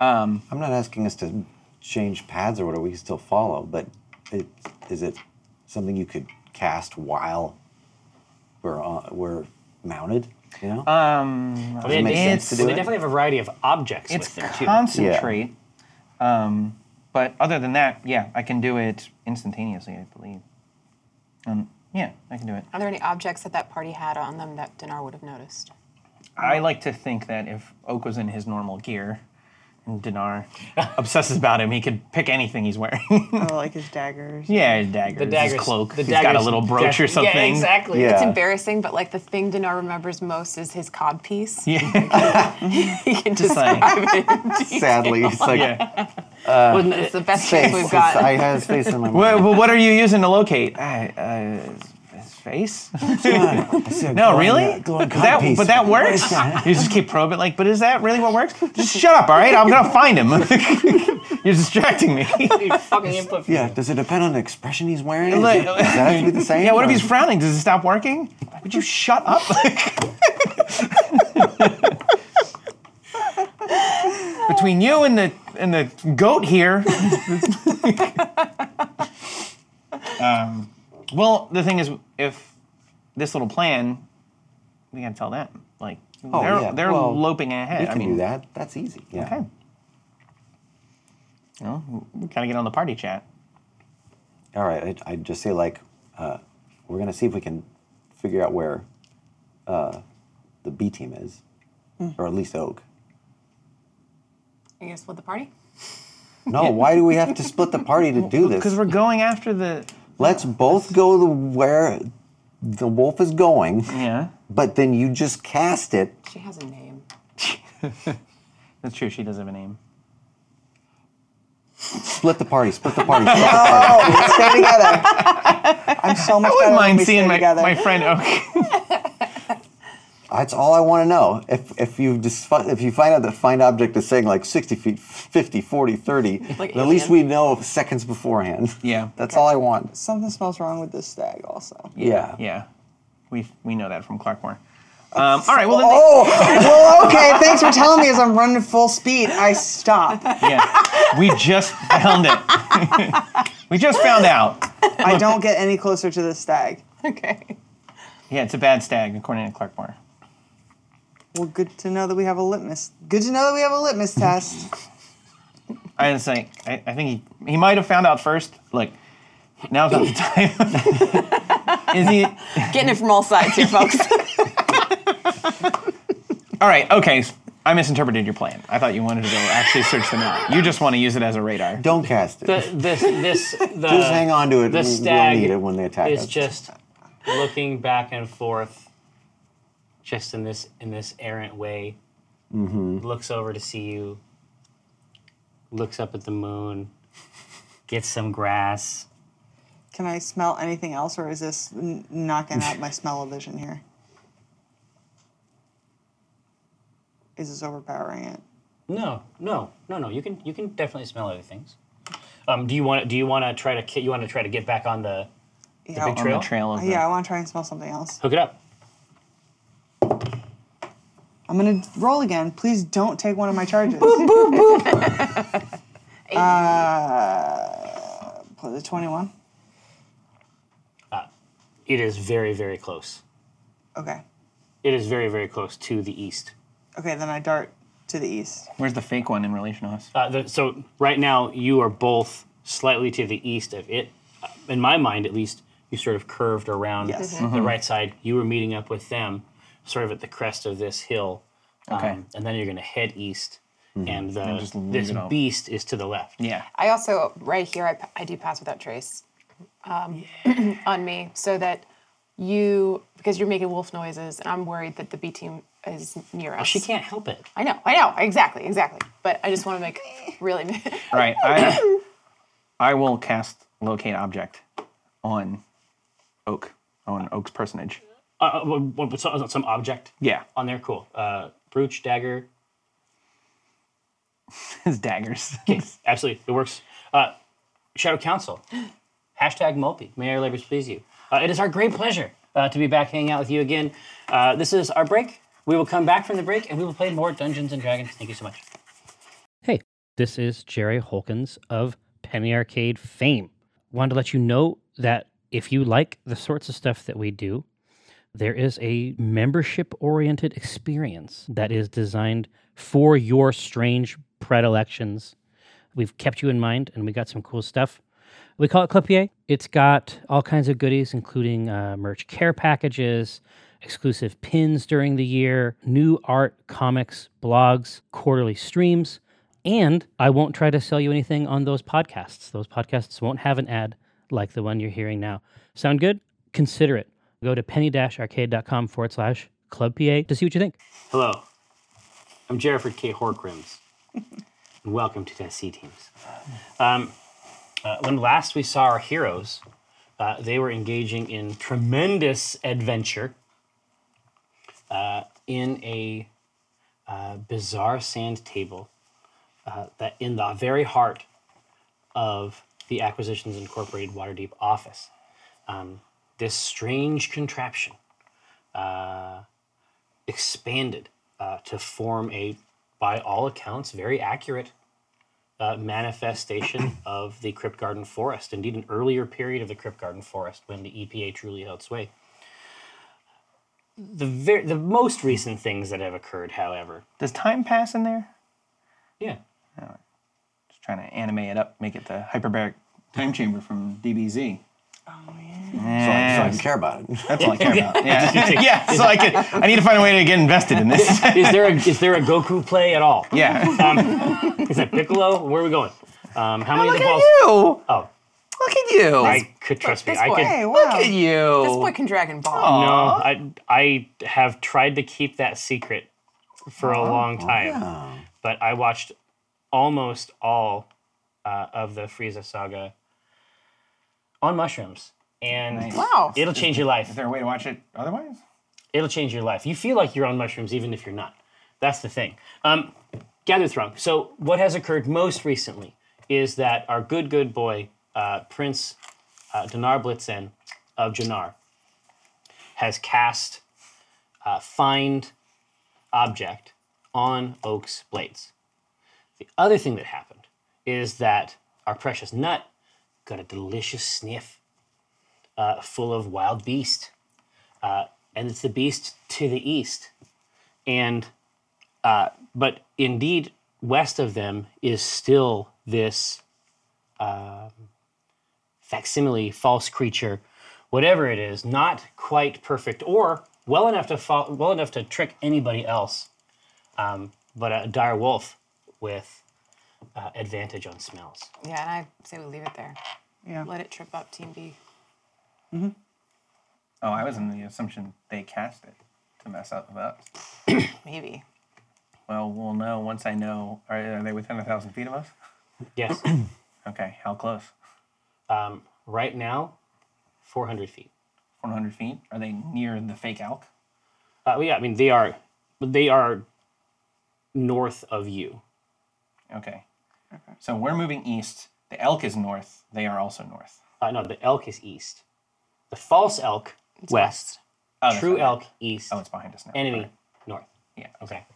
F: I'm not asking us to change paths or whatever. We can still follow, but it, is it something you could cast while we're on, we're mounted? You know.
B: Uh,
C: Well, they,
F: it make
C: they-
F: sense to do
C: they
F: it?
C: definitely have a variety of objects
B: It's
C: with them too.
B: concentrate. Um, but other than that, yeah, I can do it instantaneously, I believe. Um, yeah, I can do it.
E: Are there any objects that that party had on them that Dinar would have noticed?
B: I like to think that if Oak was in his normal gear and Dinar obsesses about him, he could pick anything he's wearing.
D: Oh, like his daggers.
B: yeah, his dagger,
C: the daggers,
B: his cloak.
C: The
B: he's got a
C: daggers
B: little brooch or
C: definitely-
B: something.
C: Yeah, exactly.
F: Yeah.
E: It's embarrassing, but like the thing Dinar remembers most is his cod piece.
B: Yeah,
E: he can just
B: like- uh,
F: Sadly, it's like
B: yeah.
C: Wasn't it-
E: it's the best
F: face.
E: thing we've got.
F: I had his face in my
B: Well,
F: mind.
B: well, what are you using to locate? I, uh, his face? No, really? Is that- but that works. you just keep probing, like, but is that really what works? Just shut up, all right? I'm gonna find him. You're distracting me.
C: Dude, fucking input.
F: Yeah. Does it depend on the expression he's wearing? Is
B: Like-
F: it- does that have to be the same?
B: yeah, what if
F: or-
B: he's frowning? Does it stop working? Would you shut up? Between you and the and the goat here. um, Um, well, the thing is, if this little plan, we gotta tell them. Like
F: Oh,
B: they're
F: yeah,
B: they're
F: well,
B: loping ahead.
F: We can
B: I mean,
F: do that. That's easy. Yeah.
B: Okay. Well, we gotta get on the party chat.
F: All right. I, I just say like, uh, we're gonna see if we can figure out where uh, the B team is,
E: Hmm.
F: or at least Oak.
E: you guys split the party?
F: No, why do we have to split the party to do
B: Because
F: this?
B: we're going after the
F: Let's both go the where the wolf is going,
B: yeah.
F: but then you just cast it.
E: She has a name.
B: That's true. She does have a name.
F: Split the party. Split the party. Split the party.
D: Stay together. I'm so much
B: I
D: better
B: wouldn't
D: when
B: mind
D: we
B: seeing
D: stay
B: my,
D: together.
B: my friend Oak.
F: That's all I want to know. If if you just fi- if you find out that find object is saying like 60 feet, 50, 40, 30,
E: Like
F: at least we
E: alien.
F: know seconds beforehand.
B: Yeah.
F: That's all I want.
D: Something smells wrong with this stag. Also,
F: Yeah.
B: Yeah. We we know that from Clarkmore. Um, all right. Well, then
D: Oh, well, okay. Thanks for telling me as I'm running full speed. I stop.
B: yeah. We just found it. we just found out.
D: I don't get any closer to this stag.
E: Okay.
B: Yeah, it's a bad stag according to Clarkmore.
D: Well, good to know that we have a litmus. Good to know that we have a litmus test.
B: I was like, I, I think he he might have found out first. Like, now's not the time. Is he?
E: Getting it from all sides here, folks.
B: All right. Okay. s- I misinterpreted your plan. I thought you wanted to go actually search them out. You just want to use it as a radar.
F: Don't cast it.
C: The, this this the,
F: just hang on to it.
C: The
F: We-
C: stag
F: we'll need it when they attack
C: is
F: us.
C: just looking back and forth, just in this in this errant way.
F: Mm-hmm.
C: Looks over to see you. Looks up at the moon. Gets some grass.
D: Can I smell anything else, or is this n- knocking out my smell vision here? Is this overpowering it?
C: No, no, no, no. You can you can definitely smell other things. Um, do you want do you want to try to ki- you want to try to get back on the
D: Yeah,
C: big
D: I-
B: On the
C: Trail?
B: trail of the-
D: yeah. I want to try and smell something else.
C: hook it up?
D: I'm I'm gonna roll again. Please don't take one of my charges. uh, plus the 21.
C: It is very, very close.
D: Okay.
C: It is very, very close to the east.
D: Okay, then I dart to the east.
B: Where's the fake one in relation to us?
C: Uh, the, so right now you are both slightly to the east of it. Uh, In my mind, at least, you sort of curved around
D: Yes.
B: Mm-hmm.
C: the right side. You were meeting up with them, sort of at the crest of this hill. Um,
B: Okay. Mm-hmm.
C: and then you're going to head east, and the
B: just leave
C: this
B: it out.
C: beast is to the left.
B: Yeah.
E: I also, right here, I, I do pass without trace um, on me so that you, because you're making wolf noises, and I'm worried that the B team is near us.
C: Oh, She can't help it.
E: I know, I know, exactly, exactly. But I just want to make really.
B: All right. I I will cast locate object on Oak on Oak's personage.
C: Uh, Uh, what- what- some, some object
B: Yeah,
C: on there. Cool. Uh, brooch, dagger.
B: his daggers.
C: Absolutely, it works. Uh, Shadow Council. Hashtag Mopey. May our labors please you. Uh, it is our great pleasure uh, to be back hanging out with you again. Uh, this is our break. We will come back from the break and we will play more Dungeons and Dragons. Thank you so much.
G: Hey, this is Jerry Holkins of Penny Arcade fame. Wanted to let you know that if you like the sorts of stuff that we do, there is a membership oriented experience that is designed for your strange predilections. We've kept you in mind and we got some cool stuff. We call it Clipier. It's got all kinds of goodies, including uh, merch care packages, exclusive pins during the year, new art, comics, blogs, quarterly streams. And I won't try to sell you anything on those podcasts. Those podcasts won't have an ad like the one you're hearing now. Sound good? Consider it. Go to penny-arcade.com forward slash club PA to see what you think.
C: Hello. I'm Jerriford K. Horcrims. and welcome to Tennessee Teams. Um, uh, when last we saw our heroes, uh, they were engaging in tremendous adventure uh, in a uh, bizarre sand table uh, that in the very heart of the Acquisitions Incorporated Waterdeep office. Um, this strange contraption expanded uh, to form a, by all accounts, very accurate uh, manifestation of the Crypt Garden Forest. Indeed, an earlier period of the Crypt Garden Forest when the EPA truly held sway. The ver- the most recent things that have occurred, however,
B: Does time pass in there?
C: yeah,
B: Just trying to anime it up, make it the hyperbaric time chamber from DBZ.
F: So, I, so I can care about it.
B: That's all I care about. Yeah, yeah. So I could. I need to find a way to get invested in this.
C: is there a is there a Goku play at all?
B: Yeah.
C: Um, is it Piccolo? Where are we going? Um, how many of the balls?
B: you.
C: Oh,
B: Look at you.
C: I could trust me.
E: this
C: I Oh,
E: boy.
C: could.
D: Hey,
B: Look
D: wow.
B: at
E: this boy
B: you.
E: can Dragon Ball.
C: No, I I have tried to keep that secret for a long time, but I watched almost all uh, of the Frieza saga on mushrooms, and
E: Wow.
C: it'll change your
B: Is
C: life.
B: there a way to watch it otherwise?
C: It'll change your life. You feel like you're on mushrooms even if you're not. That's the thing. Um, gather throng. So what has occurred most recently is that our good good boy uh, Prince uh, Dinar Blitzen of Jannar has cast uh, find object on Oak's blades. The other thing that happened is that our precious nut got a delicious sniff uh, full of wild beast. Uh, and it's the beast to the east. And, uh, but indeed, west of them is still this um, facsimile, false creature, whatever it is, not quite perfect or well enough to fo- well enough to trick anybody else. Um, but a dire wolf with uh, advantage on smells.
E: Yeah, and I say we leave it there.
D: Yeah.
E: Let it trip up Team B.
B: Oh, I was in the assumption they cast it to mess up with us.
E: Maybe.
B: Well, we'll know once I know. Are, are they within a thousand feet of us?
C: Yes,
B: Okay, how close?
C: um, right now, 400 feet.
B: One hundred feet. Are they near the fake elk?
C: Uh, well, yeah, I mean they are they are north of you.
B: Okay. So we're moving east. The elk is north. They are also north.
C: Uh, no, the elk is east. The false elk west.
B: Oh, that's
C: true
B: right.
C: elk east.
B: Oh, it's behind us now.
C: enemy north.
B: Yeah.
C: Okay.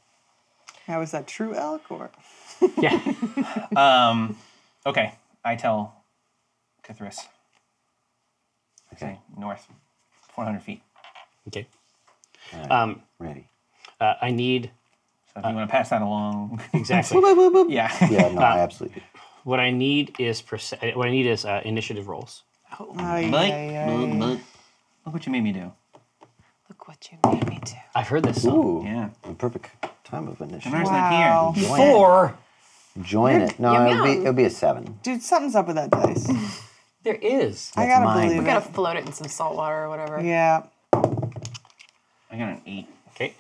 D: Now is that true elk or
B: Yeah. um, okay. I tell Cthulhu. Okay. North, 400 feet.
C: Okay.
F: All right.
C: Um,
F: Ready.
C: uh, I need
B: So if you want to pass that along,
C: exactly
B: yeah.
F: Yeah, no, absolutely.
C: what I need is perce- uh, what I need is uh, initiative rolls.
D: Ay,
B: Blink,
D: ay, ay.
B: blink, blink. Look what you made me do.
E: Look what you made me do.
C: I've heard this song.
F: Ooh,
B: Oh, Yeah.
F: the perfect time of
B: Where's
F: initiative.
D: Wow.
B: that here?
F: Join
C: Four.
F: it. Join it. No, it'll be, it'll be a seven.
D: dude, something's up with that dice.
C: There is.
D: I gotta
F: mine.
D: believe
E: We
D: it.
E: gotta float it in some salt water or whatever.
D: yeah.
B: I got an eight.
C: Okay.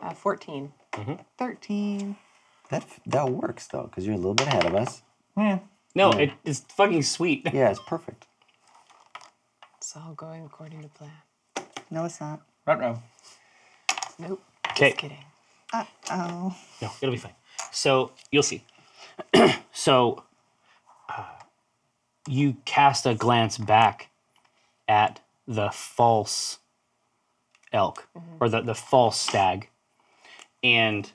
E: Uh, 14.
D: Thirteen.
F: That that works though, because you're a little bit ahead of us.
C: No, it, it's fucking sweet.
F: Yeah, it's perfect.
E: It's all going according to plan.
D: No, it's not.
B: Rutro.
E: Nope.
C: Okay.
E: Just kidding.
D: Oh.
C: No, it'll be fine. So you'll see. so uh, you cast a glance back at the false elk or the, the false stag, and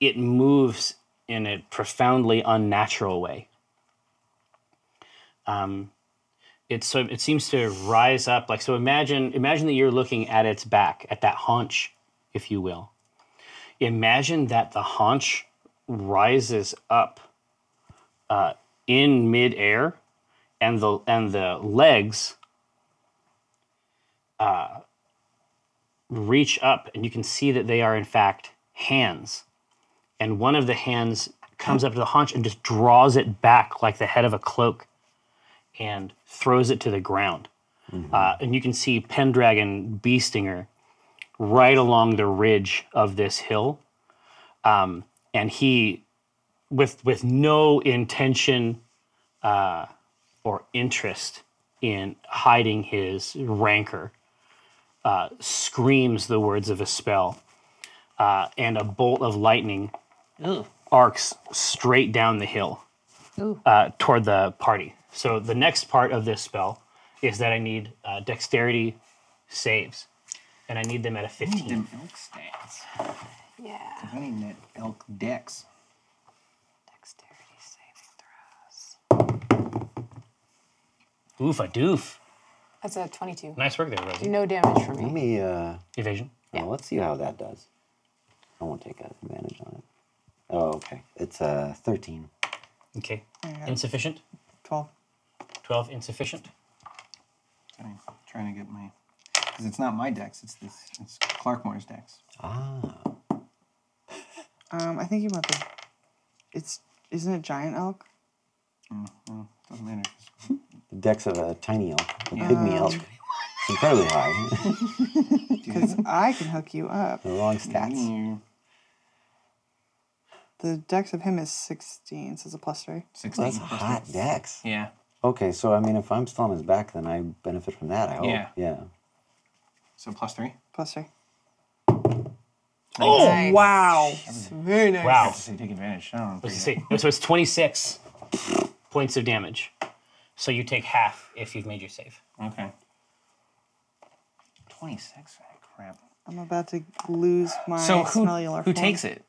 C: it moves in a profoundly unnatural way. Um, it so it seems to rise up like so. Imagine imagine that you're looking at its back, at that haunch, if you will imagine that the haunch rises up uh, in midair and the and the legs uh, reach up and you can see that they are in fact hands and one of the hands comes up to the haunch and just draws it back like the head of a cloak and throws it to the ground uh, and you can see pendragon beestinger right along the ridge of this hill. Um, and he, with with no intention uh, or interest in hiding his rancor, uh, screams the words of a spell, uh, and a bolt of lightning arcs straight down the hill uh, toward the party. So the next part of this spell is that I need uh, dexterity saves, and I need them at a fifteen.
B: Them elk stats.
E: Yeah.
B: I need that elk dex.
E: Dexterity saving throws.
C: Oof a doof.
E: That's a 22.
C: Nice work there, Rosie.
E: No damage for
F: Let
E: me.
F: me. Uh,
C: Evasion.
F: well, let's see how that does. I won't take an advantage on it. Oh, okay. It's uh, thirteen.
C: Okay. Insufficient.
D: Oh Twelve.
C: 12 insufficient.
B: I'm trying to get my. Because it's not my dex, it's this. It's Clarkmore's dex.
F: Ah,
D: Um, I think you want the it's isn't it giant elk?
B: Doesn't matter. 'cause
F: the dex of a tiny elk, a pygmy elk.
B: Oh.
F: It's incredibly high.
D: Because I can hook you up.
F: the wrong stats.
B: you're
D: The dex of him is sixteen, so it's a plus three.
B: 16.
F: That's a hot dex.
B: Yeah.
F: Okay, so I mean, if I'm still on his back, then I benefit from that. I hope.
B: Yeah.
F: Yeah.
B: So plus three.
D: Plus three.
B: Oh!
E: Nice.
D: Wow.
E: Very nice.
C: Wow.
B: So you take advantage. I don't know.
C: Let's see. So it's 26 points of damage. So you take half if you've made your save.
B: Okay. 26? Ah, Crap.
D: I'm about to lose my
B: So who,
D: cellular
B: who takes it?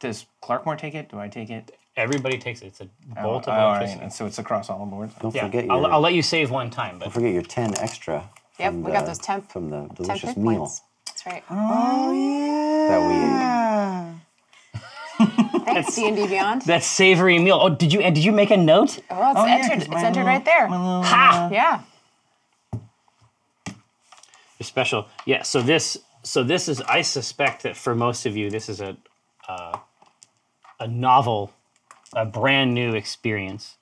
B: Does Clarkmore take it? Do I take it?
C: Everybody takes it. It's a bolt
B: Oh,
C: of
B: all right,
C: electricity.
B: and So it's across all the boards.
F: Don't
C: Yeah,
F: forget your.
C: I'll, I'll let you save one time, but
F: Don't forget your 10 extra.
E: Yep,
F: from
E: we got
F: the-
E: those 10
F: From the
E: 10
F: delicious
E: hit
F: meal
E: points. That's right.
B: Oh,
F: that we
D: Oh,
F: ate.
D: Yeah.
E: Thanks, D&D Beyond.
C: that savory meal. Oh, did you and did you make a note?
E: Oh, it's
B: Oh, yeah, 'cause
E: entered.
B: my
E: it's entered
B: little- uh,
E: right there.
C: Ha!
E: yeah.
C: You're special. Yeah, so this so this is I suspect that for most of you this is a uh, a novel a brand new experience.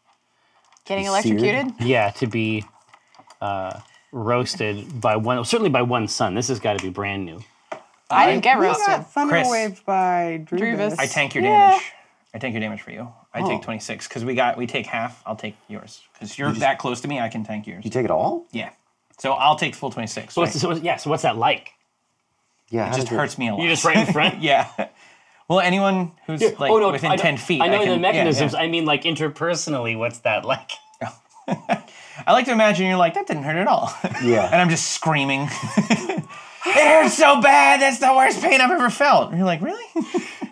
E: Getting
F: Seared.
E: electrocuted.
C: yeah, to be uh, roasted by one, certainly by one sun. This has got to be brand new.
E: I didn't get
D: We
E: roasted.
D: got thunder
B: Chris.
D: waved by Drubus.
E: Drubus.
B: I tank your damage. I tank your damage for you. I take 26 because we got we take half. I'll take yours because you're that close to me. I can tank yours.
F: You take it all?
B: yeah. So I'll take full 26.
C: So
B: right?
C: what's, so what's- yeah, so what's that like?
F: Yeah.
B: It
F: how
B: just
F: does
B: hurts me a lot.
C: You're just right in front.
B: yeah. Well, anyone who's like within
C: Oh, I know-
B: 10 feet.
C: I know the
B: can- yeah, yeah.
C: mechanisms. I mean, like interpersonally, what's that like?
B: I like to imagine you're like that didn't hurt at all,
F: Yeah.
B: and I'm just screaming. It hurts so bad. That's the worst pain I've ever felt. And you're like, really?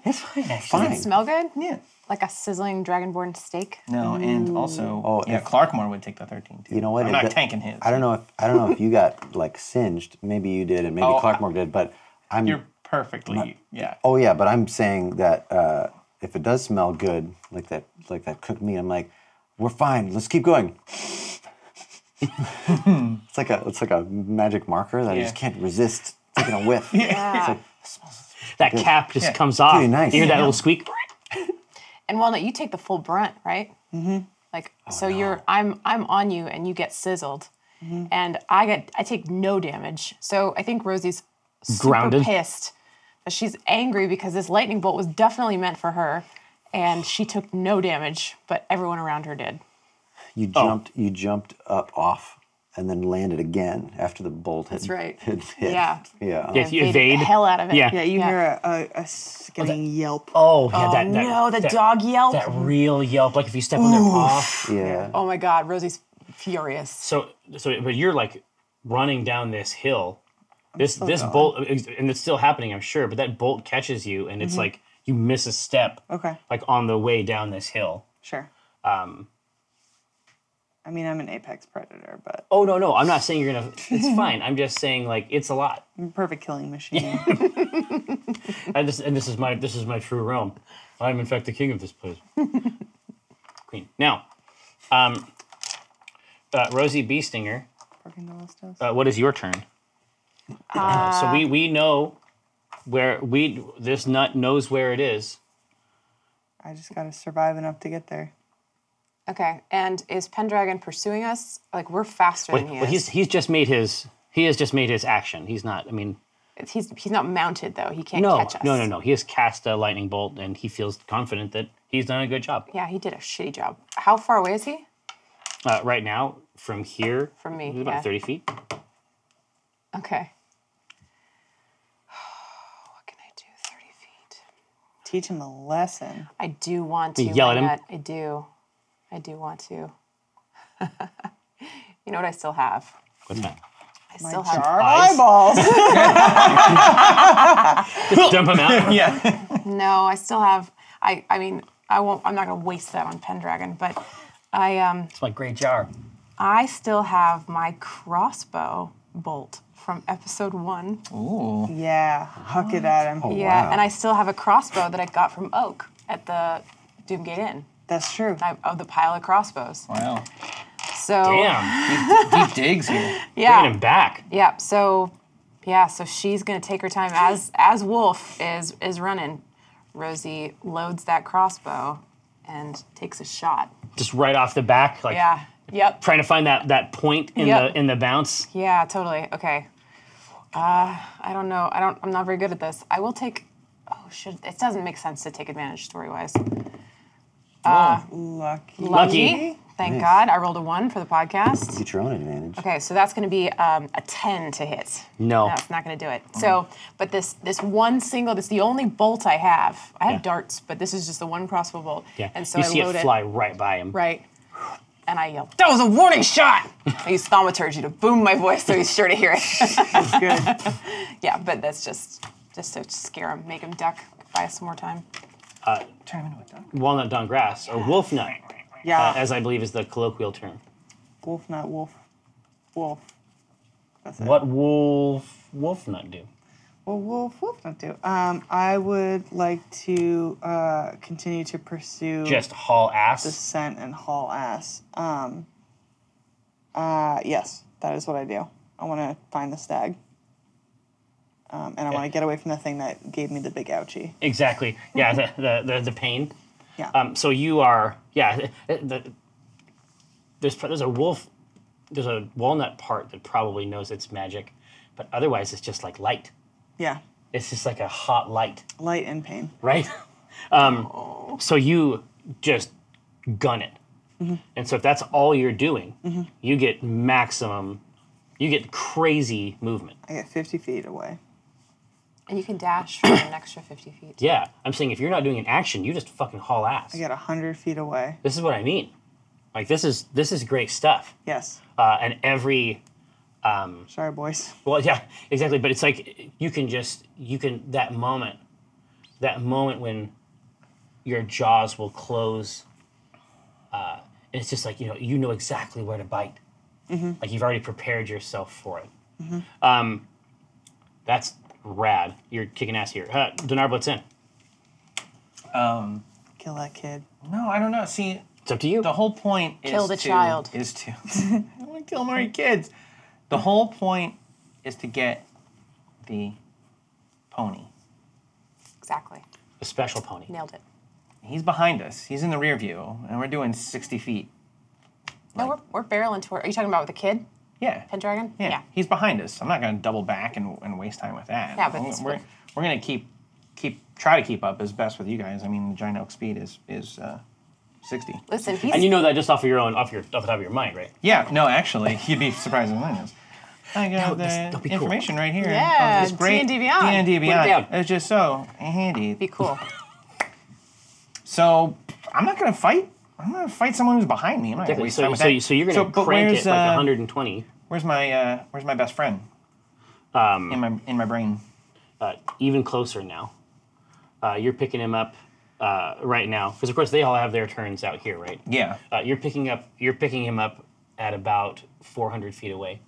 B: it's fine. Actually.
F: Fine.
E: Smell good?
B: Yeah.
E: Like a sizzling dragonborn steak?
B: No, and also,
F: Oh,
B: yeah,
F: if-
B: Clarkmore would take the 13 too.
F: You know what?
B: I'm
F: It
B: not
F: do-
B: tanking his.
F: I don't know if I don't know if you got like singed. Maybe you did, and maybe
B: Oh, I-
F: Clarkmore did. But I'm.
B: You're perfectly, yeah.
F: oh yeah, but I'm saying that uh, if it does smell good, like that, like that cooked meat, I'm like, we're fine. Let's keep going. it's like a it's like a magic marker that I just
B: Yeah.
F: can't resist taking a whiff. It's like,
C: That cap just Ah, comes off.
F: Pretty nice.
C: You hear that little squeak?
E: And Walnut, you take the full brunt, right? Mm-hmm. Like
C: Oh,
E: so, you're I'm I'm on you, and you get sizzled, and I get I take no damage. So I think Rosie's super
C: Grounded.
E: pissed. But she's angry because this lightning bolt was definitely meant for her, and she took no damage, but everyone around her did.
F: you
C: Oh.
F: jumped you jumped up off and then landed again after the bolt had,
E: That's right.
F: had hit.
E: Yeah.
F: Yeah.
C: Yeah, you
E: They beat
C: evade.
E: the hell out of it.
C: Yeah.
D: Yeah, you hear a, a, a sickening yelp.
C: Oh, yeah,
E: Oh
C: that, that,
E: no, the
C: that,
E: dog yelp.
C: That real yelp, like if you step on their paw.
F: Yeah.
E: oh my God, Rosie's furious.
C: So, so, but you're like running down this hill. This this bolt, and it's still happening, I'm sure. But that bolt catches you, and it's like you miss a step,
D: Okay,
C: like on the way down this hill.
D: sure.
C: Um,
D: I mean, I'm an apex predator, but
C: oh no, no, I'm not saying you're gonna. It's fine. I'm just saying like it's a lot.
D: I'm a perfect killing machine.
C: And this, and this is my this is my true realm. I am in fact the king of this place. Queen. Now, um, uh, Rosie Beestinger,
D: Parking the list does.
C: uh, what is your turn? Uh, so we we know where we this nut knows where it is.
D: I just gotta survive enough to get there.
E: Okay, and is Pendragon pursuing us? Like we're faster
C: Well,
E: than he
C: well,
E: is.
C: he's he's just made his he has just made his action. He's not. I mean,
E: he's he's not mounted though. He can't
C: no,
E: catch us.
C: no, no, no. He has cast a lightning bolt, and he feels confident that he's done a good job.
E: Yeah, he did a shitty job. How far away is he?
C: Uh, right now, from here,
E: From me,
C: about
E: yeah.
C: thirty feet.
E: Okay. What can I do? 30 feet.
D: Teach him a lesson.
E: I do want to.
C: yell at him?
E: Lynette. I do. I do want to. you know what I still have?
C: What's that?
E: I still have
D: Jar eyeballs.
C: Dump him out.
B: Yeah.
E: No, I still have I I mean, I won't I'm not going to waste that on Pendragon, but I um
C: It's my great jar.
E: I still have my crossbow bolt from episode 1.
B: Ooh.
D: yeah, huck it at him.
C: Oh.
E: yeah,
F: wow.
E: and I still have a crossbow that I got from Oak at the Doomgate Inn.
D: That's true.
E: I, of the pile of crossbows.
B: Wow.
E: So
C: Damn,
B: Deep digs here.
C: bringing
E: yeah,
C: him back.
E: yeah. So yeah, so she's gonna take her time as as Wolf is is running. Rosie loads that crossbow and takes a shot.
C: Just right off the back, like
E: Yeah. Yep.
C: trying to find that that point in
E: Yep.
C: the in the bounce.
E: Yeah. Totally. Okay. Uh, I don't know. I don't. I'm not very good at this. I will take. Oh shit! It doesn't make sense to take advantage story wise.
D: Lucky.
C: Lucky.
E: Thank God. I rolled a one for the podcast.
F: Get your own advantage.
E: Okay, so that's going to be um, a ten to hit.
C: No.
E: no, it's not going to do it. So, but this this one single, this is the only bolt I have. I have
C: Yeah.
E: darts, but this is just the one crossbow bolt.
C: Yeah.
E: and so
C: you
E: I
C: see
E: load
C: it fly right by him.
E: right, and I yell, "That was a warning shot!" I use thaumaturgy to boom my voice, so he's sure to hear it.
D: Good.
E: yeah, but that's just just to scare him, make him duck, buy us some more time.
B: Turn him into a dog.
C: Walnut down grass or wolf nut, uh,
D: Yeah.
C: as I believe is the colloquial term.
D: wolf, not wolf. Wolf. That's it.
C: What wolf wolf nut do?
D: Well, wolf, wolf, not do. Um, I would like to uh, continue to pursue
C: Just haul ass.
D: descent and haul ass. Um, uh, yes, that is what I do. I want to find the stag. Um, and I want to get away from the thing that gave me the big ouchie.
C: Exactly. Yeah. The the the, the pain.
D: Yeah.
C: Um, so you are, yeah. The, the- there's pro- there's a wolf, there's a walnut part that probably knows it's magic, but otherwise it's just like light.
D: yeah.
C: It's just like a hot light,
D: Light and pain.
C: right? Um, so you just gun it, and so if that's all you're doing, you get maximum, you get crazy movement.
D: I get 50 feet away.
E: And you can dash for an extra fifty feet.
C: Yeah, I'm saying if you're not doing an action, you just fucking haul ass.
D: I get 100 feet away.
C: This is what I mean. Like this is this is great stuff.
D: Yes.
C: uh, and every Um,
D: Sorry, boys.
C: well, yeah, exactly. But it's like you can just you can that moment, that moment when your jaws will close. Uh, and it's just like you know you know exactly where to bite.
B: Mm-hmm.
C: Like you've already prepared yourself for it. Um, that's rad. You're kicking ass here. Uh, Dinar, what's in?
B: Um,
D: Kill that kid.
B: no, I don't know. See,
C: It's up to you.
B: the whole point
E: Kill
B: is
E: the
B: to,
E: child.
B: is to I want to kill more kids. The whole point is to get the pony.
E: Exactly.
C: A special pony.
E: Nailed it.
B: He's behind us. He's in the rear view, and we're doing sixty feet.
E: No, we're, we're barreling toward. Are you talking about with the kid,
B: Yeah.
E: Pendragon?
B: Yeah, he's behind us. I'm not going to double back and, and waste time with that.
E: Yeah, but
B: we're,
E: it's-
B: we're, we're going to keep keep try to keep up as best with you guys. I mean, the giant oak speed is is uh, sixty.
E: Listen, he's
C: And you know that just off of your own, off your, off the top of your mind, right?
B: Yeah, no, actually, you'd be surprised if mine is. I got the
C: this- that'd be cool.
B: information right here.
E: Yeah,
B: of this great
E: D&D Beyond.
B: D&D
E: Put it
B: Beyond.
C: down.
B: It's just so handy.
E: be cool.
B: So I'm not going to fight. I'm going to fight someone who's behind me. I'm not going to waste time
C: So,
B: with
C: so,
B: that.
C: you- so you're gonna
B: but
C: crank
B: where's,
C: it like
B: uh,
C: 120.
B: Where's my uh, Where's my best friend? Um, in my in my brain.
C: uh, even closer now. Uh, you're picking him up uh, right now because, of course, they all have their turns out here, right?
B: Yeah,
C: Uh, you're picking up. You're picking him up at about 400 feet away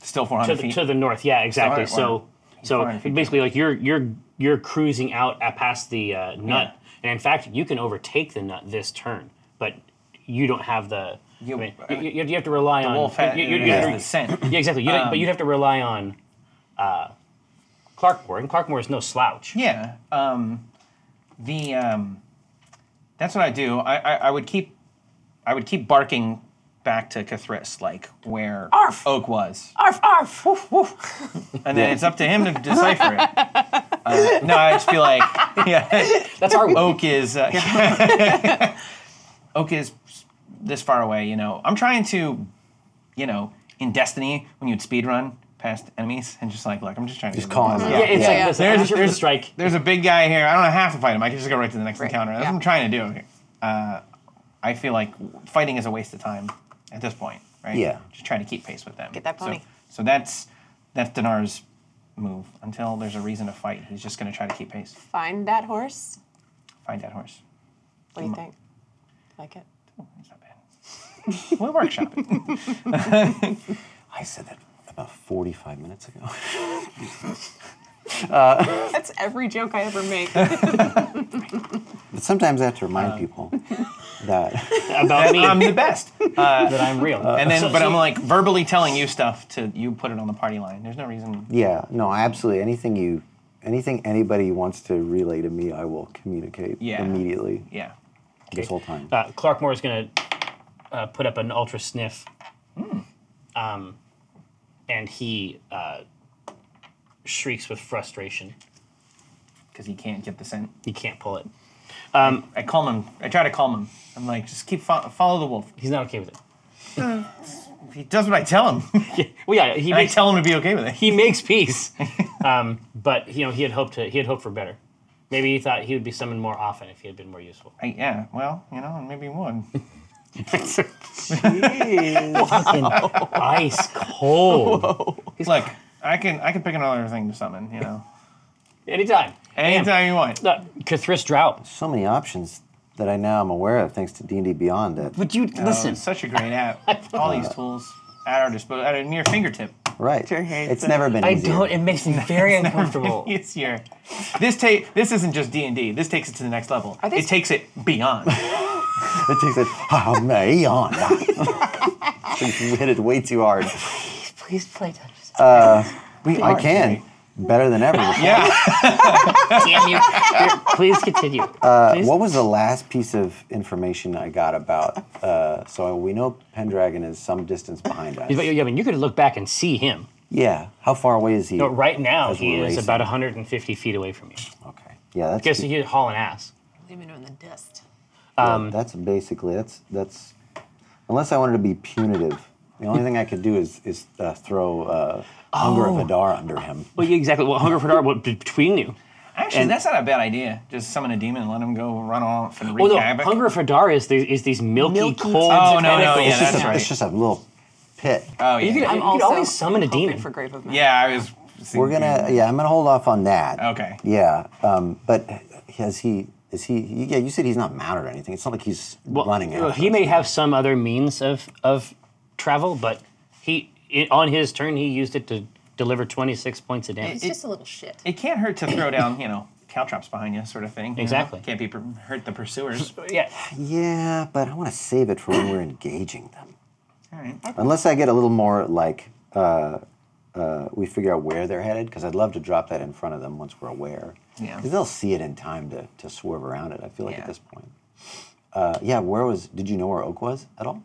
B: still 400
C: to the,
B: feet.
C: to the north. Yeah, exactly.
B: Alright, well,
C: So, so
B: 400 feet.
C: basically, like you're you're you're cruising out at past the uh, nut, and in fact, you can overtake the nut this turn, but you don't have the. You, I mean,
B: I
C: you,
B: mean,
C: you- you have to rely on
B: uh, wolf had-
C: you- you- you
B: has
C: have to-
B: the scent.
C: Yeah, exactly. You don't- but
B: Um,
C: you'd have to rely on uh, Clarkmore, and Clarkmore is no slouch.
B: Yeah. Um, the um, that's what I do. I, I, I would keep I would keep barking back to Cathris, like where
E: Arf!
B: Oak was,
E: arf, arf. Woof, woof.
B: and then it's up to him to decipher it. Uh, no, I just feel like yeah,
C: That's our
B: Oak is uh, Oak is this far away. You know, I'm trying to, you know, in Destiny when you'd speed run past enemies and just like, look, I'm just trying to
F: Just
B: get
F: call
B: the
F: him
B: boss.
F: out.
C: Yeah, it's
F: Yeah,
C: like
E: yeah.
C: this.
B: There's-
C: There's, there's
B: there's-
C: a strike.
B: There's a big guy here. I don't have to fight him. I can just go right to the next encounter. That's
E: yeah.
B: what I'm trying to do. Uh, I feel like fighting is a waste of time at this point, right?
F: Yeah.
B: Just trying to keep pace with them.
E: Get that
B: So-
E: pony.
B: So, that's that's Dinar's move. Until there's a reason to fight, he's just going to try to keep pace.
E: Find that horse.
B: Find that horse.
E: What do you think? Like it?
B: It's not bad. we'll workshop it.
F: I said that about 45 minutes ago.
E: That's every joke I ever make.
F: But sometimes I have to remind
C: Uh.
F: people that
C: about me uh,
B: I'm the best.
C: that I'm real.
B: And then,
C: So-
B: but
C: so-
B: I'm like verbally telling you stuff to you put it on the party line. There's no reason.
F: yeah, no, absolutely. Anything you, anything anybody wants to relay to me, I will communicate
B: Yeah.
F: immediately.
B: Yeah.
F: This whole time.
C: uh, Clark Moore is going to uh, put up an ultra sniff, um, and he uh, shrieks with frustration.
B: Because he can't get the scent.
C: He can't pull it.
B: I calm him. I try to calm him. I'm like, just keep fo- follow the wolf.
C: He's not okay with it.
B: He does what I tell him.
C: Well, yeah, he
B: I
C: makes
B: tell him to be okay with it.
C: he makes peace, um, but you know he had hoped to he had hoped for better. Maybe he thought he would be summoned more often if he had been more useful.
B: I, yeah. Well, you know, maybe he would.
D: Jeez.
C: Ice cold.
B: He's like, I can I can pick another thing to summon. You know,
C: Anytime.
B: anytime you want.
C: Uh, Cathris Drought.
F: So many options that I now am aware of thanks to D&D Beyond that
C: Would you
B: Oh,
C: listen?
B: it's such a great app. All these tools at our disposal, at our near fingertip.
F: Right.
D: Sure hates
F: It's
D: it.
F: never been
C: I
F: easier.
C: don't. It makes me very uncomfortable.
B: It's your. This take. This isn't just D and D. This takes it to the next level.
E: Are these-
B: It takes it beyond.
F: It takes it. Oh, man, on. you hit it way too hard.
E: Please play Dungeons.
F: I can. Better than ever.
B: yeah.
C: Damn you! Here, Please continue. Please.
F: What was the last piece of information I got about? Uh, so we know Pendragon is some distance behind us.
C: But, yeah, I mean, you could look back and see him.
F: Yeah. How far away is he?
C: But right now,
F: As
C: he
F: we're
C: is
F: racing.
C: about 150 feet away from you.
F: Okay. Yeah. That's
C: Guess he's hauling ass.
E: Leaving him in the dust.
F: yeah,
B: Um,
F: that's basically that's that's unless I wanted to be punitive. The only thing I could do is is uh, throw uh, Hunger
B: Oh.
F: of Adar under him.
C: Well, yeah, exactly. Well, Hunger for Dark, what, be- between you.
B: Actually, that's not a bad idea. Just summon a demon and let him go run off and wreak
C: Well, no,
B: havoc.
C: Hunger for Dark is, the, is these milky,
D: Milky
C: cold.
B: Oh, no, no, yeah,
C: tentacles.
F: It's just
B: that's
F: a-
B: right.
F: It's just a little pit.
B: Oh
C: You could,
B: yeah.
C: you
E: I'm
C: could
E: also
C: always summon a
E: hoping
C: demon.
E: for Grave of Man.
B: Yeah, I was.
F: We're gonna, yeah, I'm gonna hold off on that.
B: mm. Okay.
F: Yeah, um, but has he? Is he? Yeah, you said he's not mounted or anything. It's not like he's running
C: Well,
F: out.
C: He may have some other means of of travel, but he i on his turn he used it to deliver 26 points of damage.
H: It's just a little shit.
B: It can't hurt to throw down, you know, caltrops behind you, sort of thing. you know?
C: Exactly.
B: Can't be per- hurt the pursuers.
C: yeah.
F: Yeah, but I want to save it for when we're engaging them.
B: All right.
F: Unless I get a little more like uh, uh, we figure out where they're headed, because I'd love to drop that in front of them once we're aware.
B: Yeah.
F: Because they'll see it in time to, to swerve around it. I feel like
B: Yeah.
F: at this point. Uh, yeah, where was? Did you know where Oak was at all?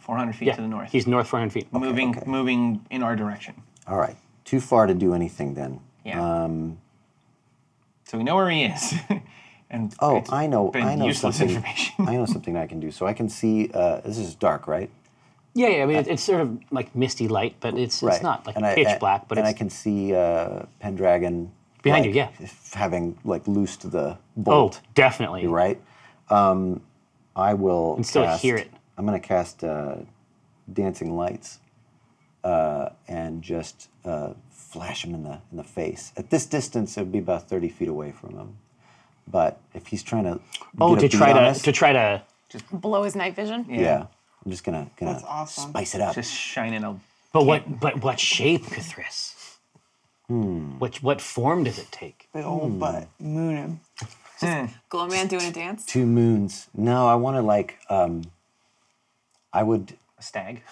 B: 400 feet
C: yeah.
B: to the north.
C: He's north 400 feet.
B: moving, moving in our direction.
F: All right, too far to do anything then.
B: Yeah. Um, so we know where he is. and
F: Oh,
B: it's
F: I know.
B: Been
F: I know
B: useless
F: something.
B: information.
F: I know something I can do. So I can see. Uh, this is dark, right?
C: Yeah, yeah. I mean, it- it's sort of like misty light, but it's
F: Uh, right.
C: it's not like
F: And I-
C: pitch
F: and-
C: black, but
F: and
C: it's
F: I can see uh, Pendragon
C: Behind you,
F: like,
C: yeah.
F: f- having like loosed the
C: oh,
F: bolt.
C: definitely
F: right? Um, I will.
C: can still
F: cast-
C: hear it.
F: I'm going to cast uh, dancing lights uh, and just uh, flash him in the in the face. At this distance, it would be about 30 feet away from him. But if he's trying to
C: Oh,
F: get a
C: to
F: beat
C: try
F: on
C: to
F: us-
C: to try to
H: Below his night vision.
F: yeah. I'm just gonna gonna
D: That's awesome.
F: spice it up.
B: Just shining a.
C: But what? But what shape, Cthulhu?
F: Hmm.
C: What what form does it take?
D: Big old butt. Moon him.
E: Glow Man doing a dance.
F: Two moons. No, I want to like. Um, I would
B: A stag.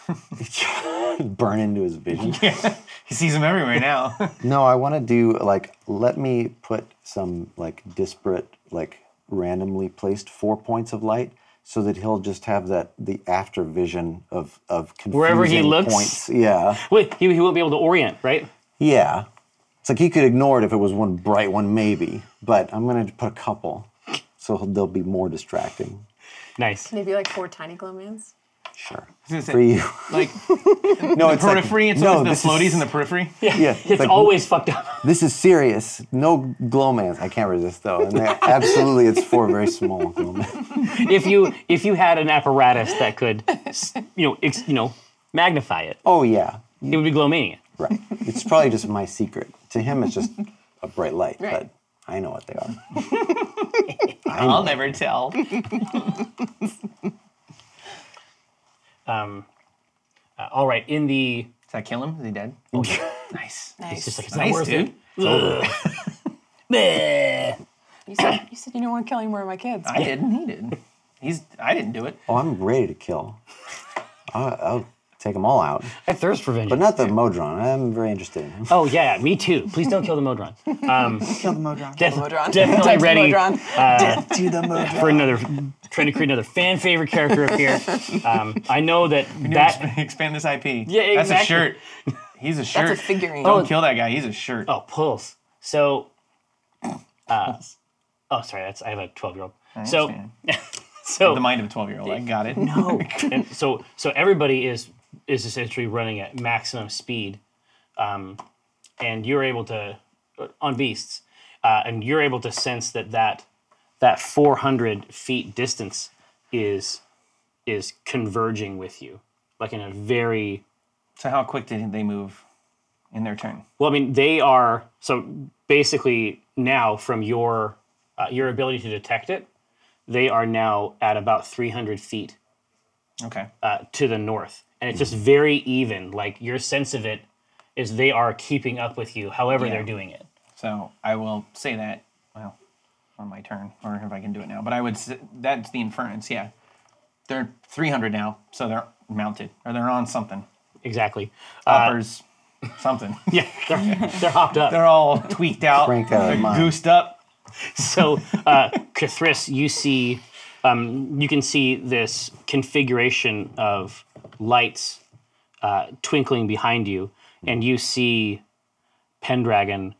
F: burn into his vision.
B: he sees him everywhere now.
F: No, I want to do like let me put some like disparate like randomly placed four points of light so that he'll just have that the after vision of of confusing
C: Wherever he looks.
F: points. Yeah,
C: Wait, he, he won't be able to orient, right?
F: yeah. It's like he could ignore it if it was one bright one, maybe. But I'm gonna put a couple, so he'll- they'll be more distracting.
C: Nice.
H: Maybe like four tiny glow mans.
F: Sure.
B: Is it-
F: For you.
B: like
F: No,
B: the
F: it's like-
B: periphery. it's
F: no,
B: always
F: this
B: the floaties
F: is,
B: in the periphery.
F: Yeah, it's
C: It's
F: like-
C: always fucked up.
F: This is serious. No glowmans. I can't resist though. And they're- absolutely, it's four very small glowmans.
C: if you if you had an apparatus that could, s- you know, ex, you know, magnify it,
F: Oh yeah,
C: it would be glowmania.
F: Right. It's probably just my secret. To him, it's just a bright light,
H: Right.
F: but I know what they are.
B: I'll never tell.
C: Uh, all right, in the
B: Does that kill him? Is he dead? nice.
C: Oh, it's just like it's
B: Nice,
C: not worth
B: dude.
C: it.
E: You said, you said you didn't want to kill any more of my kids.
B: I didn't. He did. He's. I didn't do it.
F: Oh, I'm ready to kill. I, I'll take them all out,
C: I thirst for vengeance.
F: but not the Modron. I'm very interested in him.
C: oh yeah, me too. Please don't kill the Modron.
D: Kill the Modron.
C: Def-
E: Modron.
C: Definitely
E: Back to
C: ready
E: Modron.
D: Do the Modron.
C: for another. Trying to create another fan favorite character up here. Um, I know that that
B: Expand this IP.
C: Yeah,
B: That's a
C: exactly.
B: shirt. He's a shirt.
E: That's a figurine.
B: Don't kill that guy. He's a shirt.
C: Oh, pulse. So, uh, oh, sorry. That's I have a twelve-year-old. So,
B: understand.
C: so
B: The mind of a twelve-year-old. I got it.
C: no. and so, so everybody is is essentially running at maximum speed, um, and you're able to on beasts, uh, and you're able to sense that that that 400 feet distance is is converging with you, like in a very
B: So how quick did they move in their turn?
C: Well, I mean, they are so basically now from your uh, your ability to detect it, they are now at about 300 feet
B: Okay.
C: uh, to the north, and it's just very even. Like your sense of it is they are keeping up with you, however they're doing it.
B: So I will say that. Well, on my turn, or if I can do it now. But I would. s- That's the inference. Yeah, they're 300 now, so they're mounted or they're on something.
C: Exactly. Uh,
B: Hoppers, something.
C: yeah, they're, they're hopped up.
B: They're all tweaked out,
F: Frank, uh,
B: they're
F: mine.
B: goosed up.
C: so uh, Kathris, you see, um, you can see this configuration of lights uh, twinkling behind you, and you see Pendragon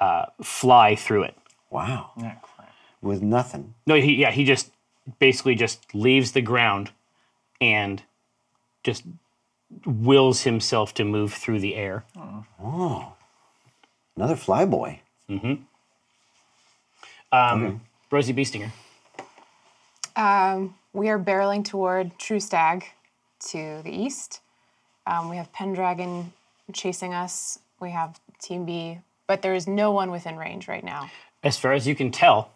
C: uh, fly through it.
F: Wow.
B: Ah, crap.
F: With nothing.
C: No, he, yeah, he just basically just leaves the ground and just wills himself to move through the air.
F: Another flyboy.
C: Rosie Beestinger.
E: Um, we are barreling toward True Stag to the east, Um, we have Pendragon chasing us. We have Team B, but there is no one within range right now.
C: As far as you can tell,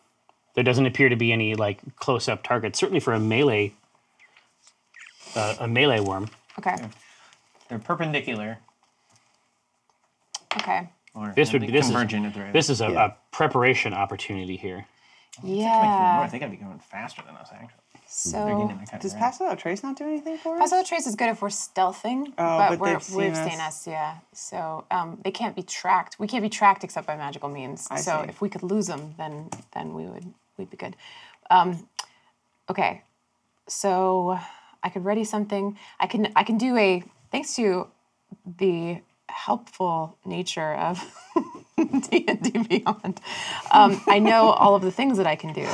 C: there doesn't appear to be any like close-up targets. Certainly for a melee, uh, a melee worm.
E: Okay.
B: They're perpendicular.
E: Okay.
B: Or
C: This would
B: they
C: be this is
B: convergent at the rate.
C: this is a,
F: Yeah.
C: a preparation opportunity here.
B: coming from the
E: Yeah.
B: north. They got to be going faster than us. Actually, they're getting
E: So
B: that kind
D: Does
B: of
D: Pass Without Trace not do anything for us?
E: Pass Without Trace is good if we're stealthing,
D: Oh, but
E: we're,
D: they've
E: we've
D: seen us.
E: seen us, yeah. So um, they can't be tracked. We can't be tracked except by magical means. so
D: see.
E: if we could lose them, then then we would we'd be good. Um, okay, so I could ready something. I can I can do a thanks to the helpful nature of D and D Beyond. Um, I know all of the things that I can do,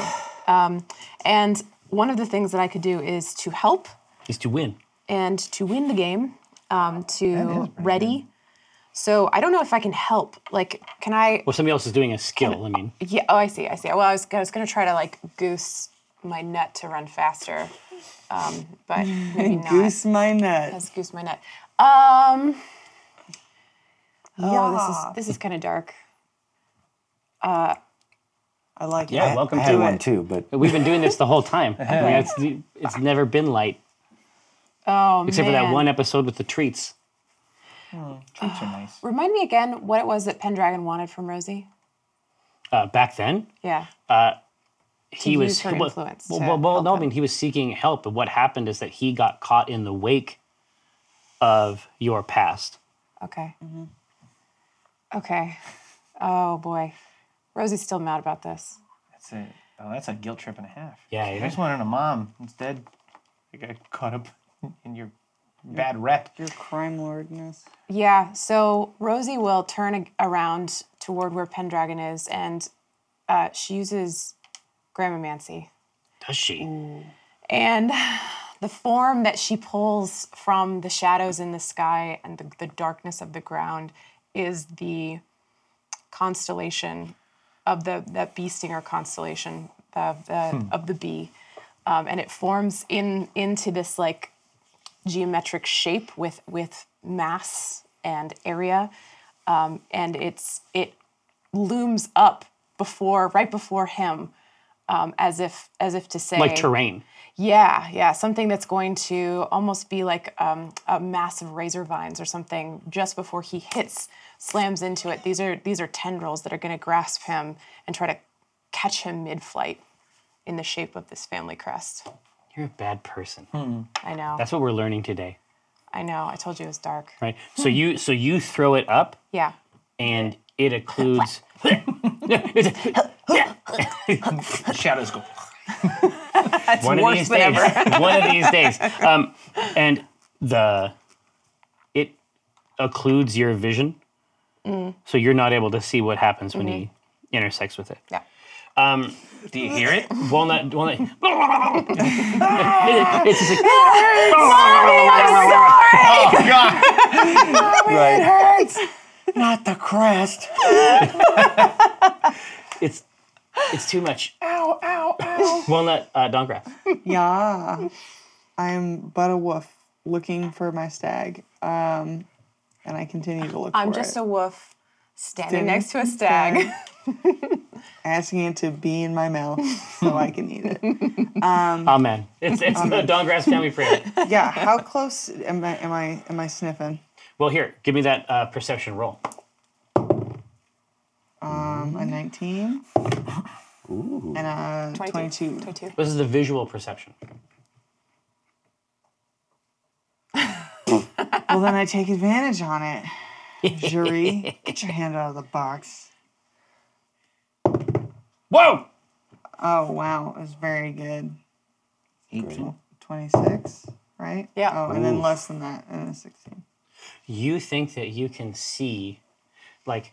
E: um, and one of the things that I could do is to help
C: Is to win.
E: and to win the game, um, to ready. So I don't know if I can help. Like, can I?
C: Well, somebody else is doing a skill. I mean,
E: Yeah. Oh, I see. I see. Well, I was I was gonna try to like goose my nut to run faster, um, but maybe not.
D: Goose my nut.
E: Let's goose my nut. Um. Oh,
D: Yeah.
E: this is this is kind of dark.
D: I like
C: yeah.
D: it.
C: welcome
F: I had
C: to
F: one
C: it.
F: too, but
C: We've been doing this the whole time. I mean, it's, it's never been light
E: Oh
C: except for that
E: man.
C: one episode with the treats.
B: treats are nice.
E: Remind me again what it was that Pendragon wanted from Rosie.
C: Uh, back then,
E: Yeah.
C: he was
E: use her
C: well,
E: influence
C: Well,
E: to
C: well, well,
E: help
C: no, I
E: him.
C: mean he was seeking help, but what happened is that he got caught in the wake of your past.
E: Okay. Okay. Oh boy, Rosie's still mad about this.
B: That's a oh, that's a guilt trip and a half.
C: Yeah,
B: I
C: yeah.
B: just wanted a mom instead. I got caught up in your bad rep.
D: Your crime lordness.
E: Yeah, so Rosie will turn ag- around toward where Pendragon is, and uh, she uses Gramomancy.
C: Does she?
E: And the form that she pulls from the shadows in the sky and the, the darkness of the ground is the constellation of the that bee stinger constellation of the
C: Hmm.
E: of the bee, um, and it forms in into this like geometric shape with with mass and area, um, and it's it looms up before right before him, um, as if as if to say
C: Like terrain.
E: yeah, yeah, something that's going to almost be like um, a mass of razor vines or something. Just before he hits, slams into it. These are these are tendrils that are going to grasp him and try to catch him mid-flight in the shape of this family crest.
C: You're a bad person.
E: I know,
C: That's what we're learning today,
E: I know. I told you it was dark.
C: right? So you so you throw it up
E: Yeah,
C: and it occludes.
B: Shadows go.
E: that's
C: one of
E: worse
C: these
E: than
C: days.
E: ever.
C: one of these days. Um, and the it occludes your vision, so you're not able to see what happens when he intersects with it.
E: Yeah.
C: Um,
B: Do you hear it?
C: walnut, walnut. it's just like,
F: right.
B: Not the crest.
C: it's it's too much. Ow, ow, ow. Walnut, uh, Dongrath.
D: Yeah. I'm but a wolf looking for my stag. Um, and I continue to look
E: I'm
D: for
E: just
D: it.
E: a wolf standing
D: Standing
E: next to a stag.
D: Asking it to be in my mouth so I can eat it.
C: Amen. It's it's the Dongrass family prayer.
D: Yeah. How close am I am I am I sniffing?
C: Well, here, give me that uh, perception roll.
D: Um, a 19 and uh, a 22.
E: 22.
C: This is the visual perception.
D: Well, then I take advantage on it. Jury, get your hand out of the box.
C: Whoa!
D: Oh, wow. It was very good.
F: Great.
D: 26, right?
E: Yeah.
D: Oh, and then less than that, and then 16.
C: you think that you can see like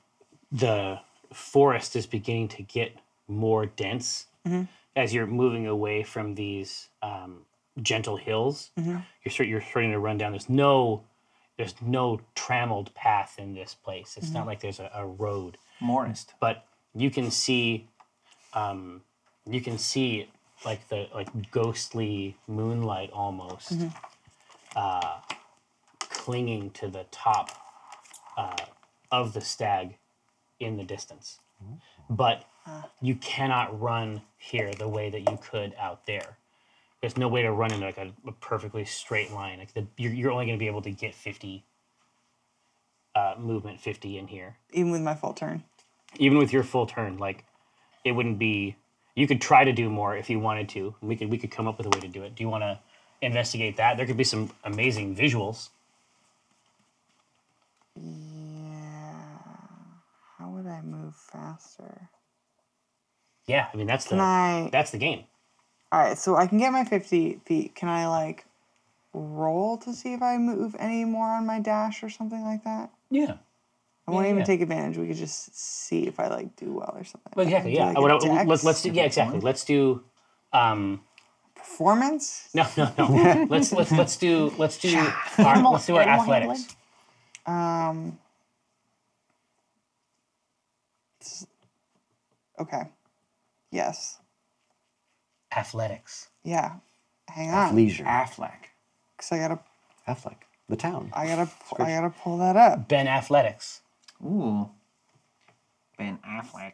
C: the forest is beginning to get more dense as you're moving away from these um, gentle hills you're, start, you're starting to run down there's no there's no trammeled path in this place it's not like there's a, a road
B: Morist.
C: but you can see um, you can see like the like ghostly moonlight almost uh, clinging to the top uh, of the stag in the distance. But
D: Ah.
C: you cannot run here the way that you could out there. There's no way to run in like a, a perfectly straight line. Like the, you're, you're only going to be able to get 50 uh, movement, 50 in here
D: even with my full turn.
C: even with your full turn, like it wouldn't be. You could try to do more if you wanted to. We could we could come up with a way to do it. Do you want to investigate that? There could be some amazing visuals.
D: How would I move faster?
C: Yeah, I mean that's the
D: Can I-
C: that's the game.
D: All right, so I can get my 50 feet. Can I like roll to see if I move any more on my dash or something like that?
C: Yeah,
D: I won't
C: Yeah,
D: even
C: yeah.
D: take advantage. We could just see if I like do well or something.
C: but exactly.
D: Do,
C: Yeah,
D: like,
C: I
D: a
C: would- I-
D: dex
C: let's let's do, yeah exactly. Let's do um
D: performance.
C: no no no. let's let's let's do let's do our, let's do our
H: animal
C: athletics.
H: handling?
D: Um. s- Okay. Yes.
B: Athletics.
D: Yeah. Hang on.
F: Leisure.
B: Affleck.
D: Cause I gotta,
F: Affleck. The town.
D: I gotta, pu- I gotta pull that up.
C: Ben athletics.
B: Ooh. Ben Affleck.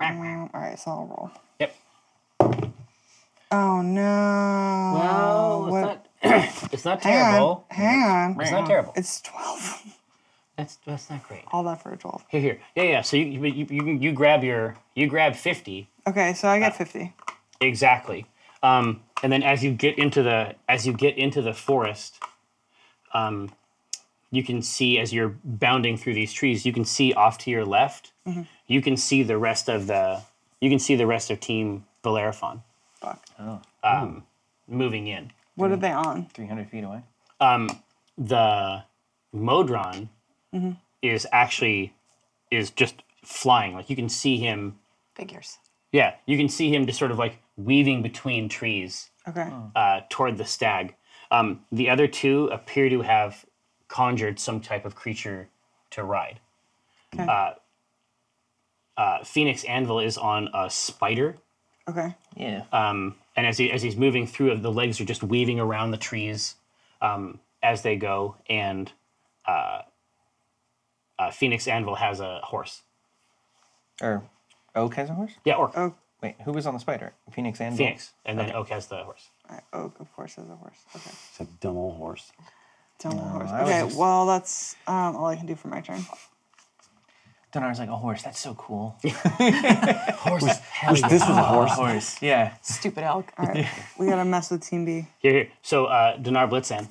D: Um, all right, so I'll roll.
C: Yep.
D: Oh no.
C: Well, it's
D: What-
C: not it's not
D: Hang on.
C: terrible.
D: Hang on.
C: It's not terrible.
D: It's twelve.
C: That's that's not great.
D: All that for a twelve.
C: Here, here. Yeah, yeah. So you you, you, you- you grab your you grab fifty
D: Okay, so
C: Uh,
D: I get fifty.
C: exactly, um, and then as you get into the as you get into the forest, um, you can see as you're bounding through these trees, you can see off to your left,
B: Mm-hmm.
C: you can see the rest of the you can see the rest of Team Bellerophon
D: Fuck.
C: uh, moving in.
D: What are they on?
B: 300 feet away.
C: The Modron is actually is just flying. Like you can see him
E: Figures.
C: Yeah, you can see him just sort of like weaving between trees
D: Okay.
C: uh, toward the stag. Um, the other two appear to have conjured some type of creature to ride.
D: Okay.
C: Uh, uh, Phoenix Anvil is on a spider,
D: Okay.
B: Yeah.
C: um, and as, he, as he's moving through, the legs are just weaving around the trees um, as they go. And uh, uh, Phoenix Anvil has a horse.
B: or Oak has a horse?
C: Yeah, or
D: Oak.
B: Wait, who was on the spider? Phoenix and
C: Phoenix, and then Oak has the horse.
D: I- Oak, of course, has a horse. Okay.
F: It's a dumb old horse.
D: Don't want horse.
B: I was
D: Okay.
B: just-
D: Well, that's um, all I can do for my turn.
B: Donar's like, a horse, that's so cool.
C: Horse,
F: Wish this was a horse.
B: horse, yeah.
E: Stupid elk.
D: All right. we gotta mess with Team B.
C: Here, here. So uh, Dinar Blitzan,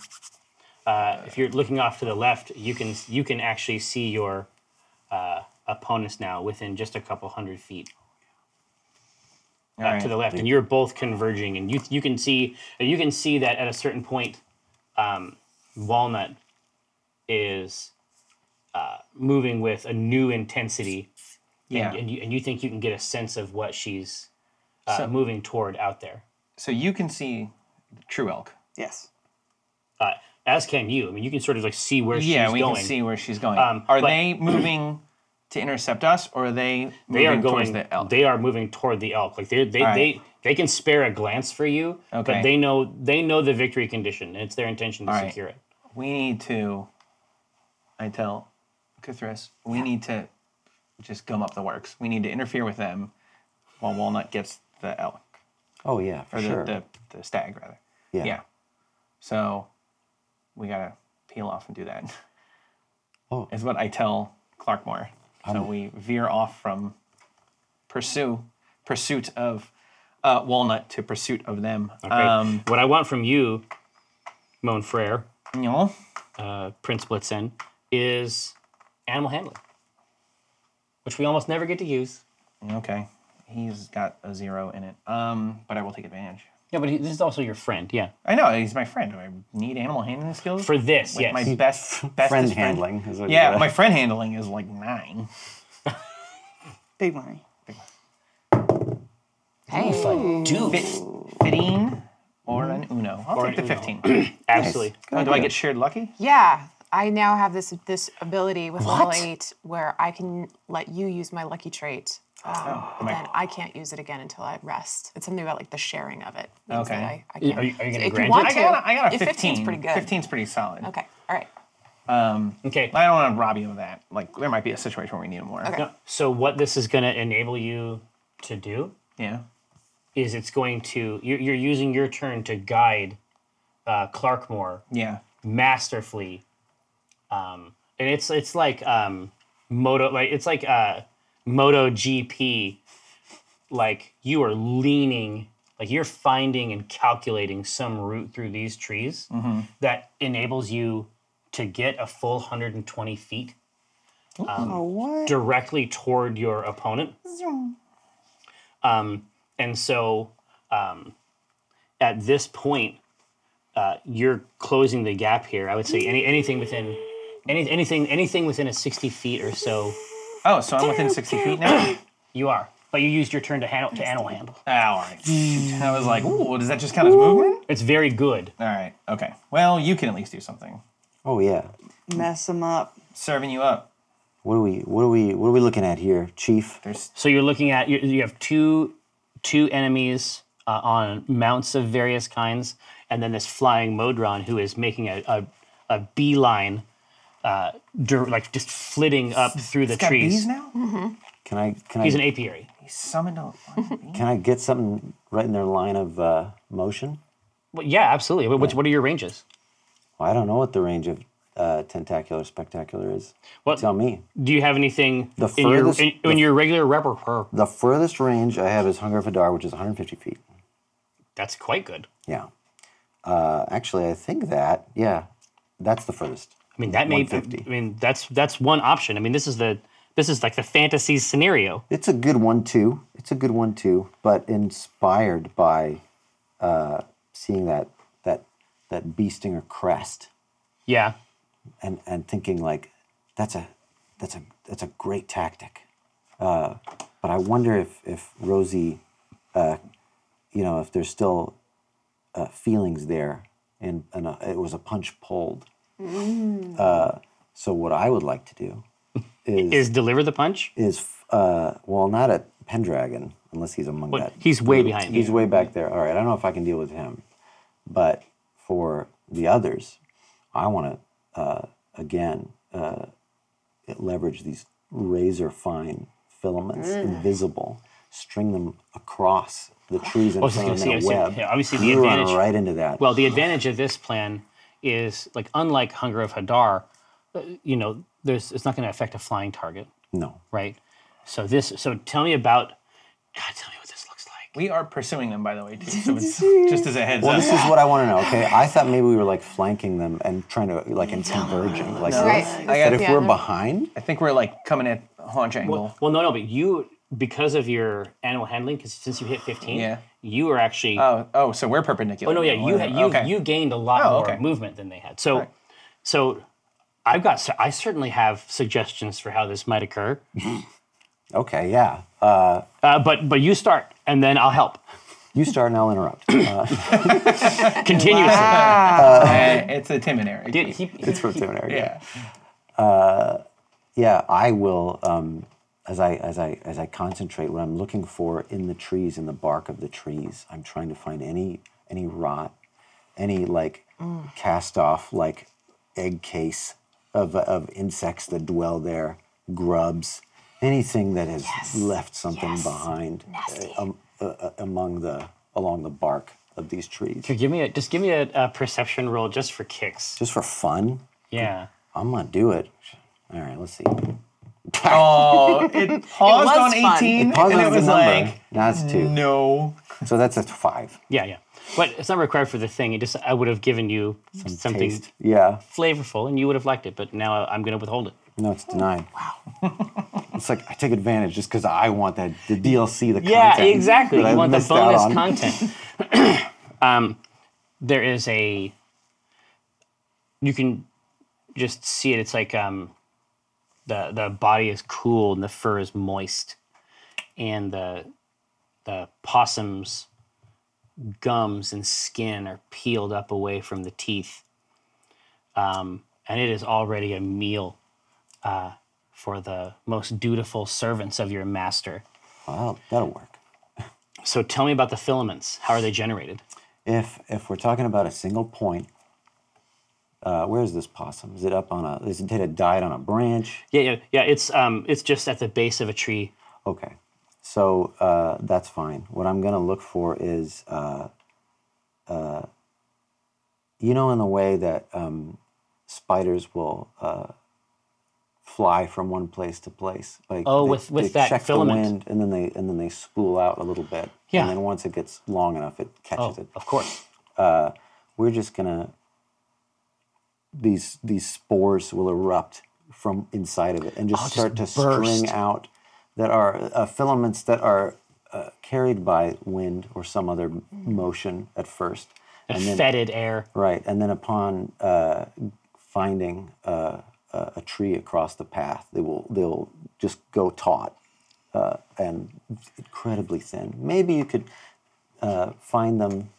C: uh, if you're looking off to the left, you can you can actually see your uh, opponents now within just a couple hundred feet uh,
B: All right.
C: to the left, and you're both converging, and you you can see you can see that at a certain point, um, Walnut is uh, moving with a new intensity,
B: yeah.
C: and, you, and you think you can get a sense of what she's uh,
B: So-
C: moving toward out there.
B: so you can see True Elk.
D: Yes.
C: Uh, as can you. I mean, you can sort of like see where
B: yeah,
C: she's
B: we
C: going.
B: can see where she's going.
C: Um,
B: are
C: but-
B: they moving to intercept us, or are they moving
C: they are
B: towards
C: going
B: the elk?
C: they are moving toward the elk like they they,
B: All right.
C: they they can spare a glance for you
B: Okay.
C: but they know they know the victory condition and it's their intention to
B: All right.
C: secure it
B: we need to. I tell Cthulhu, we need to just gum up the works. We need to interfere with them while Walnut gets the elk
F: Oh yeah, for
B: or
F: sure.
B: the, the the stag rather.
F: yeah.
B: So we gotta peel off and do that.
F: Oh.
B: Is what I tell Clarkmore. So we veer off from pursue pursuit of uh, walnut to pursuit of them.
C: Right?
B: Um,
C: what i want from you mon frere
B: you know,
C: uh, prince blitzen is animal handling which we almost never get to use
B: okay. He's got a zero in it. Um, but I will take advantage.
C: yeah but he, this is also your friend yeah
B: I know he's my friend. Do I need animal handling skills
C: for this
B: Like,
C: yes
B: My best, best
F: Friend handling. Is what
B: Yeah,
F: you-
B: my friend handling is like nine.
D: Big money.
C: dude
B: Fifteen or an uno. I'll take the
C: an uno.
B: fifteen.
C: absolutely
B: Oh, do I get shared lucky?
E: Yeah, I now have this this ability with level eight where I can let you use my lucky trait. Um,
B: Oh, am I-
E: and I can't use it again until I rest. It's something about like the sharing of it. means that
B: Okay.
E: I,
C: Y-
E: I can't.
C: are you- are you gonna
E: if
C: grant
E: you want
C: it?
B: I
E: to,
B: got, a, I got a
E: if
B: 15.
E: 15's pretty good.
B: 15's pretty solid.
E: Okay, all right.
C: Okay.
B: I don't want to rob you of that. Like, there might be a situation where we need him more.
C: No, so what this is going to enable you to do
B: Yeah.
C: is it's going to you're, you're using your turn to guide uh, Clarkmore
B: Yeah.
C: masterfully, um, and it's it's like um, moto like it's like uh, moto GP, like you are leaning like you're finding and calculating some route through these trees
B: Mm-hmm.
C: that enables you to get a full 120 feet
D: Oh, what?
C: directly toward your opponent. Um, and so um, at this point, uh, you're closing the gap here. I would say any anything within any, anything anything within a 60 feet or so,
B: Oh, so I'm within 60 feet now?
C: you are. But you used your turn to handle to animal handle.
B: Oh, all right. Shoot. I was like, ooh, does that just count as movement?
C: It's very good.
B: All right. Okay. Well, you can at least do something.
F: Oh yeah.
D: Mess him up.
B: Serving you up.
F: What are we? What are we? What are we looking at here, Chief?
B: There's
C: So you're looking at you, you have two two enemies uh, on mounts of various kinds, and then this flying Modron who is making a a, a beeline, uh, dir- like just flitting up through the
B: got
C: trees.
B: bees now?
F: Can I? Can
C: He's
F: I?
C: an apiary.
B: He's summoned a
F: can I get something right in their line of uh, motion?
C: Well, yeah, absolutely. What, what are your ranges?
F: Well, I don't know what the range of uh, tentacular spectacular is.
C: What-
F: Tell me.
C: Do you have anything
F: The
C: in your
F: furthest-
C: in, in your regular repertoire?
F: The furthest range I have is Hunger of Adar, which is 150 feet.
C: That's quite good.
F: Yeah. Uh, actually, I think that yeah, that's the furthest.
C: I mean, that may. I
F: 150.
C: mean, that's that's one option. I mean, this is the this is like the fantasy scenario.
F: It's a good one too. It's a good one too, but inspired by uh, seeing that that that bee stinger crest
C: Yeah.
F: and and thinking like that's a that's a that's a great tactic. Uh, but I wonder if if Rosie, uh, you know, if there's still uh, feelings there, and and uh it was a punch pulled. Uh, so what I would like to do is
C: Is deliver the punch?
F: is f- uh, well, not at Pendragon unless he's among
C: Well,
F: that.
C: he's way behind
F: He's
C: you.
F: way back there. All right, I don't know if I can deal with him, but for the others, I want to uh, again uh, leverage these razor fine filaments, invisible, string them across the trees in
C: was just
F: front of
C: gonna
F: them in a
C: say, I see-
F: web.
C: yeah, obviously the
F: you run
C: advantage-
F: right into that.
C: Well, the advantage of this plan is like unlike Hunger of Hadar, uh, you know, there's it's not going to affect a flying target,
F: no,
C: right? So this, so tell me about, God, tell me what this looks like.
B: We are pursuing them, by the way, too. So it's just as a heads
F: Well,
B: up.
F: this is what I want to know. Okay, I thought maybe we were like flanking them and trying to like and converging. Like,
E: Right.
F: but if
E: Yeah,
F: we're
E: no.
F: behind,
B: I think we're like coming at haunch angle.
C: Well, well, no, no, but you because of your animal handling, because since you hit 15,
B: Yeah.
C: you are actually.
B: oh, oh, so we're perpendicular.
C: oh no, yeah,
B: now,
C: you
B: we're-
C: had you
B: okay.
C: you gained a lot
B: Oh,
C: more
B: okay.
C: movement than they had. So, so I've got s- I certainly have suggestions for how this might occur,
F: okay, yeah. Uh,
C: uh, but but you start and then I'll help.
F: you start and I'll interrupt. Uh,
C: Continuously.
B: Eh, it's a Tim and Eric.
C: He- he-
F: it's from Tim and Eric. Uh,
B: yeah.
F: Yeah, I will. Um, as I as I as I concentrate, what I'm looking for in the trees, in the bark of the trees, I'm trying to find any any rot, any like cast off like egg case of of insects that dwell there, grubs, anything that has left something behind uh, um, uh, uh, among the along the bark of these trees.
C: Dude, give me a just give me a, a perception roll just for kicks.
F: Just for fun,
C: Yeah.
F: I'm gonna do it. All right, let's see.
B: Oh, it paused
E: was
B: on
E: fun.
B: 18
F: Pause
B: and
F: on
B: it
F: the
B: was
F: number.
B: like,
F: now it's two.
B: no.
F: So that's a five.
C: Yeah, yeah. But it's not required for the thing. It just I would have given you something
F: Taste. Yeah.
C: flavorful and you would have liked it, but now I'm gonna withhold it.
F: No, it's
B: Oh,
F: denied. Wow. it's like I take advantage just because I want that the DLC, the
C: Yeah,
F: content
C: exactly.
F: that I
C: You want the
F: missed out
C: bonus
F: on.
C: content. um, there is a. You can just see it. It's like um, the the body is cool and the fur is moist, and the the possum's gums and skin are peeled up away from the teeth. Um, and it is already a meal uh, for the most dutiful servants of your master.
F: Well, that'll work.
C: So tell me about the filaments. How are they generated?
F: If if we're talking about a single point, Uh, where is this possum? Is it up on a? Is it, did it die on a branch?
C: Yeah, yeah, yeah. It's um, it's just at the base of a tree.
F: Okay, so uh, that's fine. What I'm gonna look for is, uh, uh, you know, in the way that um, spiders will uh, fly from one place to place. Like
C: Oh, with- with that
F: check
C: filament.
F: the wind, and then they and then they spool out a little bit.
C: Yeah.
F: And then once it gets long enough, it catches it.
C: Oh, Of course.
F: Uh, we're just gonna. These these spores will erupt from inside of it and just start to string out that are uh, filaments that are uh, carried by wind or some other motion at first, and then
C: Fetid air.
F: Right, and then upon uh, finding uh, a a tree across the path, they will they'll just go taut uh, and incredibly thin. Maybe you could uh, find them,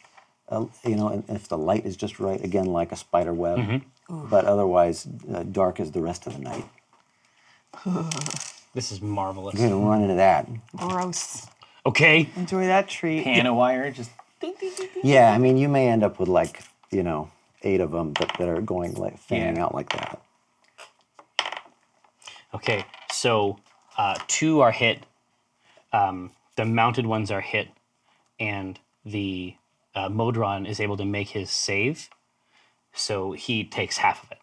F: uh, you know, and if the light is just right, again like a spider web, but otherwise uh, dark as the rest of the night.
C: This is marvelous.
F: You're gonna run into that.
E: Gross.
C: Okay.
D: Enjoy that treat.
B: Piano wire, just
F: Yeah, I mean, you may end up with like you know eight of them that, that are going like fanning
B: Yeah.
F: out like that.
C: Okay, so uh, two are hit. Um, the mounted ones are hit, and the uh, Modron is able to make his save, so he takes half of it.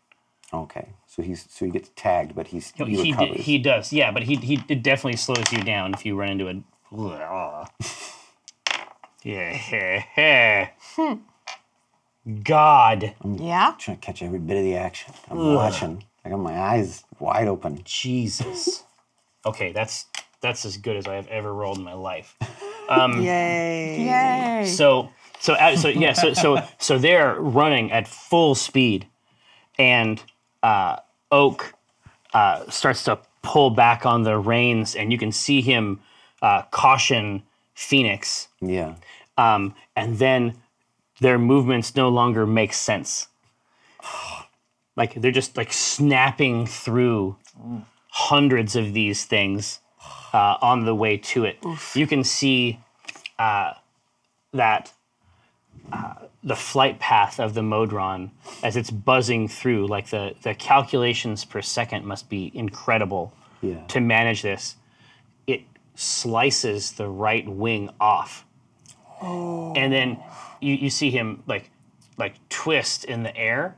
F: Okay, so he's so he gets tagged, but he's he,
C: he, d-
F: recovers.
C: he does, yeah, but he he it definitely slows you down if you run into a. yeah, heh, heh. God,
E: Yeah?
F: trying to catch every bit of the action. I'm watching. I got my eyes wide open.
C: Jesus. Okay, that's that's as good as I have ever rolled in my life.
D: Yay.
E: Yay.
C: So so at, so yeah so so so they're running at full speed, and uh, Oak uh, starts to pull back on the reins, and you can see him uh, caution Phoenix,
F: Yeah.
C: um, and then their movements no longer make sense. Like they're just like snapping through hundreds of these things uh, on the way to it. You can see uh, that uh, the flight path of the Modron as it's buzzing through. Like the the calculations per second must be incredible
F: Yeah.
C: to manage this. It slices the right wing off and then you, you see him like like twist in the air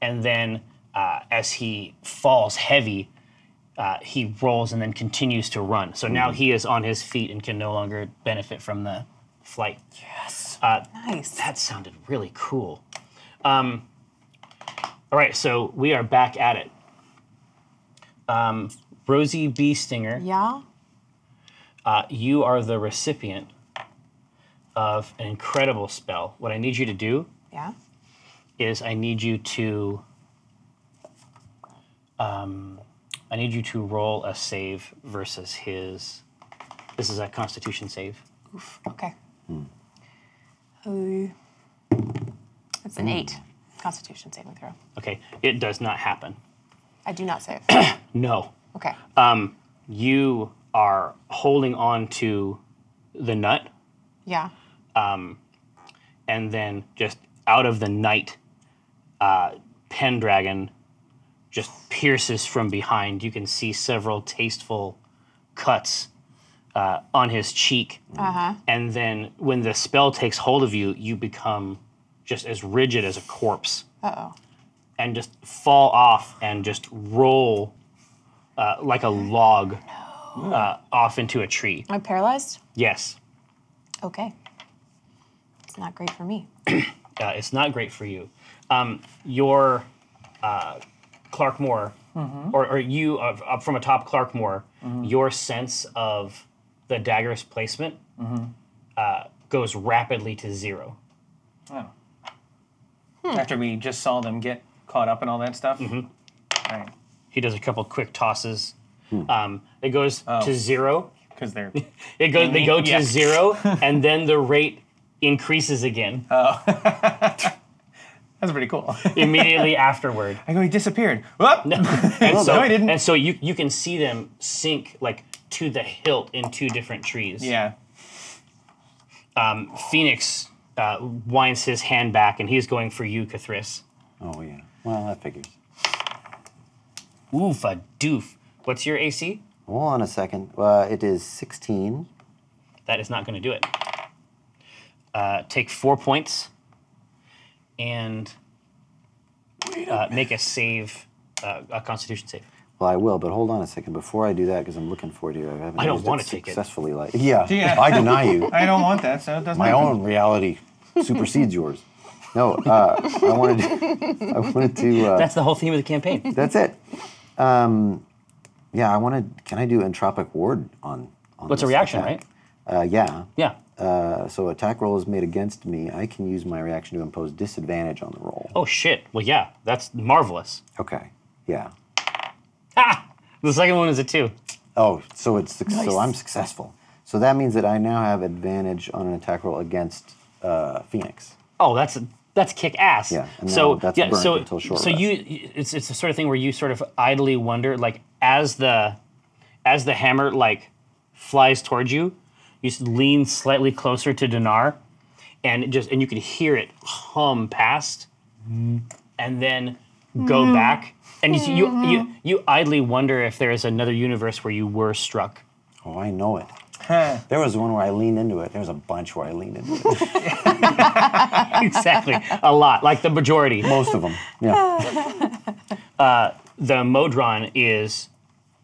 C: and then uh, as he falls heavy uh, he rolls and then continues to run so now he is on his feet and can no longer benefit from the flight
E: Nice.
C: that sounded really cool um, all right so we are back at it um, rosie b stinger
E: Yeah?
C: uh, you are the recipient of an incredible spell what i need you to do
E: Yeah?
C: is I need you to um, I need you to roll a save versus his this is a constitution save.
E: Okay. Uh, it's an eight. Constitution saving throw.
C: Okay, it does not happen.
E: I do not save.
C: No.
E: okay.
C: You are holding on to the nut
E: yeah.
C: and then just out of the night uh, Pendragon just pierces from behind. You can see several tasteful cuts uh, on his cheek.
E: Uh huh.
C: and then when the spell takes hold of you, you become just as rigid as a corpse
E: Uh oh.
C: and just fall off and just roll uh, like a log uh, off into a tree.
E: I'm paralyzed?
C: Yes,
E: Okay. It's not great for me.
C: uh, it's not great for you. Um, your uh, Clark Moore,
B: Mm-hmm.
C: or, or you uh, up from atop Clark Moore, your sense of the dagger's placement
B: Mm-hmm.
C: uh, goes rapidly to zero. hmm.
B: after we just saw them get caught up in all that stuff.
C: Mm-hmm.
B: All right,
C: He does a couple quick tosses. Um, it goes to zero.
B: because Oh. they're
C: It goes. They go to
B: Yeah.
C: zero, and then the rate increases again
B: Oh. that's pretty cool.
C: immediately afterward.
B: I go, he disappeared. Whoop!
C: And so,
B: no, I didn't.
C: And so you you can see them sink like to the hilt in two different trees. Um,
B: Yeah,
C: Phoenix uh, winds his hand back, and he's going for you, Kathris.
F: Oh yeah. Well, that figures.
C: Oof a doof. What's your AC?
F: Hold on a second. Uh, it is 16.
C: That is not going to do it. Uh, take four points and uh, make a save, uh, a Constitution save.
F: Well, I will, but hold on a second. Before I do that, because I'm looking for it here, I haven't
C: I don't
F: used
C: wanna
F: it
C: take it.
F: successfully. Like, yeah,
B: Yeah.
F: I deny you.
B: I don't want that, so it doesn't.
F: My
B: happen.
F: own reality supersedes yours. No, uh, I wanted to. I wanted to. Uh,
C: That's the whole theme of the campaign.
F: that's it. Um, yeah, I wanted. Can I do entropic ward on? on
C: What's a
F: this
C: reaction,
F: attack? Uh, yeah.
C: Yeah.
F: Uh, so attack roll is made against me. I can use my reaction to impose disadvantage on the roll.
C: Oh shit. Well, yeah, that's marvelous.
F: Okay. Yeah.
C: The second one is a two.
F: Oh, so it's suc- so I'm successful. So that means that I now have advantage on an attack roll against uh, Phoenix.
C: Oh, that's that's kick ass.
F: Yeah, and
C: so
F: now that's
C: yeah,
F: burnt
C: so
F: until short
C: so
F: rest.
C: you it's it's the sort of thing where you sort of idly wonder like as the as the hammer like flies towards you, you s- lean slightly closer to Dinar, and it just and you can hear it hum past, and then go back, and you, you you you idly wonder if there is another universe where you were struck.
F: Oh, I know it. There was one where I leaned into it. There was a bunch where I leaned into it.
C: exactly, a lot like the majority.
F: Most of them. Yeah.
C: the Modron is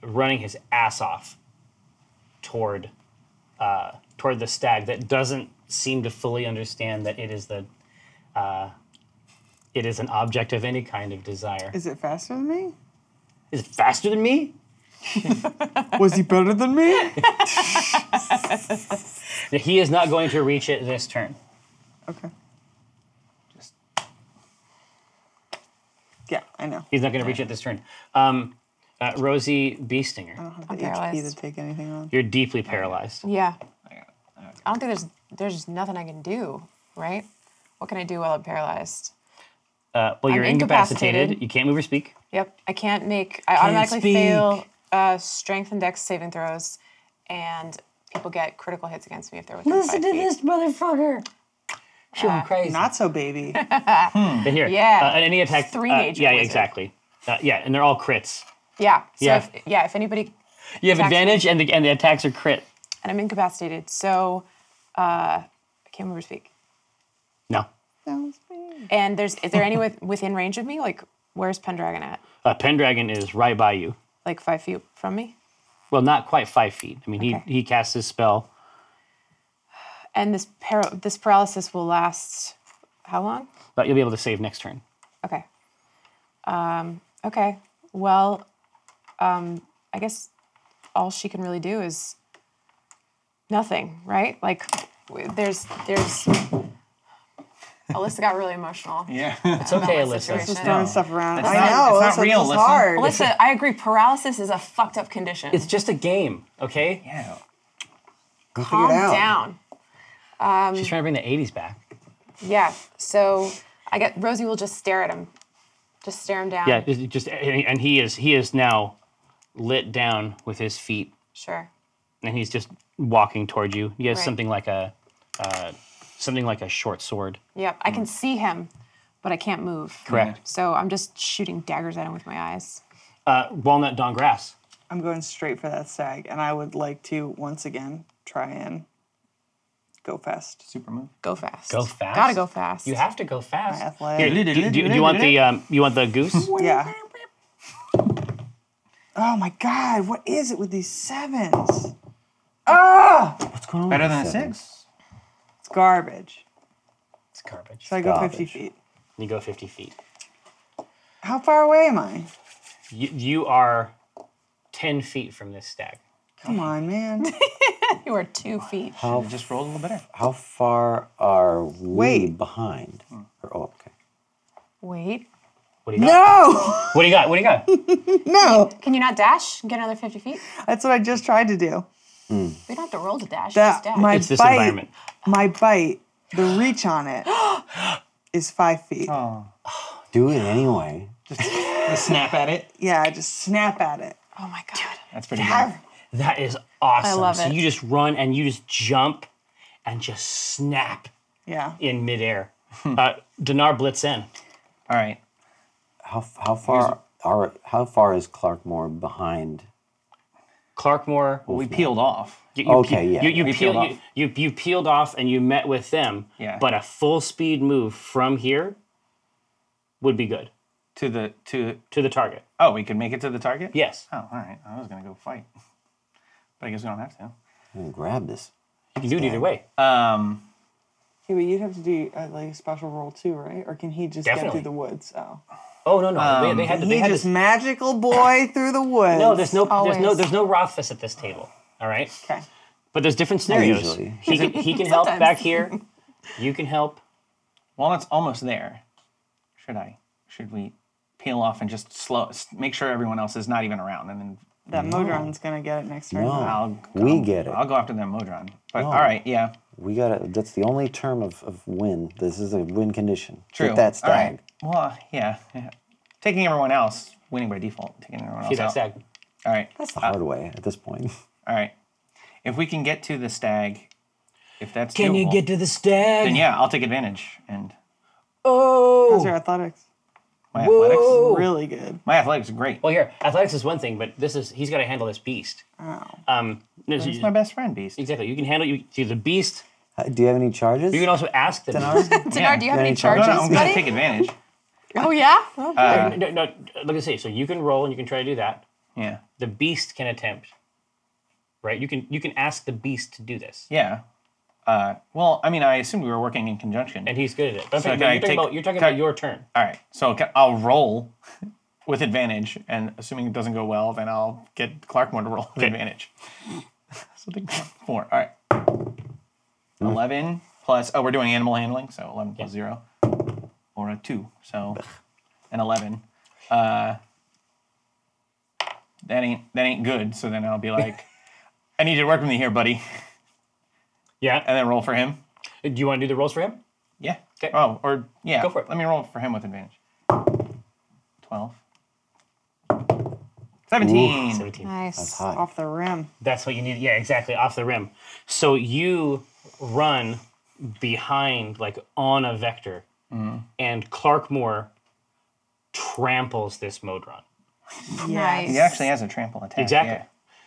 C: running his ass off toward uh, toward the stag that doesn't seem to fully understand that it is the uh, it is an object of any kind of desire.
D: Is it faster than me?
C: Is it faster than me?
D: Was he better than me?
C: He is not going to reach it this turn.
D: Okay. Just. Yeah, I know.
C: He's not going to reach it this turn. Um, uh, Rosie Beestinger,
D: I don't have the HP
E: paralyzed.
D: to take anything on.
C: you're deeply paralyzed.
E: Yeah. I don't think there's there's just nothing I can do, right? What can I do while I'm paralyzed?
C: Uh, well, you're incapacitated.
E: incapacitated.
C: You can't move or speak.
E: Yep. I can't make. I automatically fail uh, strength and dex saving throws, and people get critical hits against me if they're within five feet.
H: motherfucker.
C: Uh,
D: Not so baby.
C: But here,
E: Yeah.
C: uh, and any attack.
E: It's three
C: uh,
E: major
C: Yeah,
E: wizard.
C: exactly. Uh, yeah, and they're all crits.
E: Yeah. So
C: Yeah.
E: yeah. If, yeah. If anybody,
C: You have
E: Attacks me.
C: advantage, and the and the attacks are crit.
E: and I'm incapacitated, so uh, I can't remember to speak.
C: No.
E: And there's is there any with, within range of me? Like where's Pendragon at?
C: Uh, Pendragon is right by you.
E: Like five feet from me.
C: Well, not quite five feet. I mean,
E: Okay.
C: he, he casts his spell.
E: And this par- this paralysis will last how long?
C: But you'll be able to save next turn.
E: Okay. Um, okay. Well, um, I guess all she can really do is nothing, right? Like, w- there's, there's.
H: Alyssa got really emotional.
B: Yeah.
C: It's okay,
H: my
C: Alyssa.
H: situation.
D: Throwing stuff around.
B: not-
D: I know.
B: it's not
D: that's what-
B: real,
D: that's
B: listen.
H: Alyssa,
D: hard.
H: I agree. Paralysis is a fucked up condition.
C: It's just a game, okay?
B: yeah.
F: Go figure
H: Calm
F: it out.
H: down.
E: Um,
C: She's trying to bring the 80s back.
E: Yeah.
H: So I get Rosie will just stare at him. Just stare him down.
C: Yeah, just, just and and he is he is now lit down with his feet,
E: Sure.
C: and he's just walking toward you. He has
E: Right.
C: something like a uh, something like a short sword.
E: Yep. I can see him, but I can't move.
C: Correct.
E: So I'm just shooting daggers at him with my eyes.
C: Uh, walnut Don Grass.
D: I'm going straight for that stag, and I would like to once again try and go fast.
B: Super move.
E: Go fast.
C: Go fast?
E: Gotta go fast.
C: You have to go fast.
D: Athletic.
C: Do, do- do you want the um, you want the goose?
D: Yeah. Oh my god, what is it with these sevens? Ah!
B: Better than a six.
D: It's garbage.
C: It's garbage.
D: So I go
F: Garbage.
D: 50 feet.
C: You go 50 feet.
D: How far away am I?
C: You, you are 10 feet from this stag.
D: Come on, man.
E: You are two feet.
B: Should've Just rolled a little better.
F: How far are we
D: Wait.
F: behind? Or, oh, okay.
E: Wait.
C: What do you got?
D: no!
C: What do you got? What do you got?
D: No!
E: Can you not dash and get another 50 feet?
D: That's what I just tried to do.
E: We don't have to roll to dash. just
D: That
E: dash.
D: my
C: It's this
D: bite,
C: environment.
D: my bite, the reach on it is five feet.
F: Do it anyway.
B: The snap at it.
D: Yeah, I just snap at it.
E: oh my God.
B: That's pretty good.
C: That is awesome.
E: love
C: So
E: it.
C: you just run and you just jump and just snap
D: Yeah.
C: Hmm. in midair. uh, Dinar blitz in.
B: All right.
F: How f- how far are how far is Clarkmore behind?
B: Clarkmore, we peeled off.
C: You, you,
F: Okay,
C: you-
F: yeah,
C: You, you
B: We
C: peeled,
B: peeled
C: you,
B: off.
C: you, you peeled off and you met with them.
B: Yeah.
C: But a full speed move from here would be good
B: To the to
C: to the target.
B: oh, we can make it to the target.
C: Yes.
B: Oh, all right. I was gonna go fight, but I guess we don't have to.
F: I'm gonna grab this.
C: You can do it either way.
B: Um,
D: Yeah, but you'd have to do uh, like a special roll too, right? Or can he just get
C: Definitely.
D: through the woods? Oh,
C: Oh no no. they, they
B: Um,
C: had to, they
D: he
C: had
D: just
C: to,
D: magical boy through the woods.
C: No, there's no there's no
H: Always.
C: there's no Rothfuss at this table. All right.
D: Okay.
C: But there's different scenarios.
F: usually.
C: He can he can help
H: Sometimes.
C: back here. You can help.
B: Walnut's almost there. Should I? Should we peel off and just slow? s- Make sure everyone else is not even around, and then
D: That Modron's gonna get it next turn.
F: No,
B: I'll go,
F: we get it.
B: I'll go after that Modron. But all right, yeah,
F: We got it. That's the only term of, of win. This is a win condition.
B: true.
F: Get that
B: All right.
F: stag.
B: Well, yeah, yeah. Taking everyone else, winning by default. Taking everyone else
C: He's
B: out.
C: that stag.
B: All right.
F: That's the hard way at this point.
B: All right. If we can get to the stag, if that's
C: Can you
B: doable,
C: get to the stag?
B: then yeah, I'll take advantage. And
D: How's
C: oh.
D: your athletics?
B: my athletics,
D: Really good.
B: my athletics are great.
C: Well, here athletics is one thing, but this is he's got to handle this beast. Oh. Um. no, so
B: It's
C: you-
B: my best friend, Beast.
C: Exactly. You can handle you, see, the beast.
F: Uh, Do you have any charges?
C: You can also ask the beast.
H: Dinar, do you have
F: Yeah,
H: any
F: you try.
B: No,
H: charges,
B: no, I'm gonna
H: buddy?
B: take advantage.
H: Oh yeah. Oh,
C: No, no, no, like I say, so you can roll and you can try to do that.
B: Yeah.
C: The beast can attempt. Right? You can you can ask the beast to do this.
B: Yeah. Uh, well, I mean, I assumed we were working in conjunction.
C: And he's good at it. But
B: So
C: I'm saying-
B: can I
C: you're, talking
B: take-
C: about, you're talking
B: can I-
C: about your turn.
B: All right, so ca- I'll roll with advantage, and assuming it doesn't go well, then I'll get Clarkmore to roll with advantage. so take four. All right. Eleven plus. Oh, we're doing animal handling, so eleven plus zero, or a two. So an eleven. Uh, that ain't that ain't good. So then I'll be like, I need you to work with me here, buddy,
C: Yeah.
B: and then roll for him.
C: Do you want to do the rolls for him?
B: Yeah.
C: 'Kay.
B: Oh, or yeah.
C: Go for it.
B: Let me roll for him with advantage. Twelve. Seventeen.
C: 17.
H: Nice.
F: Hi.
D: Off the rim.
C: That's what you need. Yeah, exactly. Off the rim. So you run behind, like on a vector, and Clarkmore tramples this Modron.
D: Yes.
B: He actually has a trample attack.
C: Exactly.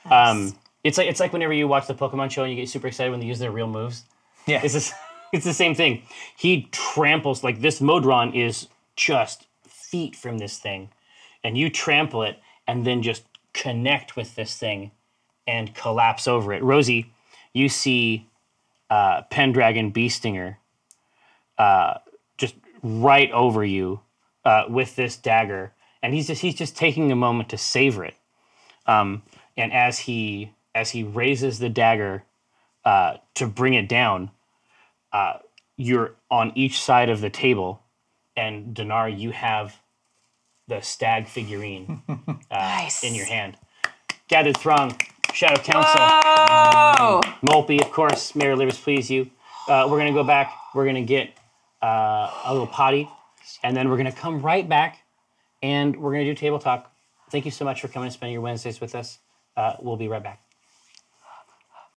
C: Um, it's like it's like whenever you watch the Pokemon show and you get super excited when they use their real moves.
B: Yeah.
C: It's this, it's the same thing. He tramples like this Modron is just feet from this thing, and you trample it and then just connect with this thing and collapse over it. Rosie, you see uh, Pendragon Beastinger uh, just right over you uh, with this dagger, and he's just he's just taking a moment to savor it. Um, and as he as he raises the dagger uh, to bring it down, uh, you're on each side of the table, and Dinar, you have the stag figurine uh, in your hand. Gathered throng, shadow council.
H: Oh.
C: Mulpy, of course, Mayor Livers, please you. Uh, we're gonna go back. We're gonna get uh, a little potty, and then we're gonna come right back, and we're gonna do table talk. Thank you so much for coming and spending your Wednesdays with us. Uh, we'll be right back.